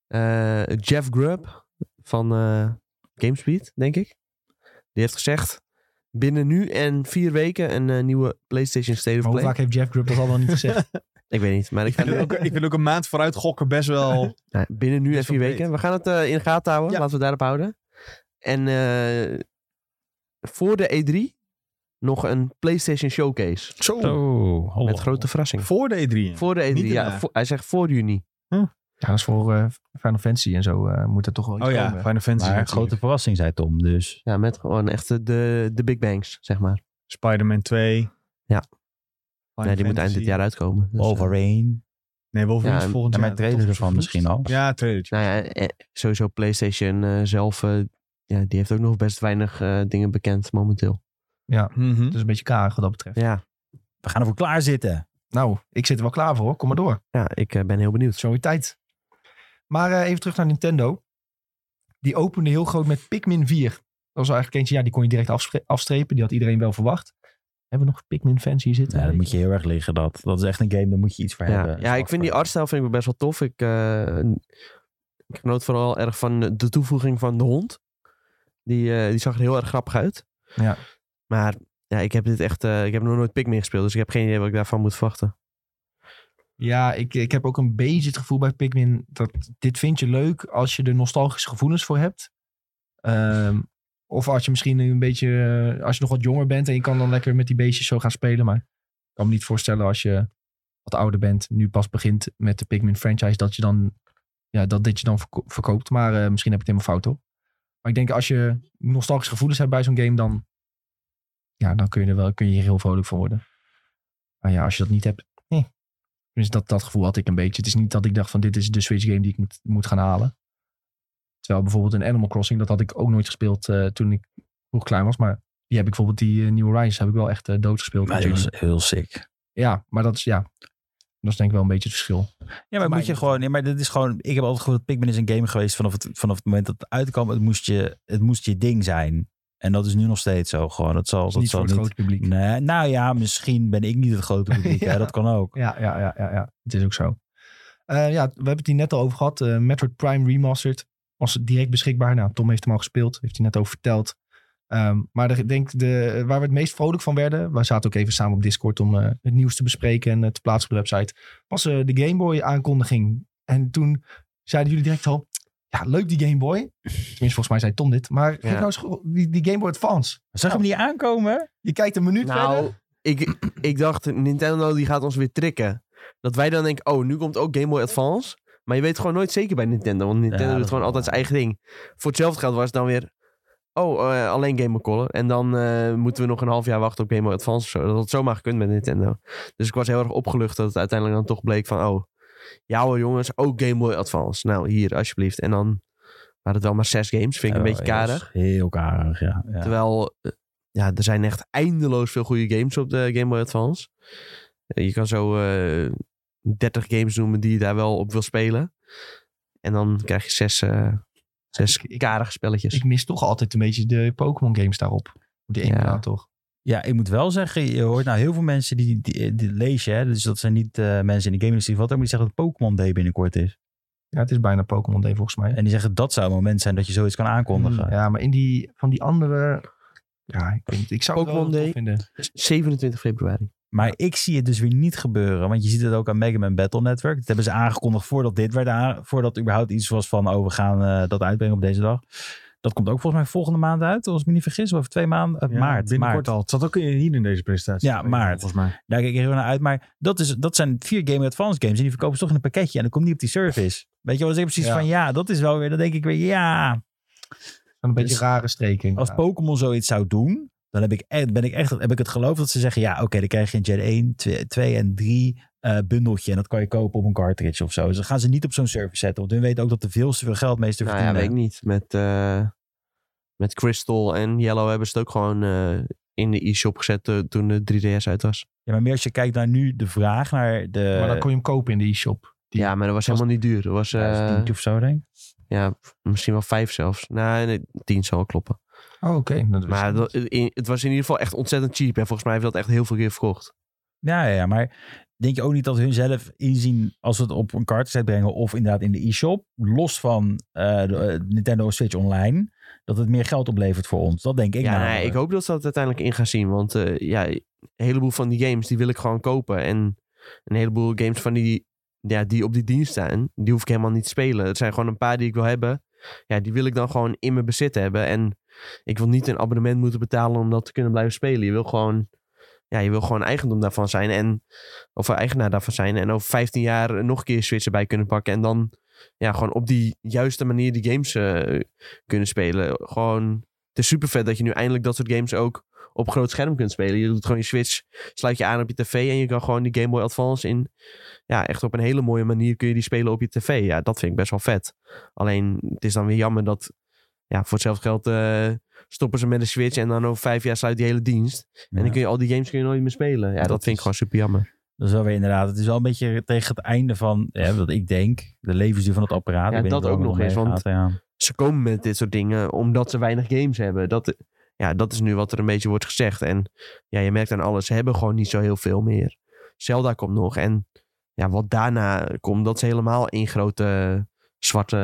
Speaker 3: Eh, Jeff Grubb van eh, GameSpeed, denk ik. Die heeft gezegd... Binnen nu en vier weken een eh, nieuwe PlayStation State of
Speaker 1: Maar hoe
Speaker 3: Play.
Speaker 1: vaak heeft Jeff Grubb dat al wel niet gezegd?
Speaker 3: Ik weet niet, maar ik
Speaker 4: (laughs)
Speaker 3: ga
Speaker 4: Ik, wil ook, ik wil ook een maand vooruit gokken best wel.
Speaker 3: Nou, binnen nu
Speaker 4: Best
Speaker 3: en vier
Speaker 4: wel breed.
Speaker 3: weken. We gaan het eh, in de gaten houden.
Speaker 4: Ja.
Speaker 3: Laten we het daarop houden. En eh, voor de E3 nog een PlayStation Showcase.
Speaker 4: Zo.
Speaker 2: Oh, hallo.
Speaker 3: Met grote verrassing.
Speaker 4: Voor de E3.
Speaker 3: Voor de E3,
Speaker 4: Niet
Speaker 3: ja.
Speaker 4: daarna.
Speaker 3: voor- hij zegt voor juni.
Speaker 1: ja, dat is voor eh Final Fantasy en zo. eh, moet er toch wel iets
Speaker 4: oh ja,
Speaker 1: komen.
Speaker 4: Final Fantasy.
Speaker 2: Maar
Speaker 4: natuurlijk.
Speaker 2: grote verrassing, zei Tom. Dus
Speaker 3: Ja, met gewoon echt de, de Big Bangs, zeg maar.
Speaker 4: Spider-Man 2.
Speaker 3: Ja.
Speaker 4: Final
Speaker 3: Nee, die moet eind
Speaker 4: Fantasy.
Speaker 3: dit jaar uitkomen. Dus, eh,
Speaker 2: Wolverine.
Speaker 4: Nee, Wolverine
Speaker 3: Ja,
Speaker 4: is volgend
Speaker 2: en
Speaker 4: jaar.
Speaker 2: mijn trailer
Speaker 4: toch
Speaker 2: ervan misschien al.
Speaker 4: Ja, trailer.
Speaker 3: Nou ja, eh, sowieso PlayStation eh, zelf, eh, ja, die heeft ook nog best weinig eh, dingen bekend momenteel.
Speaker 2: Mhm.
Speaker 4: Dus
Speaker 1: Het is een beetje karig wat dat betreft.
Speaker 3: Ja,
Speaker 2: We gaan ervoor klaarzitten.
Speaker 1: Nou, ik zit er wel klaar voor. hoor. Kom maar door.
Speaker 3: ja ik eh, ben heel benieuwd.
Speaker 1: Zo weer tijd. Maar eh, even terug naar Nintendo. Die opende heel groot met Pikmin 4. Dat was eigenlijk eentje, ja, die kon je direct afstre- afstrepen. Die had iedereen wel verwacht. Hebben we nog Pikmin-fans hier zitten?
Speaker 2: Ja, dan moet je heel erg liggen dat. Dat is echt een game, daar moet je iets voor
Speaker 3: Ja,
Speaker 2: hebben.
Speaker 3: ja ik vind die artstijl vind ik best wel tof. Ik, eh, ik genoot vooral erg van de toevoeging van de hond. Die, eh, die zag er heel erg grappig uit.
Speaker 1: Ja.
Speaker 3: Maar ja, ik heb dit echt, eh, ik heb nog nooit Pikmin gespeeld, dus ik heb geen idee wat ik daarvan moet verwachten.
Speaker 1: Ja, ik, ik heb ook een beetje het gevoel bij Pikmin dat dit vind je leuk als je er nostalgische gevoelens voor hebt. Ehm, of als je misschien een beetje, eh, als je nog wat jonger bent en je kan dan lekker met die beestjes zo gaan spelen. Maar ik kan me niet voorstellen als je wat ouder bent, nu pas begint met de Pikmin franchise, dat je dan, ja, dat dit je dan verko- verkoopt. Maar eh, misschien heb ik het helemaal fout hoor. Maar ik denk als je nostalgische gevoelens hebt bij zo'n game, dan, ja, dan kun je er wel, kun je hier heel vrolijk van worden. Maar ja, als je dat niet hebt, Tenminste, dat, dat gevoel had ik een beetje. Het is niet dat ik dacht van dit is de Switch game die ik moet, moet gaan halen. Terwijl bijvoorbeeld een Animal Crossing, dat had ik ook nooit gespeeld eh, toen ik vroeg klein was. Maar die heb ik bijvoorbeeld, die eh, New Horizons heb ik wel echt eh, doodgespeeld.
Speaker 2: Maar dat
Speaker 1: natuurlijk.
Speaker 2: is heel sick.
Speaker 1: Ja, maar dat is, ja, dat is denk ik wel een beetje het verschil.
Speaker 2: Ja,
Speaker 1: mij
Speaker 2: maar moet je
Speaker 1: niet.
Speaker 2: gewoon... Nee, maar dit is gewoon... Ik heb altijd gevoeld dat Pikmin is een game geweest vanaf het, vanaf het moment dat het uitkwam. Het moest, je, het moest je ding zijn. En dat is nu nog steeds zo gewoon. Dat zal,
Speaker 1: Dat is
Speaker 2: dat
Speaker 1: niet
Speaker 2: zal
Speaker 1: voor het grote publiek.
Speaker 2: Nee, nou ja, misschien ben ik niet het
Speaker 1: (laughs)
Speaker 2: grote publiek.
Speaker 1: Ja.
Speaker 2: hè, dat kan ook.
Speaker 1: Ja, ja, ja, ja, ja. Het is ook zo. Eh, ja, we hebben het hier net al over gehad. Eh, Metroid Prime Remastered was direct beschikbaar. Nou, Tom heeft hem al gespeeld. Heeft hij net over verteld. Ehm, maar de- ik denk de, waar we het meest vrolijk van werden... We zaten ook even samen op Discord om eh, het nieuws te bespreken... en het te plaatsen op de website. Was eh, de Game Boy aankondiging. En toen zeiden jullie direct al... Ja, leuk die Game Boy. Tenminste, volgens mij zei Tom dit. Maar geef
Speaker 3: Ja.
Speaker 1: nou eens go- die, die Game Boy Advance.
Speaker 2: Zag je hem niet aankomen?
Speaker 1: Je kijkt een minuut verder.
Speaker 3: Nou, ik, ik dacht, Nintendo die gaat ons weer tricken. Dat wij dan denken, oh, nu komt ook Game Boy Advance. Maar je weet gewoon nooit zeker bij Nintendo, want Nintendo
Speaker 2: dat
Speaker 3: doet
Speaker 2: is
Speaker 3: gewoon
Speaker 2: wel
Speaker 3: altijd zijn
Speaker 2: waar.
Speaker 3: eigen ding. Voor hetzelfde geld was het dan weer, oh, eh, alleen Game Boy Color. En dan eh, moeten we nog een half jaar wachten op Game Boy Advance of zo. Dat had zomaar gekund met Nintendo. Dus ik was heel erg opgelucht dat het uiteindelijk dan toch bleek van, oh, ja hoor jongens, ook Game Boy Advance. Nou, hier, alsjeblieft. En dan waren het wel maar zes games, vind ik een
Speaker 2: Ja,
Speaker 3: beetje
Speaker 2: wel,
Speaker 3: karig.
Speaker 2: heel- Heel karig, ja. ja.
Speaker 3: Terwijl, eh, ja, er zijn echt eindeloos veel goede games op de Game Boy Advance. Eh, Je kan zo eh 30 games noemen die je daar wel op wil spelen. En dan krijg je zes, eh, zes
Speaker 1: Ik- ik-
Speaker 3: karige spelletjes.
Speaker 1: dus Ik mis toch altijd een beetje de Pokémon games daarop. Op die
Speaker 3: Ja.
Speaker 1: emulator. toch?
Speaker 2: Ja, ik moet wel zeggen, je hoort nou heel veel mensen die, die, die lezen, hè, dus dat zijn niet eh, mensen in de game industrie, wat ook, maar die zeggen dat Pokémon Day binnenkort is.
Speaker 1: Ja, het is bijna Pokémon Day volgens mij.
Speaker 2: En die zeggen dat zou een moment zijn dat je zoiets kan aankondigen.
Speaker 1: Mm, Ja, maar in die, van die andere... Ja, ik weet niet. Ik zou het wel
Speaker 3: Pokémon
Speaker 1: tof
Speaker 3: Day.
Speaker 1: vinden.
Speaker 3: 27 februari.
Speaker 2: Maar ik zie het dus weer niet gebeuren, want je ziet het ook aan Mega Man Battle Network. Dat hebben ze aangekondigd voordat dit werd aan, voordat überhaupt iets was van, oh, we gaan eh, dat uitbrengen op deze dag. Dat komt ook volgens mij volgende maand uit, als ik me niet vergis, of over twee maanden, Eh,
Speaker 4: Ja,
Speaker 2: maart.
Speaker 4: Binnenkort
Speaker 2: maart.
Speaker 4: al. Het zat ook hier in deze presentatie.
Speaker 2: Ja, maart.
Speaker 4: Volgens mij.
Speaker 2: Daar kijk ik heel naar uit. Maar dat, is, dat zijn vier Game Boy Advance games. En die verkopen ze toch in een pakketje. En dat komt niet op die service. Weet je wel, dus ik heb precies
Speaker 1: Ja.
Speaker 2: van ja, dat is wel weer. Dan denk ik weer ja.
Speaker 1: Een beetje
Speaker 2: Dus
Speaker 1: rare streken.
Speaker 2: Als
Speaker 1: inderdaad.
Speaker 2: Pokémon zoiets zou doen. Dan heb ik, echt, ben ik echt, heb ik het geloof dat ze zeggen: ja, oké, dan krijg je een Gen 1, 2, 2 en 3 eh bundeltje. En dat kan je kopen op een cartridge of zo. Dus dan gaan ze niet op zo'n service zetten. Want hun weten ook dat de veelste veel geld meestal
Speaker 3: Nou ja,
Speaker 2: verdienen.
Speaker 3: weet ik niet. Met, eh, met Crystal en Yellow hebben ze het ook gewoon eh, in de e-shop gezet eh, toen de 3DS uit was.
Speaker 2: Ja, maar meer als je kijkt naar nu de vraag naar de.
Speaker 1: maar dan kon je hem kopen in de e-shop. Die-
Speaker 3: ja, maar dat was helemaal niet duur. Dat was eh,
Speaker 2: Ja, of zo, denk ik.
Speaker 3: ja, misschien wel vijf zelfs. Nou, Nee, nee, tien zal wel kloppen.
Speaker 1: Oh, oké. Dat wist
Speaker 3: Maar
Speaker 1: ik
Speaker 3: dat-
Speaker 1: niet.
Speaker 3: in- het was in ieder geval echt ontzettend cheap. En volgens mij heeft dat echt heel veel keer verkocht.
Speaker 2: Ja, ja, ja, maar denk je ook niet dat hun zelf inzien als we het op een kaartset brengen of inderdaad in de e-shop, los van eh, de, eh, Nintendo Switch Online, dat het meer geld oplevert voor ons? Dat denk ik.
Speaker 3: ja,
Speaker 2: namelijk.
Speaker 3: nee, ik hoop dat ze dat uiteindelijk in gaan zien. Want eh, ja, een heleboel van die games die wil ik gewoon kopen. En een heleboel games van die, ja, die op die dienst staan, die hoef ik helemaal niet te spelen. Het zijn gewoon een paar die ik wil hebben. Ja, die wil ik dan gewoon in mijn bezit hebben. En ik wil niet een abonnement moeten betalen om dat te kunnen blijven spelen. Je wil gewoon, ja, je wil gewoon eigendom daarvan zijn. En, of eigenaar daarvan zijn. En over 15 jaar nog een keer Switch erbij kunnen pakken. En dan ja, gewoon op die juiste manier die games eh, kunnen spelen. Gewoon het is super vet dat je nu eindelijk dat soort games ook op groot scherm kunt spelen. Je doet gewoon je Switch, sluit je aan op je tv en je kan gewoon die Game Boy Advance in. Ja, echt op een hele mooie manier kun je die spelen op je tv. Ja, dat vind ik best wel vet. Alleen het is dan weer jammer dat ja, voor hetzelfde geld eh, stoppen ze met de Switch en dan over vijf jaar sluit die hele dienst. En dan kun je al die games kun je nooit meer spelen. Ja, dat,
Speaker 2: Dat
Speaker 3: vind ik
Speaker 2: is-
Speaker 3: gewoon super jammer.
Speaker 2: Dat is wel weer inderdaad. Het is wel een beetje tegen het einde van, ja, wat ik denk, de levensduur van het apparaat.
Speaker 3: Ja,
Speaker 2: Ik weet
Speaker 3: dat
Speaker 2: niet
Speaker 3: ook
Speaker 2: wat
Speaker 3: nog
Speaker 2: er
Speaker 3: eens,
Speaker 2: mee
Speaker 3: want-
Speaker 2: gaat, ja.
Speaker 3: Ze komen met dit soort dingen omdat ze weinig games hebben. Dat, ja, dat is nu wat er een beetje wordt gezegd. En ja, je merkt aan alles, ze hebben gewoon niet zo heel veel meer. Zelda komt nog en ja, wat daarna komt, dat is helemaal één grote zwarte,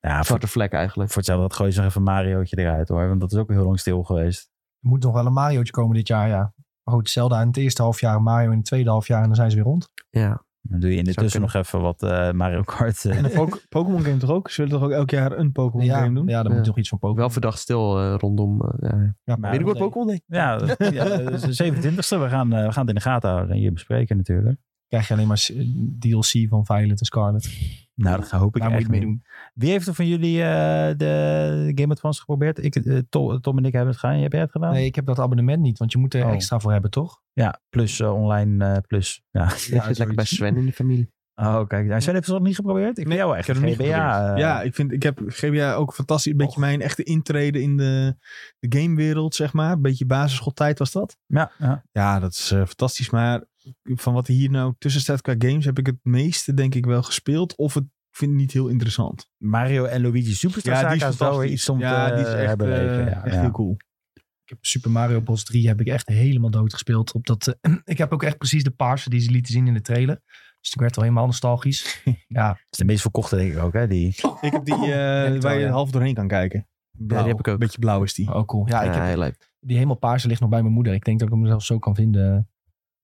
Speaker 2: Ja, voor,
Speaker 3: zwarte vlek eigenlijk.
Speaker 2: voor hetzelfde dat gooi je nog even Mariootje eruit hoor. Want dat is ook heel lang stil geweest.
Speaker 1: Er moet nog wel een Mariootje komen dit jaar, ja. Maar goed, Zelda in het eerste half jaar, Mario in het tweede half jaar en dan zijn ze weer rond.
Speaker 3: Ja,
Speaker 2: Dan doe je in de
Speaker 3: Zou
Speaker 2: tussen nog even wat eh, Mario
Speaker 3: (laughs)
Speaker 2: Kart. eh.
Speaker 4: En een
Speaker 2: (laughs)
Speaker 4: po- Pokémon game toch ook? Ze willen toch ook elk jaar een Pokémon
Speaker 1: ja,
Speaker 4: game doen?
Speaker 1: ja, dan
Speaker 3: Ja.
Speaker 1: moet nog iets van Pokémon.
Speaker 3: wel verdacht stil eh, rondom. eh, ja.
Speaker 1: Ja,
Speaker 2: Maar-
Speaker 3: Binnenkort
Speaker 1: nee.
Speaker 3: Pokémon? Nee.
Speaker 2: ja, dat- (laughs) ja, dat is de 27e. We gaan, eh, we gaan het in de gaten houden en hier bespreken natuurlijk.
Speaker 1: krijg je alleen maar eh, DLC van Violet en Scarlet.
Speaker 2: Nou, dat hoop ik
Speaker 1: Daar moet je
Speaker 2: echt
Speaker 1: mee
Speaker 2: niet.
Speaker 1: doen.
Speaker 2: Wie heeft er van jullie eh, de Game Advance geprobeerd? Ik, eh, Tom, Tom en ik hebben het gedaan. Heb jij het gedaan?
Speaker 1: Nee, ik heb dat abonnement niet, want je moet er
Speaker 2: Oh.
Speaker 1: extra voor hebben, toch?
Speaker 2: Ja, plus eh, online eh, plus. Ja.
Speaker 3: Ja, zit (laughs) lekker bij
Speaker 1: zoiets.
Speaker 3: Sven in de familie.
Speaker 2: Oh, kijk. Nou, Sven heeft het nog niet geprobeerd? Ik nee, jou echt.
Speaker 4: Ik heb hem niet
Speaker 2: GBA,
Speaker 4: geprobeerd.
Speaker 2: eh,
Speaker 4: ja, ik, vind, ik heb GBA ook fantastisch. Een beetje mijn echte intrede in de, de gamewereld, zeg maar. Een beetje basisschooltijd was dat.
Speaker 2: Ja, ja.
Speaker 4: Ja, dat is eh, fantastisch. Maar van wat hier nou tussen staat qua games, heb ik het meeste denk ik wel gespeeld. Of het ik vind het niet heel interessant.
Speaker 2: Mario en Luigi Superstar
Speaker 4: Ja,
Speaker 2: Saga
Speaker 4: die is
Speaker 2: is wel weer iets om
Speaker 4: ja,
Speaker 2: te
Speaker 4: die is echt,
Speaker 2: herbeleven.
Speaker 4: eh,
Speaker 2: ja,
Speaker 4: echt
Speaker 2: ja.
Speaker 4: heel cool.
Speaker 1: Ik heb Super Mario Bros. 3 heb ik echt helemaal doodgespeeld. Op dat, eh, (clears throat) ik heb ook echt precies de paarse die ze lieten zien in de trailer. Dus ik werd al helemaal
Speaker 2: (laughs)
Speaker 1: nostalgisch. ja,
Speaker 2: Het is de meest verkochte denk ik ook. Hè, die.
Speaker 4: Ik heb die eh,
Speaker 1: wel,
Speaker 4: waar je
Speaker 1: ja.
Speaker 4: half doorheen kan kijken. Blauw.
Speaker 3: heb ik ook.
Speaker 4: Beetje blauw is die.
Speaker 1: oh cool. Ja, ik
Speaker 3: Ja,
Speaker 1: heb,
Speaker 3: heel leuk.
Speaker 1: die helemaal paarse ligt nog bij mijn moeder. Ik denk dat ik hem zelf zo kan vinden. eh,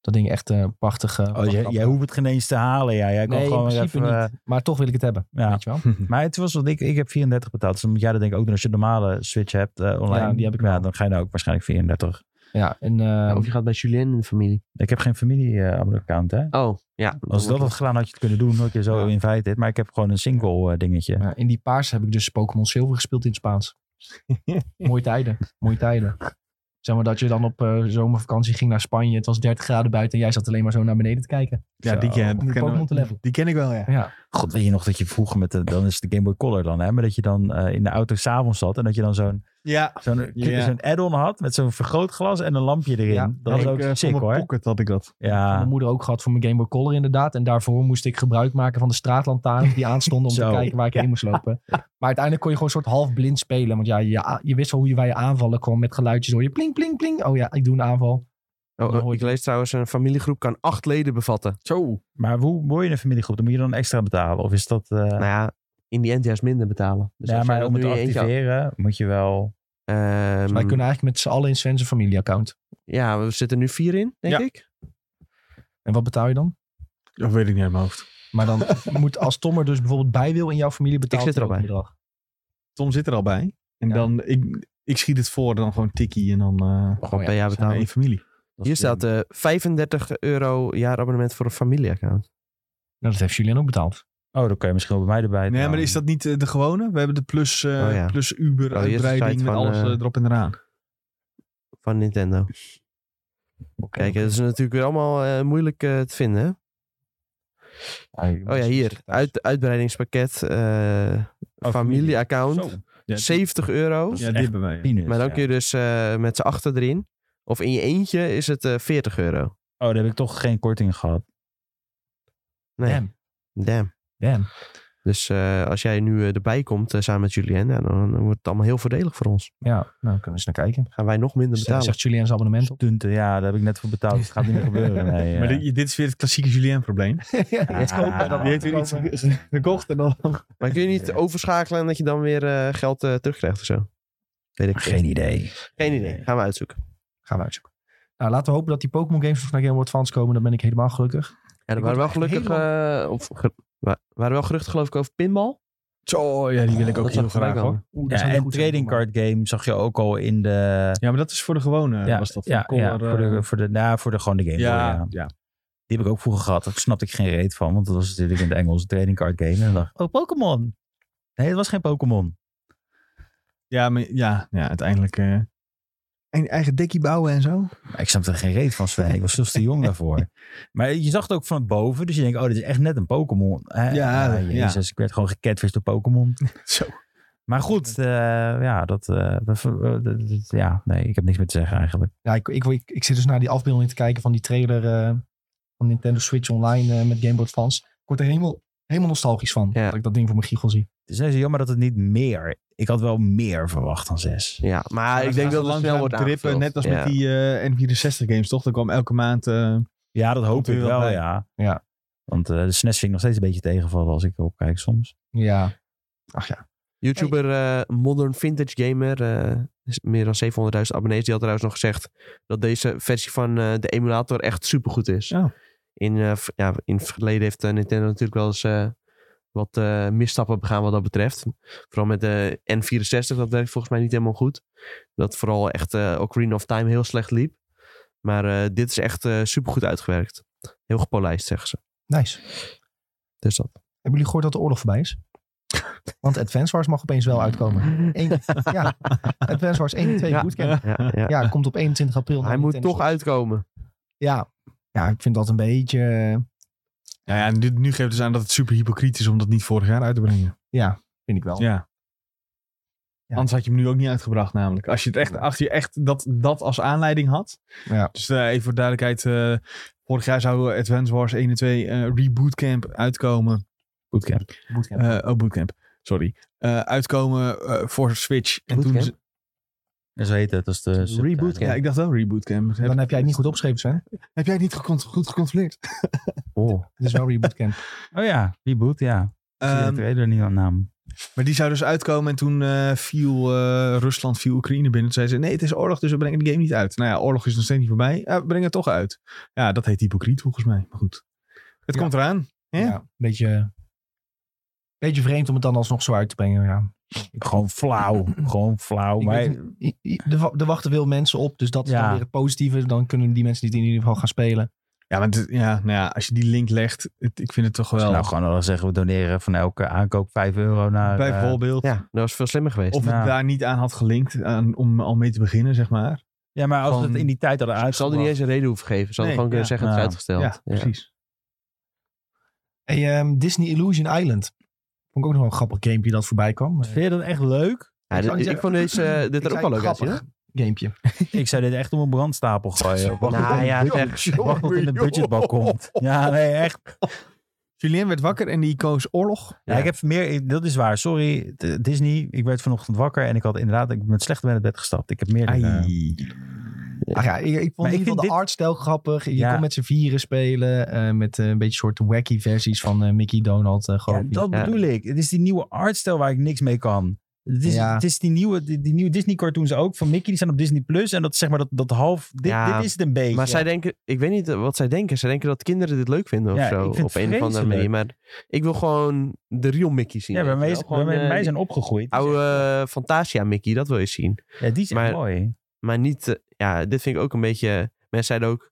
Speaker 1: Dat ding echt eh prachtig. eh,
Speaker 2: Oh,
Speaker 1: prachtig
Speaker 2: jij, jij
Speaker 1: apparaat.
Speaker 2: hoeft het geen eens te halen. Ja. Jij kan
Speaker 1: nee, in
Speaker 2: gewoon
Speaker 1: principe
Speaker 2: even, eh,
Speaker 1: niet. Maar toch wil ik het hebben.
Speaker 2: ja.
Speaker 1: Weet je wel?
Speaker 2: Maar het was wat ik, ik heb 34 betaald. Dus dan moet jij dat denk ik ook doen als je een normale Switch hebt eh, online.
Speaker 1: Ja, die heb ik
Speaker 2: ja,
Speaker 1: wel.
Speaker 2: dan ga je nou ook waarschijnlijk 34.
Speaker 1: Ja, en eh,
Speaker 3: Ja, of je gaat bij Julien in de familie.
Speaker 2: Ik heb geen familie-account, hè?
Speaker 3: Oh, ja. dan
Speaker 2: Als ik dat
Speaker 3: wordt
Speaker 2: had gedaan, had je het kunnen doen. Had je zo
Speaker 1: Ja.
Speaker 2: invited. Maar ik heb gewoon een single eh, dingetje.
Speaker 1: ja, in die paars heb ik dus Pokémon Silver gespeeld in het
Speaker 2: (laughs)
Speaker 1: Spaans. Mooie tijden. Mooie tijden. Zeg maar dat je dan op eh, zomervakantie ging naar Spanje. Het was 30 graden buiten en jij zat alleen maar zo naar beneden te kijken.
Speaker 4: ja,
Speaker 2: Zo.
Speaker 4: die ken,
Speaker 1: Om de
Speaker 4: ken-
Speaker 1: Pokémon te levelen.
Speaker 4: die ken ik wel, ja.
Speaker 1: Ja.
Speaker 2: God, weet je nog dat je vroeger met de, dan is het de Game Boy Color dan, hè? Maar dat je dan eh, in de auto s'avonds zat en dat je dan zo'n
Speaker 4: Ja,
Speaker 2: zo'n
Speaker 4: Ja.
Speaker 2: zo'n add-on had met zo'n vergrootglas en een lampje erin.
Speaker 1: Ja.
Speaker 2: dat was
Speaker 4: ik,
Speaker 2: ook
Speaker 4: eh, van
Speaker 2: sick
Speaker 4: mijn
Speaker 2: hoor.
Speaker 4: pocket had ik dat.
Speaker 1: mijn
Speaker 2: Ja,
Speaker 1: moeder ook gehad voor mijn Game Boy Color inderdaad. En daarvoor moest ik gebruik maken van de straatlantaarns die aanstonden om
Speaker 3: (laughs)
Speaker 1: te
Speaker 2: Zo.
Speaker 1: kijken waar ik heen moest lopen. Maar uiteindelijk kon je gewoon een soort half blind spelen. Want ja, je, je wist wel hoe je bij je aanvallen kwam met geluidjes. Hoor je pling, pling, pling. Oh ja, ik doe een aanval.
Speaker 3: Oh,
Speaker 1: Dan hoor
Speaker 3: ik
Speaker 1: je-
Speaker 3: lees trouwens, een familiegroep kan acht leden bevatten.
Speaker 4: Zo.
Speaker 2: maar hoe word je een familiegroep? Dan moet je dan extra betalen? Of is dat... eh,
Speaker 4: dus
Speaker 3: Nou ja, in die end juist minder betalen. Dus
Speaker 2: ja,
Speaker 3: als jij
Speaker 2: maar
Speaker 3: dat
Speaker 2: om het
Speaker 3: nu
Speaker 2: te
Speaker 3: in je eentje-
Speaker 2: activeren moet je wel...
Speaker 3: Ehm,
Speaker 1: Dus wij kunnen eigenlijk met z'n allen in Sven's familieaccount.
Speaker 3: Ja, we zitten nu vier in, denk
Speaker 4: Ja.
Speaker 3: ik.
Speaker 1: En wat betaal je dan?
Speaker 4: Dat weet ik niet uit mijn hoofd.
Speaker 1: Maar dan (laughs) moet als Tom er dus bijvoorbeeld bij wil in jouw familie betalen.
Speaker 3: zit er al bij.
Speaker 1: Bedrag.
Speaker 4: Tom zit er al bij. En
Speaker 1: Ja.
Speaker 4: dan, ik, ik schiet het voor, dan gewoon tikkie en dan eh
Speaker 3: Gewoon
Speaker 1: Oh ja,
Speaker 3: per jaar
Speaker 4: zijn we
Speaker 3: betalen.
Speaker 4: één familie.
Speaker 3: Hier staat eh 35 euro jaarabonnement voor een familieaccount.
Speaker 1: Nou, dat heeft Julien ook betaald.
Speaker 2: Oh, dan kan je misschien wel bij mij erbij.
Speaker 4: Nee, maar
Speaker 2: trouwen.
Speaker 4: is dat niet eh, de gewone? We hebben de plus, eh,
Speaker 3: Oh ja. Oh,
Speaker 4: plus
Speaker 3: hier is de
Speaker 4: Uber-uitbreiding
Speaker 3: site
Speaker 4: met
Speaker 3: van,
Speaker 4: alles
Speaker 3: eh,
Speaker 4: eh, erop en eraan.
Speaker 3: Van Nintendo. Kijk, dat is natuurlijk weer allemaal eh, moeilijk eh, te vinden. hè? Oh ja, hier. Uit, uitbreidingspakket. eh
Speaker 2: Oh,
Speaker 3: familieaccount.
Speaker 2: Zo,
Speaker 4: Ja,
Speaker 3: 70 euro.
Speaker 2: is
Speaker 4: ja,
Speaker 2: echt
Speaker 4: dit bij mij. ja.
Speaker 2: peanuts,
Speaker 3: Maar dan
Speaker 2: ja.
Speaker 3: kun je dus eh, met z'n achter erin. Of in je eentje is het eh 40 euro.
Speaker 2: Oh, daar heb ik toch geen korting gehad.
Speaker 3: Nee, damn.
Speaker 1: Damn, damn.
Speaker 3: Dus eh, als jij nu eh, erbij komt eh, samen met Julien, nou, dan, dan wordt het allemaal heel voordelig voor ons.
Speaker 1: Ja, nou kunnen we eens naar kijken.
Speaker 3: Gaan wij nog minder betalen.
Speaker 1: Zegt Julien zijn abonnement
Speaker 3: (laughs)
Speaker 1: op.
Speaker 2: Stunten, ja, daar heb ik net voor betaald. Dat gaat niet meer
Speaker 4: (laughs)
Speaker 2: gebeuren. Nee, ja.
Speaker 4: Maar dit, dit is weer het klassieke Julien-probleem.
Speaker 1: ja,
Speaker 2: ik hoop dat-
Speaker 4: Die heeft weer iets ge- gekocht en dan...
Speaker 3: Maar kun je niet overschakelen en dat je dan weer eh, geld eh, terugkrijgt of zo? Weet ik
Speaker 2: Geen idee.
Speaker 3: Geen idee. Gaan we uitzoeken.
Speaker 1: Gaan we uitzoeken. Nou, laten we hopen dat die Pokémon games nog naar Game Boy Advance komen. Dan ben ik helemaal gelukkig.
Speaker 3: Ja, er
Speaker 1: Ik
Speaker 3: waren wel
Speaker 1: word echt
Speaker 3: gelukkig... eh, of, ge- wa- waren wel geruchten geloof ik over pinbal.
Speaker 4: Zo, ja, die wil ik ook
Speaker 3: Dat
Speaker 4: heel
Speaker 3: zag ik
Speaker 4: graag
Speaker 3: voorbij
Speaker 4: hoor.
Speaker 1: Oeh, dat
Speaker 2: Ja,
Speaker 1: zou niet
Speaker 2: en
Speaker 1: goed zijn,
Speaker 2: trading
Speaker 1: maar-
Speaker 2: card game zag je ook al in de...
Speaker 4: Ja, maar dat is voor de gewone, eh,
Speaker 2: Ja,
Speaker 4: was dat.
Speaker 2: ja,
Speaker 4: Color,
Speaker 2: ja, voor
Speaker 4: eh,
Speaker 2: de, voor de, nou, voor de gewoon de game. Boy,
Speaker 4: ja,
Speaker 2: ja.
Speaker 4: ja.
Speaker 2: Die heb ik ook vroeger gehad. Daar snapte ik geen reet van, want dat was natuurlijk in het Engels een trading card game. En dan dacht ik, oh, Pokémon. Nee, het was geen Pokémon.
Speaker 4: Ja, maar, ja, ja, uiteindelijk eh, En je eigen dekkie bouwen en zo.
Speaker 2: Maar ik snapte er geen reet van, Sven. Ik was zelfs te jong (laughs) daarvoor. Maar je zag het ook van boven. Dus je denkt, oh, dit is echt net een Pokémon. Hè?
Speaker 4: Ja,
Speaker 2: jezus. Ik werd gewoon gecatfished door (laughs) Pokémon.
Speaker 4: Zo.
Speaker 2: Maar goed, eh, ja, dat, eh, we- we- we- dat- dat- ja, nee, ik heb niks meer te zeggen eigenlijk.
Speaker 1: Ja, ik, ik, ik, ik zit dus naar die afbeelding te kijken van die trailer eh, van Nintendo Switch Online eh, met Game Boy Advance. Ik word er helemaal, helemaal nostalgisch van
Speaker 3: Ja.
Speaker 1: dat ik dat ding voor mijn giegel zie.
Speaker 2: Het is net zo jammer dat het niet meer... Ik had wel meer verwacht dan zes.
Speaker 3: Ja, maar ik denk dat het snel wordt aangevuld.
Speaker 4: drippen, Net als
Speaker 3: Ja.
Speaker 4: met die eh, N64 games, toch? Dan kwam elke maand... eh,
Speaker 2: Ja, dat hoop
Speaker 4: er
Speaker 2: ik
Speaker 4: wel
Speaker 2: wel,
Speaker 4: bij.
Speaker 2: ja.
Speaker 1: Ja.
Speaker 2: Want eh, de SNES vind ik nog steeds een beetje tegenvallen als ik erop kijk soms.
Speaker 1: Ja. Ach ja.
Speaker 3: YouTuber eh, Modern Vintage Gamer, eh, is meer dan 700.000 abonnees, die had trouwens nog gezegd dat deze versie van eh, de emulator echt supergoed is.
Speaker 4: Oh.
Speaker 3: In, eh, v- ja, in het verleden heeft eh, Nintendo natuurlijk wel eens eh, wat eh, misstappen begaan wat dat betreft. Vooral met de N64, dat werkt volgens mij niet helemaal goed. Dat vooral echt eh Ocarina of Time heel slecht liep. Maar eh, dit is echt eh, supergoed uitgewerkt. Heel gepolijst, zeggen ze.
Speaker 1: Nice.
Speaker 3: Dus dat.
Speaker 1: Hebben jullie gehoord dat de oorlog voorbij is? Want Advance Wars mag opeens wel uitkomen. Eén- ja, Advance Wars 1 en 2
Speaker 3: Ja.
Speaker 1: bootcamp.
Speaker 3: Ja, ja.
Speaker 1: Ja, komt op 21 april. naar
Speaker 3: Hij moet
Speaker 1: Nintendo
Speaker 3: toch uitkomen.
Speaker 1: Switch. Ja. ja, ik vind dat een beetje... eh,
Speaker 4: Nou ja, nu, nu geeft het dus aan dat het super hypocriet is om dat niet vorig jaar uit te brengen.
Speaker 1: ja, vind ik wel.
Speaker 4: Ja.
Speaker 1: Ja.
Speaker 4: Anders had je hem nu ook niet uitgebracht namelijk. Als je, het echt, als je echt dat, dat als aanleiding had.
Speaker 1: Ja.
Speaker 4: Dus eh, even voor de duidelijkheid. eh, vorig jaar zou eh, Advance Wars 1 en 2 eh, Reboot Camp uitkomen.
Speaker 2: Bootcamp.
Speaker 1: Bootcamp.
Speaker 4: Eh, oh, Bootcamp. Sorry. Eh, uitkomen eh, voor Switch. En
Speaker 3: Bootcamp?
Speaker 4: ze-
Speaker 2: En zo heet het. Dat is de subtitle.
Speaker 3: Reboot,
Speaker 4: ja, ik dacht wel Reboot Camp. Heb,
Speaker 1: Dan heb jij het niet goed opgeschreven, Sven.
Speaker 4: heb jij het niet gecont- goed gecontroleerd?
Speaker 3: Oh.
Speaker 1: Het is wel weer
Speaker 2: (laughs)
Speaker 1: bootcamp.
Speaker 2: Oh ja, reboot, ja. Ik zie eh. de
Speaker 4: Ehm,
Speaker 2: trailer niet aan naam.
Speaker 4: Maar die zou dus uitkomen en toen eh, viel eh, Rusland, viel Oekraïne binnen. Toen zei ze, nee, het is oorlog, dus we brengen de game niet uit. Nou ja, oorlog is nog steeds niet voorbij. Ja, we brengen het toch uit. Ja, dat heet hypocriet volgens mij. Maar goed, het
Speaker 1: Ja.
Speaker 4: komt eraan. Hè?
Speaker 1: Ja, een beetje, beetje vreemd om het dan alsnog zo uit te brengen. Ja.
Speaker 2: Gewoon (clears throat) flauw. gewoon flauw.
Speaker 1: Ik
Speaker 2: Maar
Speaker 1: weet niet, i- i- Er wa- er wachten veel mensen op, dus dat is
Speaker 2: Ja.
Speaker 1: dan weer het positieve. Dan kunnen die mensen die het in ieder geval gaan spelen.
Speaker 4: Ja, want het- ja, nou ja, als je die link legt, het- ik vind het toch wel...
Speaker 2: nou, gewoon al zeggen we doneren van elke aankoop 5 euro naar. eh,
Speaker 4: bijvoorbeeld,
Speaker 3: Ja, dat was veel slimmer geweest.
Speaker 4: of het
Speaker 2: nou.
Speaker 4: daar niet aan had gelinkt aan, om al mee te beginnen, zeg maar.
Speaker 2: ja, maar als we het
Speaker 4: van-
Speaker 2: in die tijd hadden
Speaker 3: Ze hadden
Speaker 2: uitgebracht.
Speaker 3: niet eens een reden hoeven geven. Ze hadden
Speaker 4: Nee,
Speaker 3: gewoon kunnen
Speaker 4: ja.
Speaker 3: zeggen het is
Speaker 2: Ja.
Speaker 4: Nou, Ja,
Speaker 3: uitgesteld.
Speaker 4: precies.
Speaker 1: Hey, ehm, Disney Illusion Island. Vond ik ook nog wel een grappig gamepje dat voorbij kwam.
Speaker 2: Vind je dat echt (laughs) leuk?
Speaker 3: Ja,
Speaker 1: Ik zou
Speaker 3: dit-
Speaker 1: niet
Speaker 3: ik,
Speaker 1: zeggen-
Speaker 3: vond deze, eh, dit er ook wel leuk uitzien.
Speaker 1: grappig gamepje.
Speaker 2: Ik zou dit echt op een brandstapel gooien. Wacht
Speaker 3: Nou ja, zeg.
Speaker 2: wacht tot het in (laughs) de budgetbak komt. Ja, nee, echt.
Speaker 4: Julien werd wakker en die koos oorlog.
Speaker 2: Ja,
Speaker 3: Ja.
Speaker 2: ik heb meer. Dat is waar. Sorry, D- Disney. Ik werd vanochtend wakker en ik had inderdaad. Ik ben met slecht ben uit bed gestapt. Ik heb meer. dan, eh,
Speaker 1: Ach ja, ik, ik vond
Speaker 2: Maar
Speaker 1: in ieder geval
Speaker 2: ik vind
Speaker 1: de
Speaker 2: dit-
Speaker 1: artstijl grappig. Je
Speaker 2: Ja.
Speaker 1: kon met z'n vieren spelen. eh, met eh, een beetje soort wacky versies van eh, Mickey, Donald. eh
Speaker 2: Ja,
Speaker 1: gewoon.
Speaker 2: dat
Speaker 3: Ja.
Speaker 2: bedoel ik. Het is die nieuwe artstijl waar ik niks mee kan. Het is,
Speaker 1: Ja.
Speaker 2: het is die, nieuwe, die, die nieuwe Disney cartoons ook van Mickey. Die zijn op Disney Plus. En dat is zeg maar dat, dat half. Dit,
Speaker 3: Ja,
Speaker 2: dit is het een beetje.
Speaker 3: Maar zij denken, ik weet niet wat zij denken. Zij denken dat kinderen dit leuk vinden of
Speaker 2: Ja,
Speaker 3: zo.
Speaker 2: ik vind
Speaker 3: op
Speaker 2: het
Speaker 3: een of andere manier.
Speaker 2: vreselijk.
Speaker 3: Maar ik wil gewoon de real Mickey zien.
Speaker 2: ja, bij
Speaker 3: weet
Speaker 2: mij,
Speaker 3: je
Speaker 2: is,
Speaker 3: wel. Gewoon,
Speaker 2: bij
Speaker 3: eh,
Speaker 2: mij zijn
Speaker 3: die
Speaker 2: opgegroeid. Die
Speaker 3: Oude eh, Fantasia Mickey, dat wil je zien.
Speaker 2: zijn- ja, die zijn
Speaker 3: maar-
Speaker 2: mooi.
Speaker 3: Maar niet, eh, ja, dit vind ik ook een beetje... Mensen zeiden ook,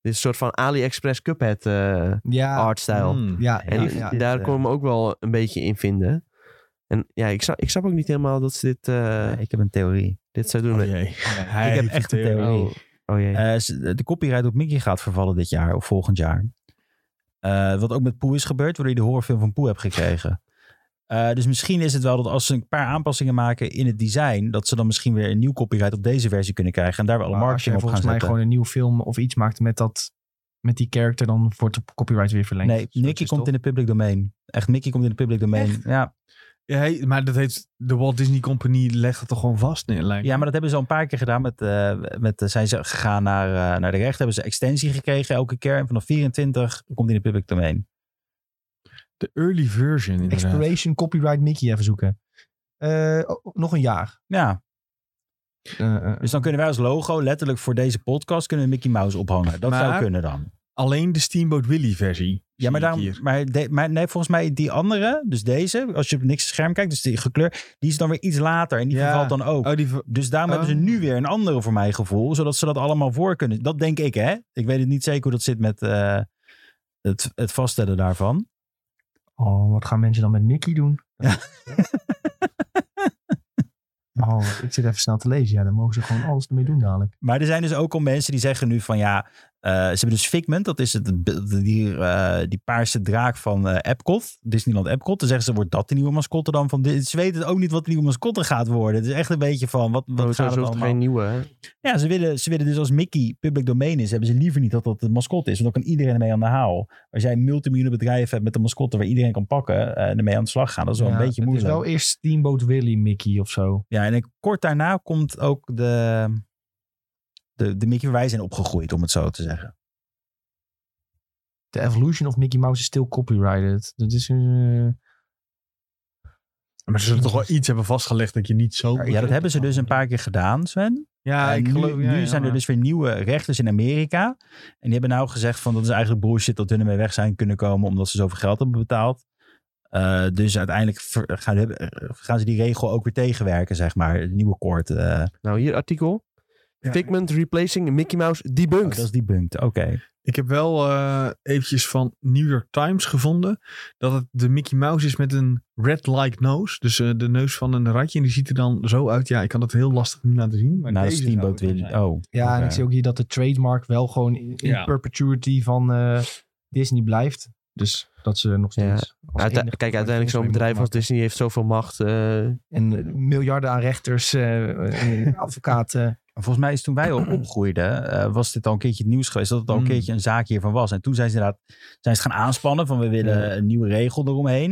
Speaker 3: dit is een soort van AliExpress Cuphead eh
Speaker 1: ja,
Speaker 2: Mm.
Speaker 3: artstyle.
Speaker 4: Hmm.
Speaker 1: ja,
Speaker 2: Ja,
Speaker 3: En
Speaker 1: ja, ja.
Speaker 2: dit,
Speaker 3: daar
Speaker 2: eh,
Speaker 3: kon ik me ook wel een beetje in vinden. En ja, ik snap, ik snap ook niet helemaal dat ze dit, eh,
Speaker 2: Ja, ik heb een theorie.
Speaker 3: dit zou doen.
Speaker 4: Oh
Speaker 3: met-
Speaker 4: jee. Hij
Speaker 2: ik heb
Speaker 4: heeft
Speaker 2: echt een theorie.
Speaker 3: Oh, oh jee.
Speaker 2: Eh, s- de copyright op Mickey gaat vervallen dit jaar of volgend jaar. Eh, wat ook met Poe is gebeurd, waardoor je de horrorfilm van Poe hebt gekregen. Eh, dus misschien is het wel dat als ze een paar aanpassingen maken in het design, dat ze dan misschien weer een nieuw copyright op deze versie kunnen krijgen en daar wel alle
Speaker 1: Maar als je
Speaker 2: marketing op gaan
Speaker 1: volgens mij
Speaker 2: zetten.
Speaker 1: gewoon een nieuwe film of iets maakt met, dat, met die character, dan wordt de copyright weer verlengd.
Speaker 2: Nee, Mickey komt in het public domein. Echt, Mickey komt in het public domein. Ja.
Speaker 4: Ja, hey, maar dat heeft de Walt Disney Company legt het toch gewoon vast neer. Lijkt. me.
Speaker 2: ja, maar dat hebben ze al een paar keer gedaan. Met, eh, met, eh, zijn ze gegaan naar, eh, naar de recht, hebben ze extensie gekregen elke keer. En vanaf 24 komt hij in het public domein.
Speaker 4: de early version inderdaad.
Speaker 1: Expiration copyright Mickey even zoeken. Eh, oh, oh, nog een jaar.
Speaker 2: Ja,
Speaker 1: Eh, eh,
Speaker 2: dus dan kunnen wij als logo letterlijk voor deze podcast kunnen we Mickey Mouse ophangen. Dat zou
Speaker 4: Maar-
Speaker 2: kunnen dan.
Speaker 4: Alleen de Steamboat Willie versie.
Speaker 2: Ja, maar, daarom, maar, de- maar nee, volgens mij die andere, dus deze, als je op niks scherm kijkt, dus die gekleurd, die is dan weer iets later en die
Speaker 4: Ja.
Speaker 2: vervalt dan ook.
Speaker 4: Oh, die ver-
Speaker 2: Dus daarom
Speaker 4: Oh.
Speaker 2: hebben ze nu weer een andere voor mijn gevoel, zodat ze dat allemaal voor kunnen. Dat denk ik, hè? Ik weet het niet zeker hoe dat zit met eh, het, het vaststellen daarvan.
Speaker 1: oh, wat gaan mensen dan met Mickey doen? Oh, ik zit even snel te lezen. Ja, dan mogen ze gewoon alles ermee doen dadelijk.
Speaker 2: Maar er zijn dus ook al mensen die zeggen nu van ja, eh, ze hebben dus Figment, dat is het, be- die, eh, die paarse draak van eh, Epcot, Disneyland Epcot. Dan zeggen ze, wordt dat de nieuwe mascotte dan van dit? Ze weten ook niet wat de nieuwe mascotte gaat worden. Het is echt een beetje van, wat,
Speaker 3: Maar
Speaker 1: Oh,
Speaker 2: wat
Speaker 3: we
Speaker 2: gaat het
Speaker 3: zoeken
Speaker 2: allemaal?
Speaker 3: geen nieuwe. hè?
Speaker 2: Ja, ze willen, ze willen dus als Mickey public domein is, hebben ze liever niet dat dat de mascotte is. Want dan kan iedereen ermee aan de haal. Als jij een multimiljoenen bedrijf hebt met een mascotte waar iedereen kan pakken en ermee aan de slag gaan, dat is wel
Speaker 1: Ja,
Speaker 2: een beetje moeilijk.
Speaker 1: Het is wel eerst Steamboat Willie Mickey of zo.
Speaker 2: Ja, en ik- kort daarna komt ook de, de, de Mickey waar wij zijn opgegroeid, om het zo te zeggen.
Speaker 4: Oh,
Speaker 1: The Evolution of Mickey Mouse is still copyrighted. Dat is... eh,
Speaker 4: Maar ze zullen toch wel iets hebben vastgelegd dat je niet zo...
Speaker 2: Ja, dat hebben ze dus een paar keer gedaan, Sven.
Speaker 4: Ja,
Speaker 2: En
Speaker 4: ik
Speaker 2: nu,
Speaker 4: geloof... ja,
Speaker 2: nu
Speaker 4: ja,
Speaker 2: zijn er
Speaker 4: maar-
Speaker 2: dus weer nieuwe rechters in Amerika. En die hebben nou gezegd van dat is eigenlijk bullshit dat hun ermee weg zijn kunnen komen omdat ze zoveel geld hebben betaald. Eh, dus uiteindelijk ver- gaan, eh, gaan ze die regel ook weer tegenwerken, zeg maar. Het nieuwe koord. eh. Oh,
Speaker 3: Nou, hier artikel.
Speaker 4: Ja.
Speaker 3: Figment replacing Mickey Mouse
Speaker 2: dat
Speaker 3: debunked.
Speaker 2: is debunked. Oké.
Speaker 4: Ik heb wel eh, eventjes van New York Times gevonden dat het de Mickey Mouse is met een red-like nose. Dus eh, de neus van een ratje. En die ziet er dan zo uit. Ja, ik kan dat heel lastig nu laten zien. Maar
Speaker 2: Nou, de
Speaker 4: deze
Speaker 2: Steamboat
Speaker 4: zou het dan
Speaker 2: weer. Oh.
Speaker 1: ja, en
Speaker 2: oké.
Speaker 1: ik zie ook hier dat de trademark wel gewoon in in
Speaker 4: Ja.
Speaker 1: perpetuity van eh, Disney blijft. Dus dat ze nog
Speaker 3: Ja.
Speaker 1: steeds... als
Speaker 3: Uite-
Speaker 1: enige-
Speaker 3: kijk, uiteindelijk zo'n
Speaker 1: enige-
Speaker 3: bedrijf als Disney heeft zoveel macht. eh,
Speaker 1: En eh, miljarden aan rechters, eh,
Speaker 3: (laughs)
Speaker 1: eh, advocaten.
Speaker 2: Volgens mij is toen wij al opgroeiden, eh, was dit al een keertje het nieuws geweest dat het al een
Speaker 4: Mm.
Speaker 2: keertje een zaak hiervan was. En toen zijn ze inderdaad zijn ze het gaan aanspannen van we willen
Speaker 3: Ja.
Speaker 2: een nieuwe regel eromheen.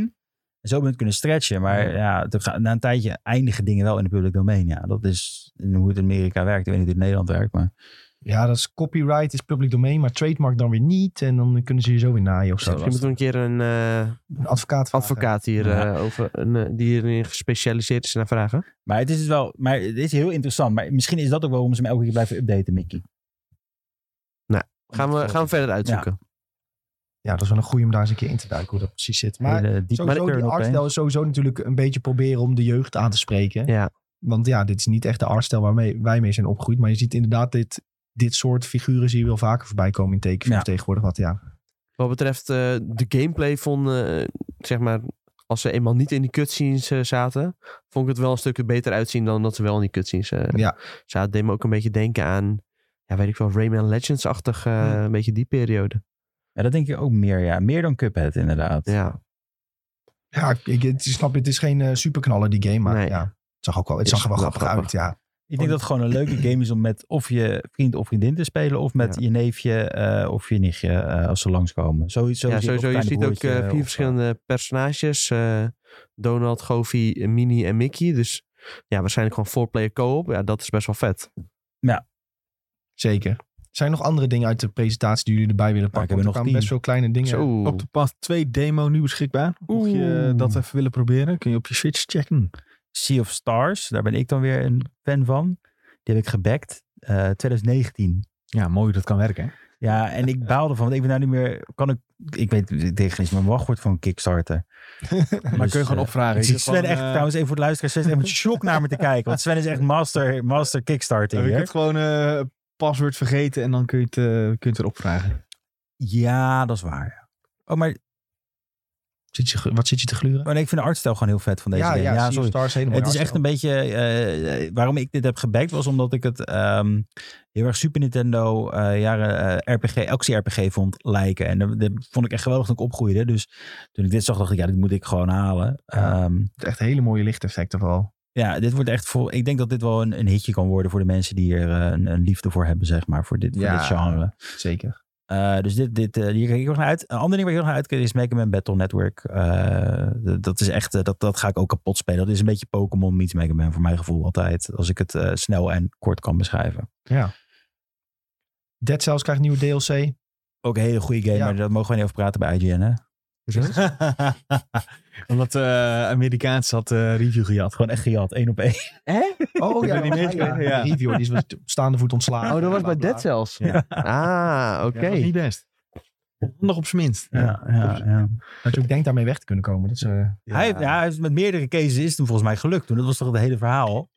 Speaker 2: En zo hebben we het kunnen stretchen. Maar ja, toen ga- na een tijdje eindigen dingen wel in het public domein. Ja, dat is hoe het in Amerika werkt. Ik weet niet hoe het in Nederland werkt, maar
Speaker 1: Ja, dat is copyright, is public domein, maar trademark dan weer niet. En dan kunnen ze je zo weer naaien of zo.
Speaker 3: misschien moeten we een keer een eh,
Speaker 1: Een advocaat vragen.
Speaker 3: advocaat hier
Speaker 2: Ja.
Speaker 3: eh, over, een, eh, die hierin gespecialiseerd is naar vragen.
Speaker 2: Maar het is dus wel, maar het is heel interessant. Maar misschien is dat ook waarom ze hem elke keer blijven updaten, Mickey.
Speaker 3: Gaan we, gaan we verder uitzoeken.
Speaker 1: Ja, dat is wel een goeie om daar eens een keer in te duiken hoe dat precies zit. Maar
Speaker 2: Hele diepe
Speaker 1: sowieso, die
Speaker 2: turn
Speaker 1: artstijl
Speaker 2: opeens.
Speaker 1: is sowieso natuurlijk een beetje proberen om de jeugd aan te spreken.
Speaker 3: Ja.
Speaker 1: Want ja, dit is niet echt de artstijl waarmee wij mee zijn opgegroeid. Maar je ziet inderdaad dit, dit soort figuren zie je wel vaker voorbij komen in tekenfilms
Speaker 2: Ja.
Speaker 1: tegenwoordig. Wat ja,
Speaker 3: Wat betreft eh, de gameplay van, eh, zeg maar, als ze eenmaal niet in die cutscenes eh, zaten, vond ik het wel een stukje beter uitzien dan dat ze wel in die cutscenes eh,
Speaker 1: Ja.
Speaker 3: zaten. Deed me ook een beetje denken aan, ja, weet ik wel, Rayman Legends-achtig, eh,
Speaker 1: Ja.
Speaker 3: een beetje die periode.
Speaker 2: Ja, dat denk ik ook meer, ja. Meer dan Cuphead, inderdaad.
Speaker 3: Ja,
Speaker 1: ja ik, ik snap je, het is geen eh, superknaller die game. Maar
Speaker 3: Nee.
Speaker 1: ja, het zag ook wel, het
Speaker 3: Is
Speaker 1: zag er wel
Speaker 3: wel
Speaker 1: grappig, uit.
Speaker 3: grappig.
Speaker 1: Ja.
Speaker 2: Ik denk dat het gewoon een leuke game is om met of je vriend of vriendin te spelen. Of met
Speaker 3: Ja.
Speaker 2: je neefje eh, of je nichtje eh, als ze langskomen. Zoiets,
Speaker 3: ja
Speaker 2: zoiets,
Speaker 3: sowieso.
Speaker 2: of
Speaker 3: Je
Speaker 2: kleine
Speaker 3: ziet ook
Speaker 2: broertje
Speaker 3: eh,
Speaker 2: of
Speaker 3: vier
Speaker 2: zo.
Speaker 3: verschillende personages. eh, Donald, Goofy, Minnie en Mickey. Dus ja, waarschijnlijk gewoon four-player co-op. Ja, dat is best wel vet.
Speaker 1: Zeker. Zijn er nog andere dingen uit de presentatie die jullie erbij willen
Speaker 2: ik
Speaker 1: pakken?
Speaker 2: heb er
Speaker 1: Want
Speaker 2: nog
Speaker 1: er kwamen
Speaker 2: tien.
Speaker 1: best veel kleine dingen.
Speaker 3: Zo.
Speaker 4: Op de Path 2 demo nu beschikbaar. Mocht je eh,
Speaker 2: Oeh.
Speaker 4: dat even willen proberen, kun je op je Switch checken.
Speaker 2: Sea of Stars, daar ben ik dan weer een fan van. Die heb ik gebackt. eh, 2019.
Speaker 4: Ja, mooi hoe dat kan (laughs) werken. hè?
Speaker 2: Ja, en ik baalde van, want ik ben nou niet meer, kan ik, ik weet tegen niet eens mijn wachtwoord van Kickstarter. Dus,
Speaker 4: Maar kun je gewoon opvragen.
Speaker 2: Ik
Speaker 4: Is
Speaker 2: zit
Speaker 4: het
Speaker 2: Sven
Speaker 4: gewoon,
Speaker 2: echt,
Speaker 4: eh,
Speaker 2: trouwens even voor de luisteraars, Sven is echt met shock naar me te kijken. Want Sven is echt master, master Kickstarter
Speaker 4: Heb ik
Speaker 2: hier.
Speaker 4: het gewoon eh paswoord vergeten en dan kun je het, eh, kun je het erop vragen.
Speaker 2: Ja, dat is waar. ja. Oh, maar,
Speaker 1: Zit je, ge- wat zit je te gluren?
Speaker 2: maar Oh, nee, ik vind de artstijl gewoon heel vet van deze
Speaker 1: ja,
Speaker 2: game.
Speaker 1: ja, Sea of
Speaker 2: sorry.
Speaker 1: Stars helemaal.
Speaker 2: Het is echt een beetje. eh, eh, waarom ik dit heb gebackt was omdat ik het ehm, heel erg Super Nintendo eh, jaren eh, RPG, actie-RPG vond lijken. En dat, dat vond ik echt geweldig toen ik opgroeide. Dus toen ik dit zag, dacht ik, ja, dit moet ik gewoon halen.
Speaker 1: Ja.
Speaker 2: Ehm,
Speaker 1: echt hele mooie lichteffecten vooral.
Speaker 2: ja, dit wordt echt vol. Ik denk dat dit wel een, een hitje kan worden voor de mensen die hier eh, een, een liefde voor hebben, zeg maar, voor dit, voor
Speaker 1: Ja.
Speaker 2: dit genre.
Speaker 1: Zeker.
Speaker 2: Eh, dus dit, dit, eh, hier kijk ik ook naar uit. Een ander ding waar ik heel erg naar uitkijk is Mega Man Battle Network. Eh, d- dat is echt, eh, dat, dat ga ik ook kapot spelen. Dat is een beetje Pokémon meets Mega Man voor mijn gevoel altijd. Als ik het eh, snel en kort kan beschrijven.
Speaker 1: Ja. Dead Cells krijgt nieuwe DLC.
Speaker 2: Ook een hele goede game,
Speaker 1: Ja.
Speaker 2: maar daar mogen we niet over praten bij IGN. Hè?
Speaker 4: Omdat eh Amerikaans had eh, review gejat.
Speaker 2: Gewoon echt gejat, één op één.
Speaker 1: Oh
Speaker 4: ja, dat was hij, ja.
Speaker 1: De reviewer die is met staande voet ontslagen.
Speaker 3: Oh, dat was bij Dead
Speaker 1: Cells.
Speaker 3: Cells.
Speaker 4: Ja.
Speaker 3: Ah, oké.
Speaker 4: Ja, dat was niet best. Nog op zijn minst.
Speaker 1: Dat je ook denkt daarmee weg te kunnen komen. Dat is, eh,
Speaker 2: Hij, heeft- ja, hij heeft met meerdere cases is het hem volgens mij gelukt toen. Dat was toch het hele verhaal.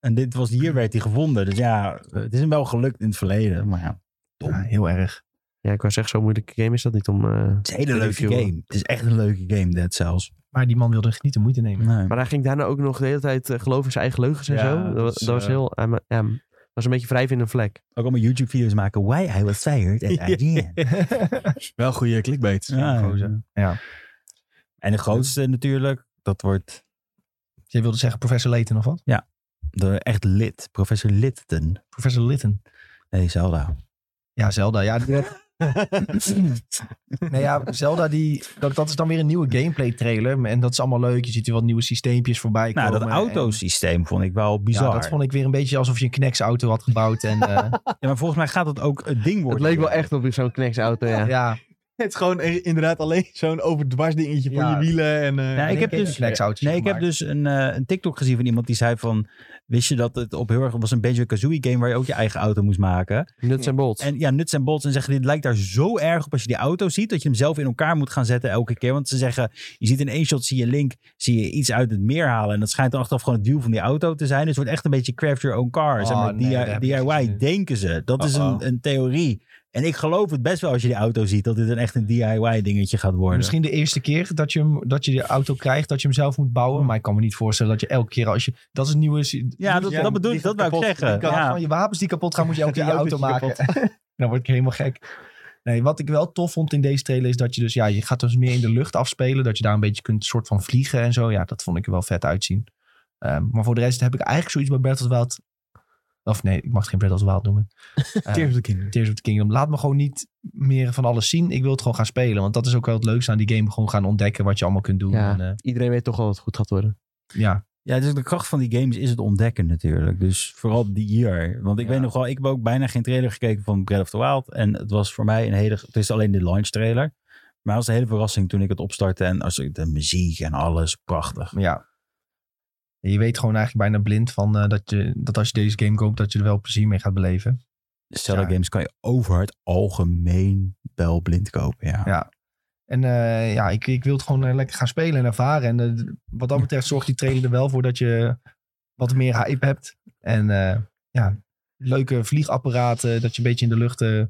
Speaker 2: En dit was, hier werd hij gevonden. Dus ja, het is hem wel gelukt in het verleden. Maar ja,
Speaker 1: ja, heel erg.
Speaker 3: Ja, ik wou zeggen, zo'n moeilijke game is dat niet om... eh,
Speaker 2: Het is een hele
Speaker 3: te
Speaker 2: leuke
Speaker 3: reviewen.
Speaker 2: game. Het is echt een leuke game, Dead Cells.
Speaker 1: Maar die man wilde echt niet de moeite nemen.
Speaker 2: Nee.
Speaker 3: Maar hij ging daarna ook nog de hele tijd eh, geloven in zijn eigen leugens en
Speaker 4: Ja,
Speaker 3: zo. Dat,
Speaker 4: dat
Speaker 3: was-
Speaker 4: is,
Speaker 3: dat was
Speaker 4: eh,
Speaker 3: heel... hij ma- ja, was een beetje wrijf in een vlek.
Speaker 2: Ook allemaal YouTube-video's maken. Why I was fired at IGN.
Speaker 4: Wel goede clickbait.
Speaker 2: gozer.
Speaker 1: Ja.
Speaker 2: En de grootste natuurlijk, dat wordt
Speaker 1: Jij wilde zeggen professor Layton of wat?
Speaker 2: de echt lid. Professor Litton.
Speaker 1: Professor Lytton.
Speaker 2: Nee, Zelda.
Speaker 1: Ja, Zelda. Ja, die- nee, ja Zelda die, dat, dat is dan weer een nieuwe gameplay trailer. En dat is allemaal leuk. Je ziet hier wat nieuwe systeempjes voorbij komen.
Speaker 2: Nou, dat
Speaker 1: en-
Speaker 2: autosysteem vond ik wel bizar.
Speaker 1: Oh, Ja, dat vond ik weer een beetje alsof je een Knex-auto had gebouwd. En, eh,
Speaker 2: (laughs) Ja, maar volgens mij gaat dat ook een ding
Speaker 3: Het
Speaker 2: worden.
Speaker 3: leek wel echt op zo'n kneksauto, ja.
Speaker 1: ja,
Speaker 4: Het is gewoon eh, inderdaad alleen (laughs) zo'n overdwars dingetje voor
Speaker 1: Ja.
Speaker 4: je wielen. En, eh,
Speaker 2: Ja, ik heb dus-
Speaker 1: Knex-autootje
Speaker 2: Nee, ik heb
Speaker 1: gemaakt.
Speaker 2: dus een, eh, een TikTok gezien van iemand die zei van... Wist je dat het op heel erg... was een Banjo-Kazooie game waar je ook je eigen auto moest maken.
Speaker 3: Nuts en bolts.
Speaker 2: En ja, nuts en bolts. En zeggen, dit lijkt daar zo erg op als je die auto ziet... dat je hem zelf in elkaar moet gaan zetten elke keer. Want ze zeggen, je ziet in één shot, zie je Link... zie je iets uit het meer halen. En dat schijnt dan achteraf gewoon het wiel van die auto te zijn. Dus het wordt echt een beetje craft your own car. zeg
Speaker 1: Oh,
Speaker 2: maar,
Speaker 1: nee,
Speaker 2: DI-
Speaker 1: daar heb ik niks
Speaker 2: DIY,
Speaker 1: in.
Speaker 2: denken ze. Dat is
Speaker 4: Uh-oh.
Speaker 2: een, een theorie. En ik geloof het best wel als je die auto ziet... dat dit een echt een DIY dingetje gaat worden.
Speaker 1: Misschien de eerste keer dat je, hem, dat je de auto krijgt, dat je hem zelf moet bouwen. Maar ik kan me niet voorstellen dat je elke keer als je... Dat is het nieuwe...
Speaker 2: Ja, dat,
Speaker 4: Ja,
Speaker 2: dat bedoel
Speaker 4: die
Speaker 2: ik. Dat wou ik
Speaker 4: kapot-
Speaker 2: zeggen.
Speaker 4: die kan
Speaker 2: Ja.
Speaker 1: Van je wapens die kapot gaan, moet je elke
Speaker 2: (laughs)
Speaker 1: keer je
Speaker 4: Die
Speaker 1: auto
Speaker 4: autootje
Speaker 1: maken. (laughs) Dan word ik helemaal gek. Nee, wat ik wel tof vond in deze trailer is dat je dus... Ja, je gaat dus meer in de lucht afspelen. Dat je daar een beetje kunt soort van vliegen en zo. Ja, dat vond ik er wel vet uitzien. Ehm, maar voor de rest heb ik eigenlijk zoiets bij Breath of the Wild... Of nee, ik mag het geen Breath of the Wild noemen. Eh,
Speaker 4: Tears of the Kingdom.
Speaker 1: Tears of the Kingdom. Laat me gewoon niet meer van alles zien. Ik wil het gewoon gaan spelen. Want dat is ook wel het leukste aan die game. Gewoon gaan ontdekken wat je allemaal kunt doen.
Speaker 3: Ja.
Speaker 1: En, eh,
Speaker 3: Iedereen weet toch wel wat goed gaat worden.
Speaker 1: ja.
Speaker 2: Ja, dus de kracht van die games is het ontdekken natuurlijk. Dus vooral die hier. Want ik
Speaker 1: Ja.
Speaker 2: weet nog wel, ik heb ook bijna geen trailer gekeken van Breath of the Wild. En het was voor mij een hele... Het is alleen de launch trailer. Maar het was een hele verrassing toen ik het opstartte. En als ik de muziek en alles, prachtig.
Speaker 1: maar ja. En Je weet gewoon eigenlijk bijna blind van eh, dat, je, dat als je deze game koopt, dat je er wel plezier mee gaat beleven.
Speaker 2: Zelda
Speaker 1: Ja.
Speaker 2: games kan je over het algemeen wel blind kopen, ja.
Speaker 1: Ja. En eh, ja, ik, ik wil het gewoon eh, lekker gaan spelen en ervaren. En eh, wat dat betreft zorgt die trailer er wel voor dat je wat meer hype hebt. En eh, ja, leuke vliegapparaten, dat je een beetje in de lucht eh, een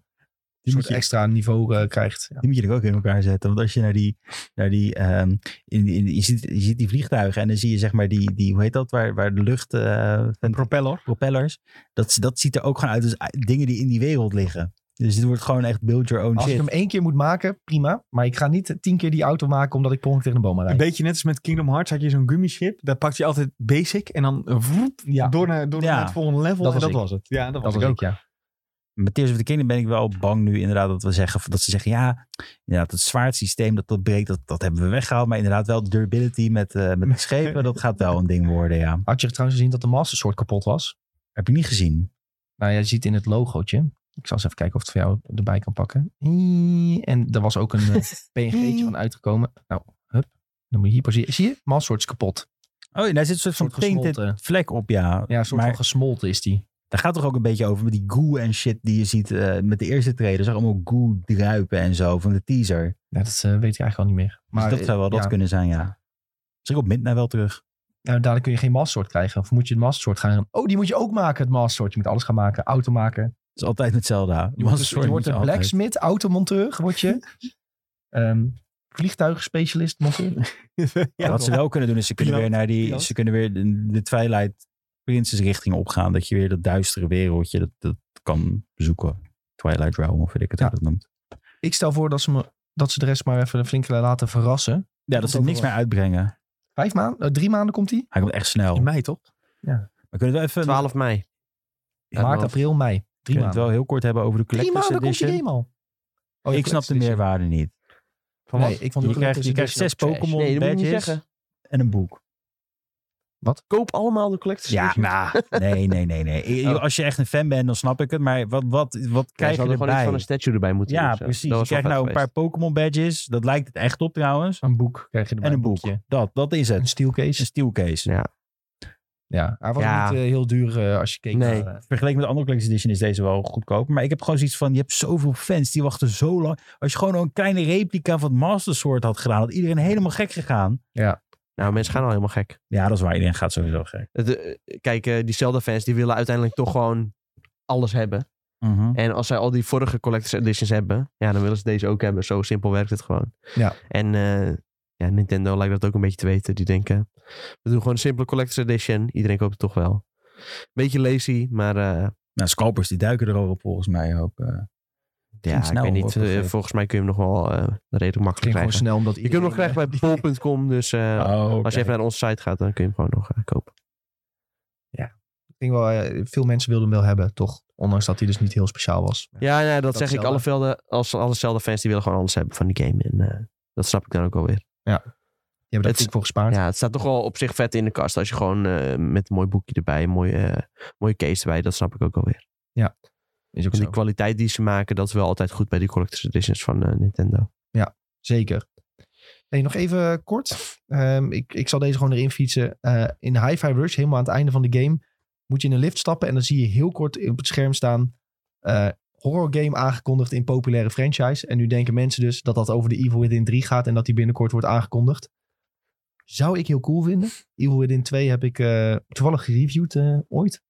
Speaker 1: soort
Speaker 2: moet je-
Speaker 1: extra niveau eh, krijgt. Ja.
Speaker 2: Die moet je er ook in elkaar zetten. Want als je naar die. Naar die ehm, in, in- je, ziet, je ziet die vliegtuigen en dan zie je zeg maar die. die hoe heet dat? Waar, waar de lucht. eh,
Speaker 4: Propeller.
Speaker 2: propellers. Dat, dat ziet er ook gewoon uit als eh, dingen die in die wereld liggen. Dus dit wordt gewoon echt build your own
Speaker 1: Als ik
Speaker 2: shit.
Speaker 1: hem één keer moet maken, prima. Maar ik ga niet tien keer die auto maken omdat ik per ongeluk tegen de boom aan
Speaker 4: Een
Speaker 1: rijd.
Speaker 4: beetje net als met Kingdom Hearts had je zo'n gummy ship. Daar pakte je altijd basic en dan eh, vroep,
Speaker 1: Ja.
Speaker 4: door, naar, door
Speaker 2: Ja.
Speaker 4: naar het volgende level.
Speaker 1: Dat
Speaker 4: en
Speaker 1: was ik.
Speaker 4: het. Ja, dat,
Speaker 1: Dat
Speaker 4: was
Speaker 1: was
Speaker 4: ik
Speaker 1: ook,
Speaker 4: ook.
Speaker 1: ja.
Speaker 2: Met Tears of the Kingdom ben ik wel bang nu inderdaad dat, we zeggen, dat ze zeggen ja, inderdaad het zwaardsysteem dat dat breekt, dat, dat hebben we weggehaald. Maar inderdaad wel de durability met, eh, (laughs) met de schepen, dat gaat wel een ding worden ja.
Speaker 1: Had je trouwens gezien dat de Master Sword kapot was?
Speaker 2: Heb je niet gezien?
Speaker 1: Nou, je ziet in het logootje. Ik zal eens even kijken of het voor jou erbij kan pakken. En er was ook een
Speaker 2: (laughs)
Speaker 1: eh, PNG'tje van uitgekomen. Nou, hup. Dan moet je hier pauzeren. Zie je? Master Sword is kapot.
Speaker 2: Oh, en daar zit een soort van
Speaker 1: Soort gesmolten.
Speaker 2: tainted vlek op ja.
Speaker 1: Ja, een soort
Speaker 2: maar
Speaker 1: van gesmolten is die.
Speaker 2: daar gaat toch ook een beetje over met die goo en shit die je ziet eh, met de eerste trailer. Zag allemaal goo druipen en zo van de teaser. Dus
Speaker 1: Ja, dat eh, weet ik eigenlijk al niet meer. Maar
Speaker 2: dat zou wel
Speaker 1: eh,
Speaker 2: dat
Speaker 1: ja.
Speaker 2: kunnen zijn ja. Misschien op Midnight wel terug.
Speaker 1: Nou, daardoor kun je geen Master Sword krijgen. Of moet je het Master Sword gaan... Oh, die moet je ook maken, het Master Sword. Je moet alles gaan maken. Auto maken.
Speaker 2: Het is altijd met Zelda.
Speaker 1: Je wordt,
Speaker 2: Was
Speaker 1: dus-
Speaker 2: sorry,
Speaker 1: je wordt
Speaker 2: niet
Speaker 1: een
Speaker 2: altijd.
Speaker 1: blacksmith, automonteur, word
Speaker 2: (laughs)
Speaker 1: je. Ehm vliegtuigspecialist,
Speaker 2: (laughs)
Speaker 1: monteur.
Speaker 4: (laughs)
Speaker 2: Ja, wat ze wel kunnen doen is ze kunnen
Speaker 4: Piloot,
Speaker 2: weer naar die,
Speaker 4: piloot.
Speaker 2: ze kunnen weer de, de Twilight Princess richting opgaan. Dat je weer dat duistere wereldje dat, dat kan bezoeken. Twilight Realm of weet ik het
Speaker 1: Ja.
Speaker 2: hoe dat noemt.
Speaker 1: Ik stel voor dat ze, me, dat ze de rest maar even flink laten verrassen.
Speaker 2: Ja, dat ze
Speaker 1: ook
Speaker 2: niks
Speaker 1: wel.
Speaker 2: meer uitbrengen.
Speaker 1: Vijf maanden, eh, drie maanden komt die.
Speaker 2: Hij komt echt snel.
Speaker 4: In mei toch?
Speaker 2: We kunnen het wel even
Speaker 3: 12 mei.
Speaker 1: Maart,
Speaker 3: wel.
Speaker 1: april, mei. Drie
Speaker 2: we kunnen het
Speaker 1: maanden.
Speaker 2: wel heel kort hebben over de
Speaker 1: Drie
Speaker 2: Collector's
Speaker 1: maanden komt die
Speaker 2: Edition.
Speaker 1: game al. Oh, ja,
Speaker 2: ik snap de
Speaker 1: Collector's Edition.
Speaker 2: meerwaarde niet.
Speaker 1: Nee, ik vond de
Speaker 2: Je krijgt,
Speaker 1: Collector's
Speaker 2: je krijgt zes
Speaker 1: Edition ook trash.
Speaker 2: Pokémon
Speaker 3: Nee, dat moet je niet
Speaker 2: badges
Speaker 3: zeggen.
Speaker 2: en een boek.
Speaker 3: Koop allemaal de collectors.
Speaker 2: Ja,
Speaker 3: (laughs)
Speaker 2: nou, nee, nee, nee. nee.
Speaker 3: Oh.
Speaker 1: Als
Speaker 2: Als je echt een fan bent, dan snap ik het. Maar wat, wat, wat
Speaker 3: Krijg
Speaker 2: krijg
Speaker 3: ze
Speaker 2: je
Speaker 3: hadden gewoon iets
Speaker 2: erbij?
Speaker 3: van een statue erbij moeten doen
Speaker 2: Ja,
Speaker 3: of zo. Dat
Speaker 2: precies. Je
Speaker 3: was wel
Speaker 2: krijgt nou een
Speaker 3: vet
Speaker 2: paar
Speaker 3: geweest.
Speaker 2: Pokémon badges. Dat lijkt het echt op trouwens.
Speaker 1: Een boek krijg je erbij.
Speaker 2: En een boek.
Speaker 1: boekje.
Speaker 2: Dat, dat is
Speaker 1: Een
Speaker 2: het. Een
Speaker 1: steelcase.
Speaker 2: steelcase.
Speaker 3: Ja.
Speaker 1: Ja, hij was
Speaker 3: Ja.
Speaker 1: niet eh, heel duur eh, als je keek
Speaker 3: Nee.
Speaker 1: naar... eh,
Speaker 2: Vergeleken met de andere Collector's Edition is deze wel goedkoper. Maar ik heb gewoon zoiets van, je hebt zoveel fans, die wachten zo lang. Als je gewoon een kleine replica van het Master Sword had gedaan, had iedereen helemaal gek gegaan.
Speaker 3: Nou, mensen gaan al helemaal gek.
Speaker 2: Ja, dat is waar. Iedereen gaat sowieso gek.
Speaker 3: Het, eh, kijk, eh, die Zelda-fans die willen uiteindelijk toch gewoon alles hebben.
Speaker 2: Mhm.
Speaker 3: En als zij al die vorige collectors editions hebben, ja, dan willen ze deze ook hebben. Zo simpel werkt het gewoon.
Speaker 1: Ja.
Speaker 3: En eh, ja, Nintendo lijkt dat ook een beetje te weten. Die denken, we doen gewoon een simpele collectors edition. Iedereen koopt het toch wel. Beetje lazy, maar eh,
Speaker 2: Nou, scalpers die duiken er al op volgens mij ook. eh.
Speaker 3: ja, ik
Speaker 2: snel
Speaker 3: weet
Speaker 2: op
Speaker 3: niet.
Speaker 2: een
Speaker 3: eh,
Speaker 2: gegeven-
Speaker 3: volgens mij kun je hem nog wel eh, redelijk
Speaker 1: Klinkt
Speaker 3: makkelijk
Speaker 1: gewoon
Speaker 3: krijgen.
Speaker 1: snel. Omdat
Speaker 3: Je kunt hem nog krijgen
Speaker 1: (laughs)
Speaker 3: bij bol.com, dus eh,
Speaker 2: oh, oké.
Speaker 3: als je even naar onze site gaat, dan kun je hem gewoon nog eh, kopen.
Speaker 1: denk wel, eh, veel mensen wilden hem wel hebben, toch? Ondanks dat hij dus niet heel speciaal was.
Speaker 3: Ja, nou ja dat, zeg ik.
Speaker 1: Zelda.
Speaker 3: Alle, velden, als, alle Zelda fans die willen gewoon alles hebben van die game. En eh, dat snap ik dan ook alweer.
Speaker 1: Die hebben
Speaker 3: Het-
Speaker 1: daar goed voor gespaard.
Speaker 3: Ja, het staat toch wel op zich vet in de kast. Als je gewoon eh, met een mooi boekje erbij, een mooie, eh, mooie case erbij, dat snap ik ook alweer.
Speaker 1: Is ook zo.
Speaker 3: Want die kwaliteit die ze maken, dat is wel altijd goed bij die collector's editions van eh, Nintendo.
Speaker 1: Zeker. Nee, nog even eh, kort. Ehm, ik, ik zal deze gewoon erin fietsen. Eh, in Hi-Fi Rush, helemaal aan het einde van de game, moet je in een lift stappen en dan zie je heel kort op het scherm staan eh, horror game aangekondigd in populaire franchise. En nu denken mensen dus dat dat over de Evil Within 3 gaat en dat die binnenkort wordt aangekondigd. Zou ik heel cool vinden. Evil Within 2 heb ik eh, toevallig gereviewd eh, ooit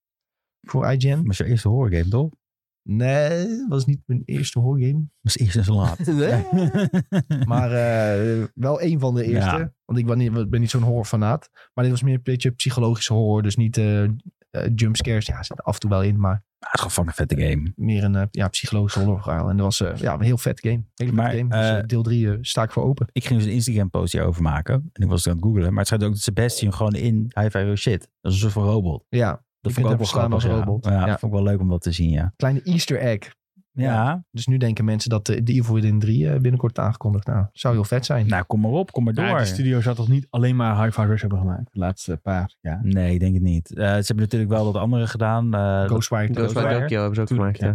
Speaker 1: voor IGN.
Speaker 2: Maar is je eerste horrorgame, toch?
Speaker 1: Nee, was niet mijn eerste horrorgame.
Speaker 2: Dat is eerst en zo
Speaker 3: (laughs)
Speaker 2: laat. (laughs)
Speaker 3: Nee?
Speaker 1: Maar eh, wel één van de eerste.
Speaker 2: Ja.
Speaker 1: Want ik ben niet, ben niet zo'n horrorfanaat. Maar dit was meer een beetje psychologische horror. Dus niet eh eh, jumpscares. Ja, zit er af en toe wel in. Maar
Speaker 2: Ja, het is gewoon een vette game.
Speaker 1: meer een eh, ja, psychologische horror. verhaal. En dat was eh, ja, een heel vet game. Hele
Speaker 2: Maar,
Speaker 1: vet game. Dus, eh,
Speaker 2: eh,
Speaker 1: deel 3 sta ik voor open.
Speaker 2: Ik ging dus een Instagram post hierover maken. En ik was het aan het googlen. Maar het schijnt ook dat Sebastian gewoon in Hi-Fi Rush zit. Dat is een soort van robot.
Speaker 1: Ja,
Speaker 2: Dat
Speaker 1: Je
Speaker 2: vond ik ook
Speaker 1: kunt
Speaker 2: wel
Speaker 1: hem verslaan
Speaker 2: grappig.
Speaker 1: als
Speaker 2: ja.
Speaker 1: robot.
Speaker 2: Ja,
Speaker 1: Ja.
Speaker 2: dat vond ik wel leuk om dat te zien, ja.
Speaker 1: kleine easter egg.
Speaker 2: Ja,
Speaker 1: Dus nu denken mensen dat eh, de Evil Within 3 eh, binnenkort wordt aangekondigd. Nou, zou heel vet zijn.
Speaker 2: nou kom maar op, kom maar door.
Speaker 4: Ja, die studio zou toch niet alleen maar High Rush hebben gemaakt de laatste paar jaar?
Speaker 2: Nee, ik denk het niet. Eh, ze hebben natuurlijk wel dat andere gedaan. eh, dat-
Speaker 1: Ghostwire Tokyo.
Speaker 3: Ghost Rider Tokyo hebben ze ook gemaakt, ja.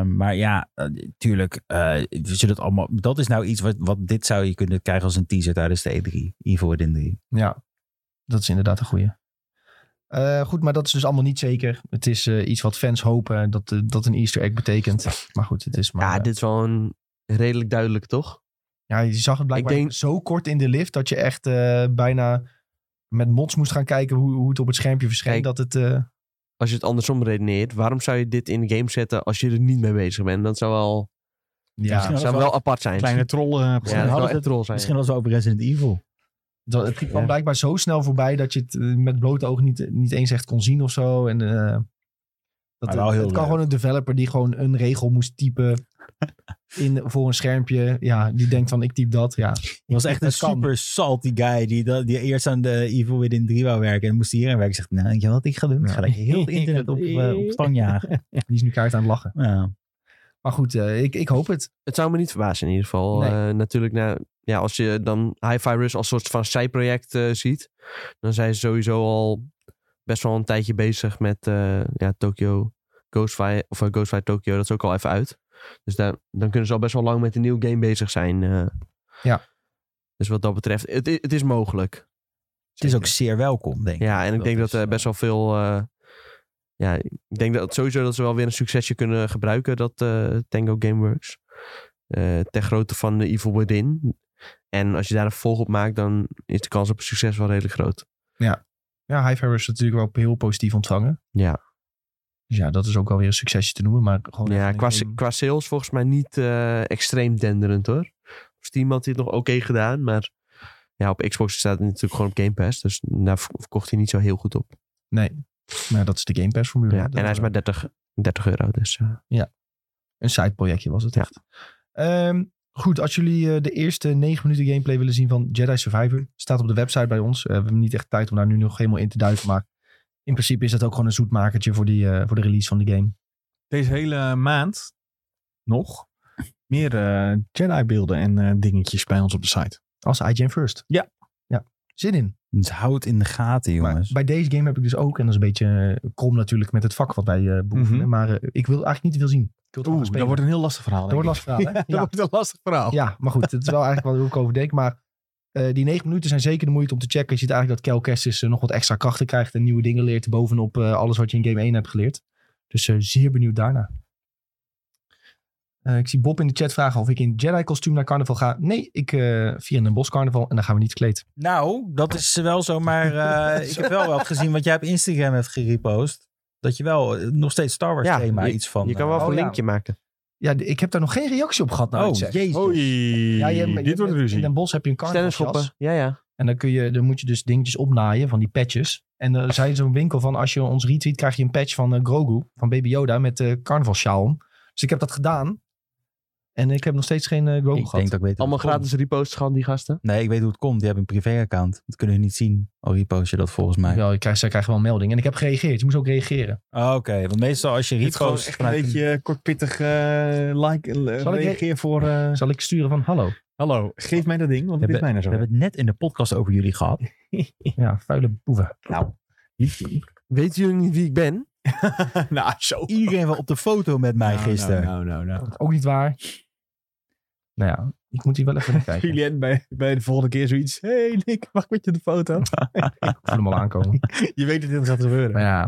Speaker 2: Eh, maar ja, eh, tuurlijk, eh, we zullen het allemaal, dat is nou iets wat, wat dit zou je kunnen krijgen als een teaser tijdens de E E3. Evil Within 3.
Speaker 1: Ja, dat is inderdaad een goeie. Eh, goed, maar dat is dus allemaal niet zeker. Het is eh, iets wat fans hopen dat, eh, dat een easter egg betekent. Maar goed, het is maar...
Speaker 3: Ja,
Speaker 1: eh,
Speaker 3: dit is wel een redelijk duidelijk, toch?
Speaker 1: ja je zag het blijkbaar
Speaker 3: Ik denk-
Speaker 1: zo kort in de lift dat je echt eh, bijna met mods moest gaan kijken hoe, hoe het op het schermpje verscheen.
Speaker 3: Kijk.
Speaker 1: Dat het, eh,
Speaker 3: Als je het andersom redeneert, waarom zou je dit in de game zetten als je er niet mee bezig bent? Dat zou wel,
Speaker 1: ja,
Speaker 2: Misschien-
Speaker 3: zou
Speaker 2: wel
Speaker 3: wel apart zijn.
Speaker 4: Kleine trollen. eh,
Speaker 3: ja, dat
Speaker 2: hadden
Speaker 3: zou
Speaker 2: ze
Speaker 3: echt
Speaker 2: het-
Speaker 3: troll zijn.
Speaker 2: Misschien was het over Resident Evil.
Speaker 1: dat, het kwam
Speaker 3: Ja.
Speaker 1: blijkbaar zo snel voorbij dat je het eh, met blote ogen niet, niet eens echt kon zien of zo. En, eh, dat,
Speaker 2: Maar wel heel
Speaker 1: het kan
Speaker 2: leuk.
Speaker 1: gewoon een developer die gewoon een regel moest
Speaker 3: (laughs)
Speaker 1: typen in, voor een schermpje. Ja, die denkt van ik typ dat. Ja,
Speaker 2: Het was echt een
Speaker 1: Het kan.
Speaker 2: super salty guy die, dat- die eerst aan de Evil Within 3 wou werken. En moest hier aan werken. Zegt, nou, weet je wat ik ga doen? (laughs) Ik ga
Speaker 1: Ja.
Speaker 2: lekker heel het internet op, eh, op stang jagen.
Speaker 1: Die is nu kaart aan het lachen.
Speaker 2: Ja.
Speaker 1: Maar goed, eh, ik, ik hoop het.
Speaker 3: Het zou me niet verbazen in ieder geval.
Speaker 1: Nee.
Speaker 3: Eh, natuurlijk, nou, ja, als je dan Hi-Fi Rush als soort van zijproject eh, ziet, dan zijn ze sowieso al best wel een tijdje bezig met eh, ja, Tokyo Ghostfire, of eh, Ghostfire Tokyo. Dat is ook al even uit. Dus daar, dan kunnen ze al best wel lang met een nieuw game bezig zijn. eh.
Speaker 1: Ja.
Speaker 3: Dus wat dat betreft, het, i- het is mogelijk.
Speaker 2: Het is ook zeer welkom, denk ik.
Speaker 3: Ja, en ik
Speaker 2: Dat
Speaker 3: denk dat
Speaker 2: is,
Speaker 3: er
Speaker 2: eh,
Speaker 3: best wel veel. eh, ja, ik denk dat sowieso dat ze wel weer een succesje kunnen gebruiken, dat eh, Tango Gameworks. Eh ten grootte van de Evil Within. En als je daar een volg op maakt, dan is de kans op een succes wel redelijk groot.
Speaker 1: Ja, Hive is natuurlijk wel heel positief ontvangen.
Speaker 3: Ja,
Speaker 1: Dus ja, dat is ook alweer een succesje te noemen. Maar gewoon
Speaker 3: ja
Speaker 1: even een
Speaker 3: qua,
Speaker 1: game-
Speaker 3: qua sales volgens mij niet eh, extreem denderend hoor. Steam had dit nog oké gedaan, maar ja, op Xbox staat het natuurlijk gewoon op Game Pass. Dus daar ver- verkocht hij niet zo heel goed op.
Speaker 1: Nee, maar dat is de Game Pass formule.
Speaker 3: Ja,
Speaker 1: Dat
Speaker 3: en hij is
Speaker 1: eh,
Speaker 3: maar 30, 30 euro, dus eh,
Speaker 1: Een sideprojectje was het
Speaker 3: Ja.
Speaker 1: echt. Ehm, goed, als jullie eh, de eerste negen minuten gameplay willen zien van Jedi Survivor, staat op de website bij ons. Eh, we hebben niet echt tijd om daar nu nog helemaal in te duiken, maar in principe is dat ook gewoon een zoetmakertje voor, die, eh, voor de release van de game.
Speaker 4: Deze hele maand nog meer eh, Jedi-beelden en eh, dingetjes bij ons op de site.
Speaker 1: Als IGN First.
Speaker 4: Ja.
Speaker 1: ja. Zin in.
Speaker 2: Dus houd het in de gaten, jongens.
Speaker 1: Maar bij deze game heb ik dus ook, en dat is een beetje eh, krom natuurlijk met het vak wat wij eh beoefenen,
Speaker 4: Mhm.
Speaker 1: maar eh, ik wil eigenlijk niet veel zien. Ik wil het
Speaker 4: Oeh,
Speaker 1: gewoon
Speaker 4: dat
Speaker 1: spelen.
Speaker 4: wordt een heel lastig verhaal.
Speaker 1: dat wordt lastig verhaal,
Speaker 4: (laughs)
Speaker 1: hè?
Speaker 4: Dat
Speaker 1: Ja.
Speaker 4: wordt een lastig verhaal.
Speaker 1: ja, maar goed, het is wel eigenlijk wat hoe ik over denk, maar eh, die negen minuten zijn zeker de moeite om te checken. Je ziet eigenlijk dat Kel Kestis eh, nog wat extra krachten krijgt en nieuwe dingen leert bovenop eh, alles wat je in game 1 hebt geleerd. Dus eh, zeer benieuwd daarna. Eh, ik zie Bob in de chat vragen of ik in Jedi-kostuum naar carnaval ga. Nee, ik eh via een boscarnaval en dan gaan we niet gekleed.
Speaker 2: (laughs) Nou, dat is wel zo, maar eh, ik heb wel wel gezien wat jij op Instagram hebt gerepost. Dat je wel eh, nog steeds Star Wars
Speaker 3: Ja,
Speaker 2: thema iets van...
Speaker 3: Je kan
Speaker 2: eh,
Speaker 3: wel even
Speaker 1: oh,
Speaker 3: een
Speaker 1: ja.
Speaker 3: linkje maken.
Speaker 1: Ja, d- ik heb daar nog geen reactie op gehad. Nou,
Speaker 2: Oh,
Speaker 1: ik zeg.
Speaker 2: jezus.
Speaker 4: Oei,
Speaker 1: Ja, je- je-
Speaker 4: dit wordt ruzie.
Speaker 1: In Den Bosch heb je een
Speaker 3: Stennis
Speaker 1: carnavalsjas.
Speaker 3: Ja, ja.
Speaker 1: En dan, kun je, dan moet je dus dingetjes opnaaien van die patches. En er zei zo'n winkel van als je ons retweet krijg je een patch van eh, Grogu, van Baby Yoda met eh carnavalsjaal om. Dus ik heb dat gedaan. En ik heb nog steeds geen eh, Grogu
Speaker 2: Ik
Speaker 1: gehad.
Speaker 2: denk dat ik weet hoe
Speaker 3: Allemaal
Speaker 2: het komt.
Speaker 3: gratis reposts gaan die gasten.
Speaker 2: Nee, ik weet hoe het komt. Die hebben een privéaccount. Dat kunnen we niet zien. Al repost je dat volgens mij.
Speaker 1: Ja, ik krijg, zij krijgen wel een melding. En ik heb gereageerd. Je moest ook reageren.
Speaker 2: Ah, Oké, want meestal als je
Speaker 4: Dit is gewoon
Speaker 2: repost
Speaker 4: echt een
Speaker 2: vanuit...
Speaker 4: beetje eh, kortpittig eh, like, eh,
Speaker 1: Zal ik re-
Speaker 4: reageer voor... eh,
Speaker 1: Zal ik sturen van hallo?
Speaker 4: Hallo, geef mij dat ding, want het is bijna
Speaker 2: we
Speaker 4: zo.
Speaker 2: hebben het net in de podcast over jullie gehad.
Speaker 1: Ja, vuile boeven.
Speaker 3: Weten jullie niet wie ik ben?
Speaker 4: (laughs) nou, zo.
Speaker 2: Iedereen was op de foto met mij gisteren.
Speaker 4: Nou, nou, nou.
Speaker 1: Ook niet waar. Nou ja, ik moet die wel even
Speaker 4: (laughs)
Speaker 1: kijken. Ik
Speaker 4: Julien bij, bij de volgende keer zoiets. hey Nick, mag ik met je de foto?
Speaker 1: voel hem al aankomen.
Speaker 4: je weet dat dit gaat gebeuren.
Speaker 1: Maar ja.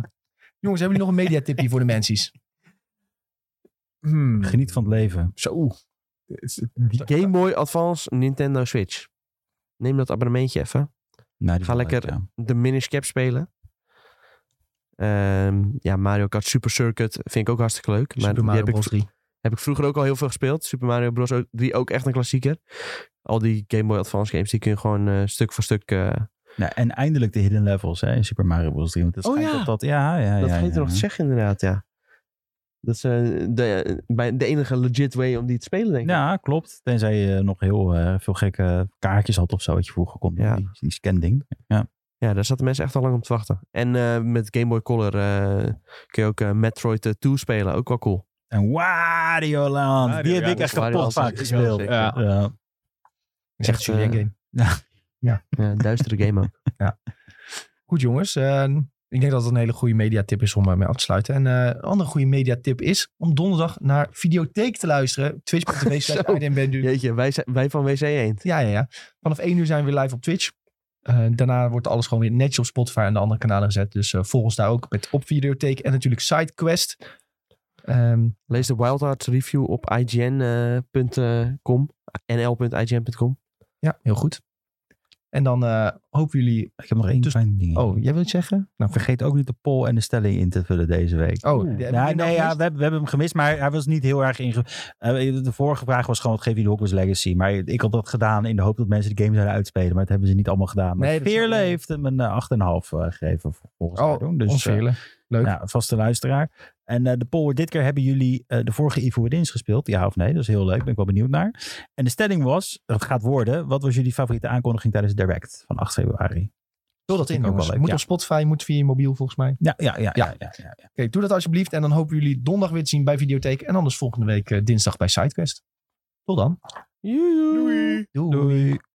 Speaker 1: Jongens, hebben jullie nog een mediatipje voor de mensies?
Speaker 3: nou.
Speaker 4: Hmm.
Speaker 2: Geniet van het leven.
Speaker 4: Zo. Die
Speaker 3: Game Boy Advance Nintendo Switch. Neem dat abonnementje even.
Speaker 2: Nou, die
Speaker 3: Ga
Speaker 2: is wel
Speaker 3: lekker.
Speaker 2: leuk, ja.
Speaker 3: De Minish Cap spelen. Ehm, ja, Mario Kart Super Circuit vind ik ook hartstikke leuk. Maar
Speaker 1: Super
Speaker 3: die
Speaker 1: Mario
Speaker 3: heb ik
Speaker 1: Bros. 3.
Speaker 3: Heb ik vroeger ook al heel veel gespeeld. Super Mario Bros. 3 ook echt een klassieker. Al die Game Boy Advance games, die kun je gewoon eh, stuk voor stuk... eh,
Speaker 2: Nou, en eindelijk de hidden levels hè, in Super Mario Bros. 3. Want het
Speaker 3: Oh
Speaker 2: schijnt
Speaker 3: ja.
Speaker 2: dat dat... Ja, ja, ja.
Speaker 3: dat vergeet
Speaker 2: ja,
Speaker 3: er nog te
Speaker 2: ja.
Speaker 3: zeggen inderdaad, ja. Dat is eh, de, eh, bij- de enige legit way om die te spelen, denk ik.
Speaker 2: Ja, klopt. Tenzij je nog heel eh, veel gekke kaartjes had of zo, wat je vroeger kon doen.
Speaker 3: Ja.
Speaker 2: Die, die scanding.
Speaker 3: Ja, daar zaten mensen echt al lang om te wachten. En eh, met Game Boy Color eh, kun je ook eh, Metroid eh, 2 spelen. Ook wel cool.
Speaker 2: En Wario Land.
Speaker 4: Wario,
Speaker 2: die heb
Speaker 4: ja,
Speaker 2: ik
Speaker 4: dat
Speaker 2: echt
Speaker 3: is Wario
Speaker 2: kapot
Speaker 3: Land,
Speaker 2: vaak
Speaker 3: dat is
Speaker 2: gespeeld.
Speaker 3: wel
Speaker 2: Ja.
Speaker 4: zeker.
Speaker 2: Ja.
Speaker 1: Dat is echt
Speaker 3: Echt,
Speaker 1: een
Speaker 3: eh,
Speaker 1: game.
Speaker 3: Ja, een duistere game ook.
Speaker 1: Goed jongens, Eh, ik denk dat het een hele goede mediatip is om eh, mee af te sluiten. En eh, een andere goede mediatip is om donderdag naar Videotheek te luisteren.
Speaker 2: (laughs)
Speaker 1: Twitch.tv slash
Speaker 3: Zo.
Speaker 1: IDMBendu.
Speaker 3: (laughs) Jeetje, wij, zijn- wij van WC Eend.
Speaker 1: Ja, ja, ja. Vanaf 1 uur zijn we weer live op Twitch. Eh, daarna wordt alles gewoon weer netjes op Spotify en de andere kanalen gezet. Dus eh volg ons daar ook met op Videotheek en natuurlijk SideQuest. Ehm
Speaker 3: Lees de Wild Arts review op eh, ign.com. nl.ign.com.
Speaker 1: ja, heel goed. En dan eh, hopen jullie...
Speaker 2: Ik heb nog één
Speaker 1: Dus-
Speaker 2: klein ding.
Speaker 1: Oh, jij wilt zeggen? Nou,
Speaker 2: Vergeet ook niet de poll en de stelling in te vullen deze week.
Speaker 1: Oh,
Speaker 4: Oeh.
Speaker 1: die heb ik
Speaker 2: Nou,
Speaker 1: weer nou
Speaker 2: nee, ja,
Speaker 1: gemist.
Speaker 2: we, hebben, we hebben hem gemist, maar hij was niet heel erg inge... eh, De vorige vraag was gewoon, wat geven jullie Hogwarts Legacy? Maar ik had dat gedaan in de hoop dat mensen de game zouden uitspelen, maar dat hebben ze niet allemaal gedaan. Maar
Speaker 1: Nee, dat
Speaker 2: Veerle
Speaker 1: snap ik.
Speaker 2: heeft hem een eh, 8,5 eh, gegeven volgens
Speaker 1: Oh,
Speaker 2: mij doen. Dus,
Speaker 1: Ons
Speaker 2: eh,
Speaker 1: velen. Leuk.
Speaker 2: ja, vaste luisteraar. En eh, de poll, dit keer hebben jullie eh, de vorige Ivo Witins gespeeld. Ja of nee, dat is heel leuk. Ben ik wel benieuwd naar. En de stelling was, dat gaat worden, wat was jullie favoriete aankondiging tijdens Direct van 8 februari?
Speaker 1: Vul dat in,
Speaker 2: Vind ik ook wel
Speaker 1: jongens.
Speaker 2: leuk,
Speaker 1: Je moet
Speaker 2: ja.
Speaker 1: op Spotify, je moet via je mobiel volgens mij.
Speaker 2: Ja, ja, ja. ja,
Speaker 1: Ja.
Speaker 2: ja, ja, ja.
Speaker 1: Oké, doe dat alsjeblieft. En dan hopen we jullie donderdag weer te zien bij Videotheek. En anders volgende week eh, dinsdag bij SideQuest. Tot dan.
Speaker 3: Joejoe.
Speaker 1: Doei.
Speaker 2: Doei.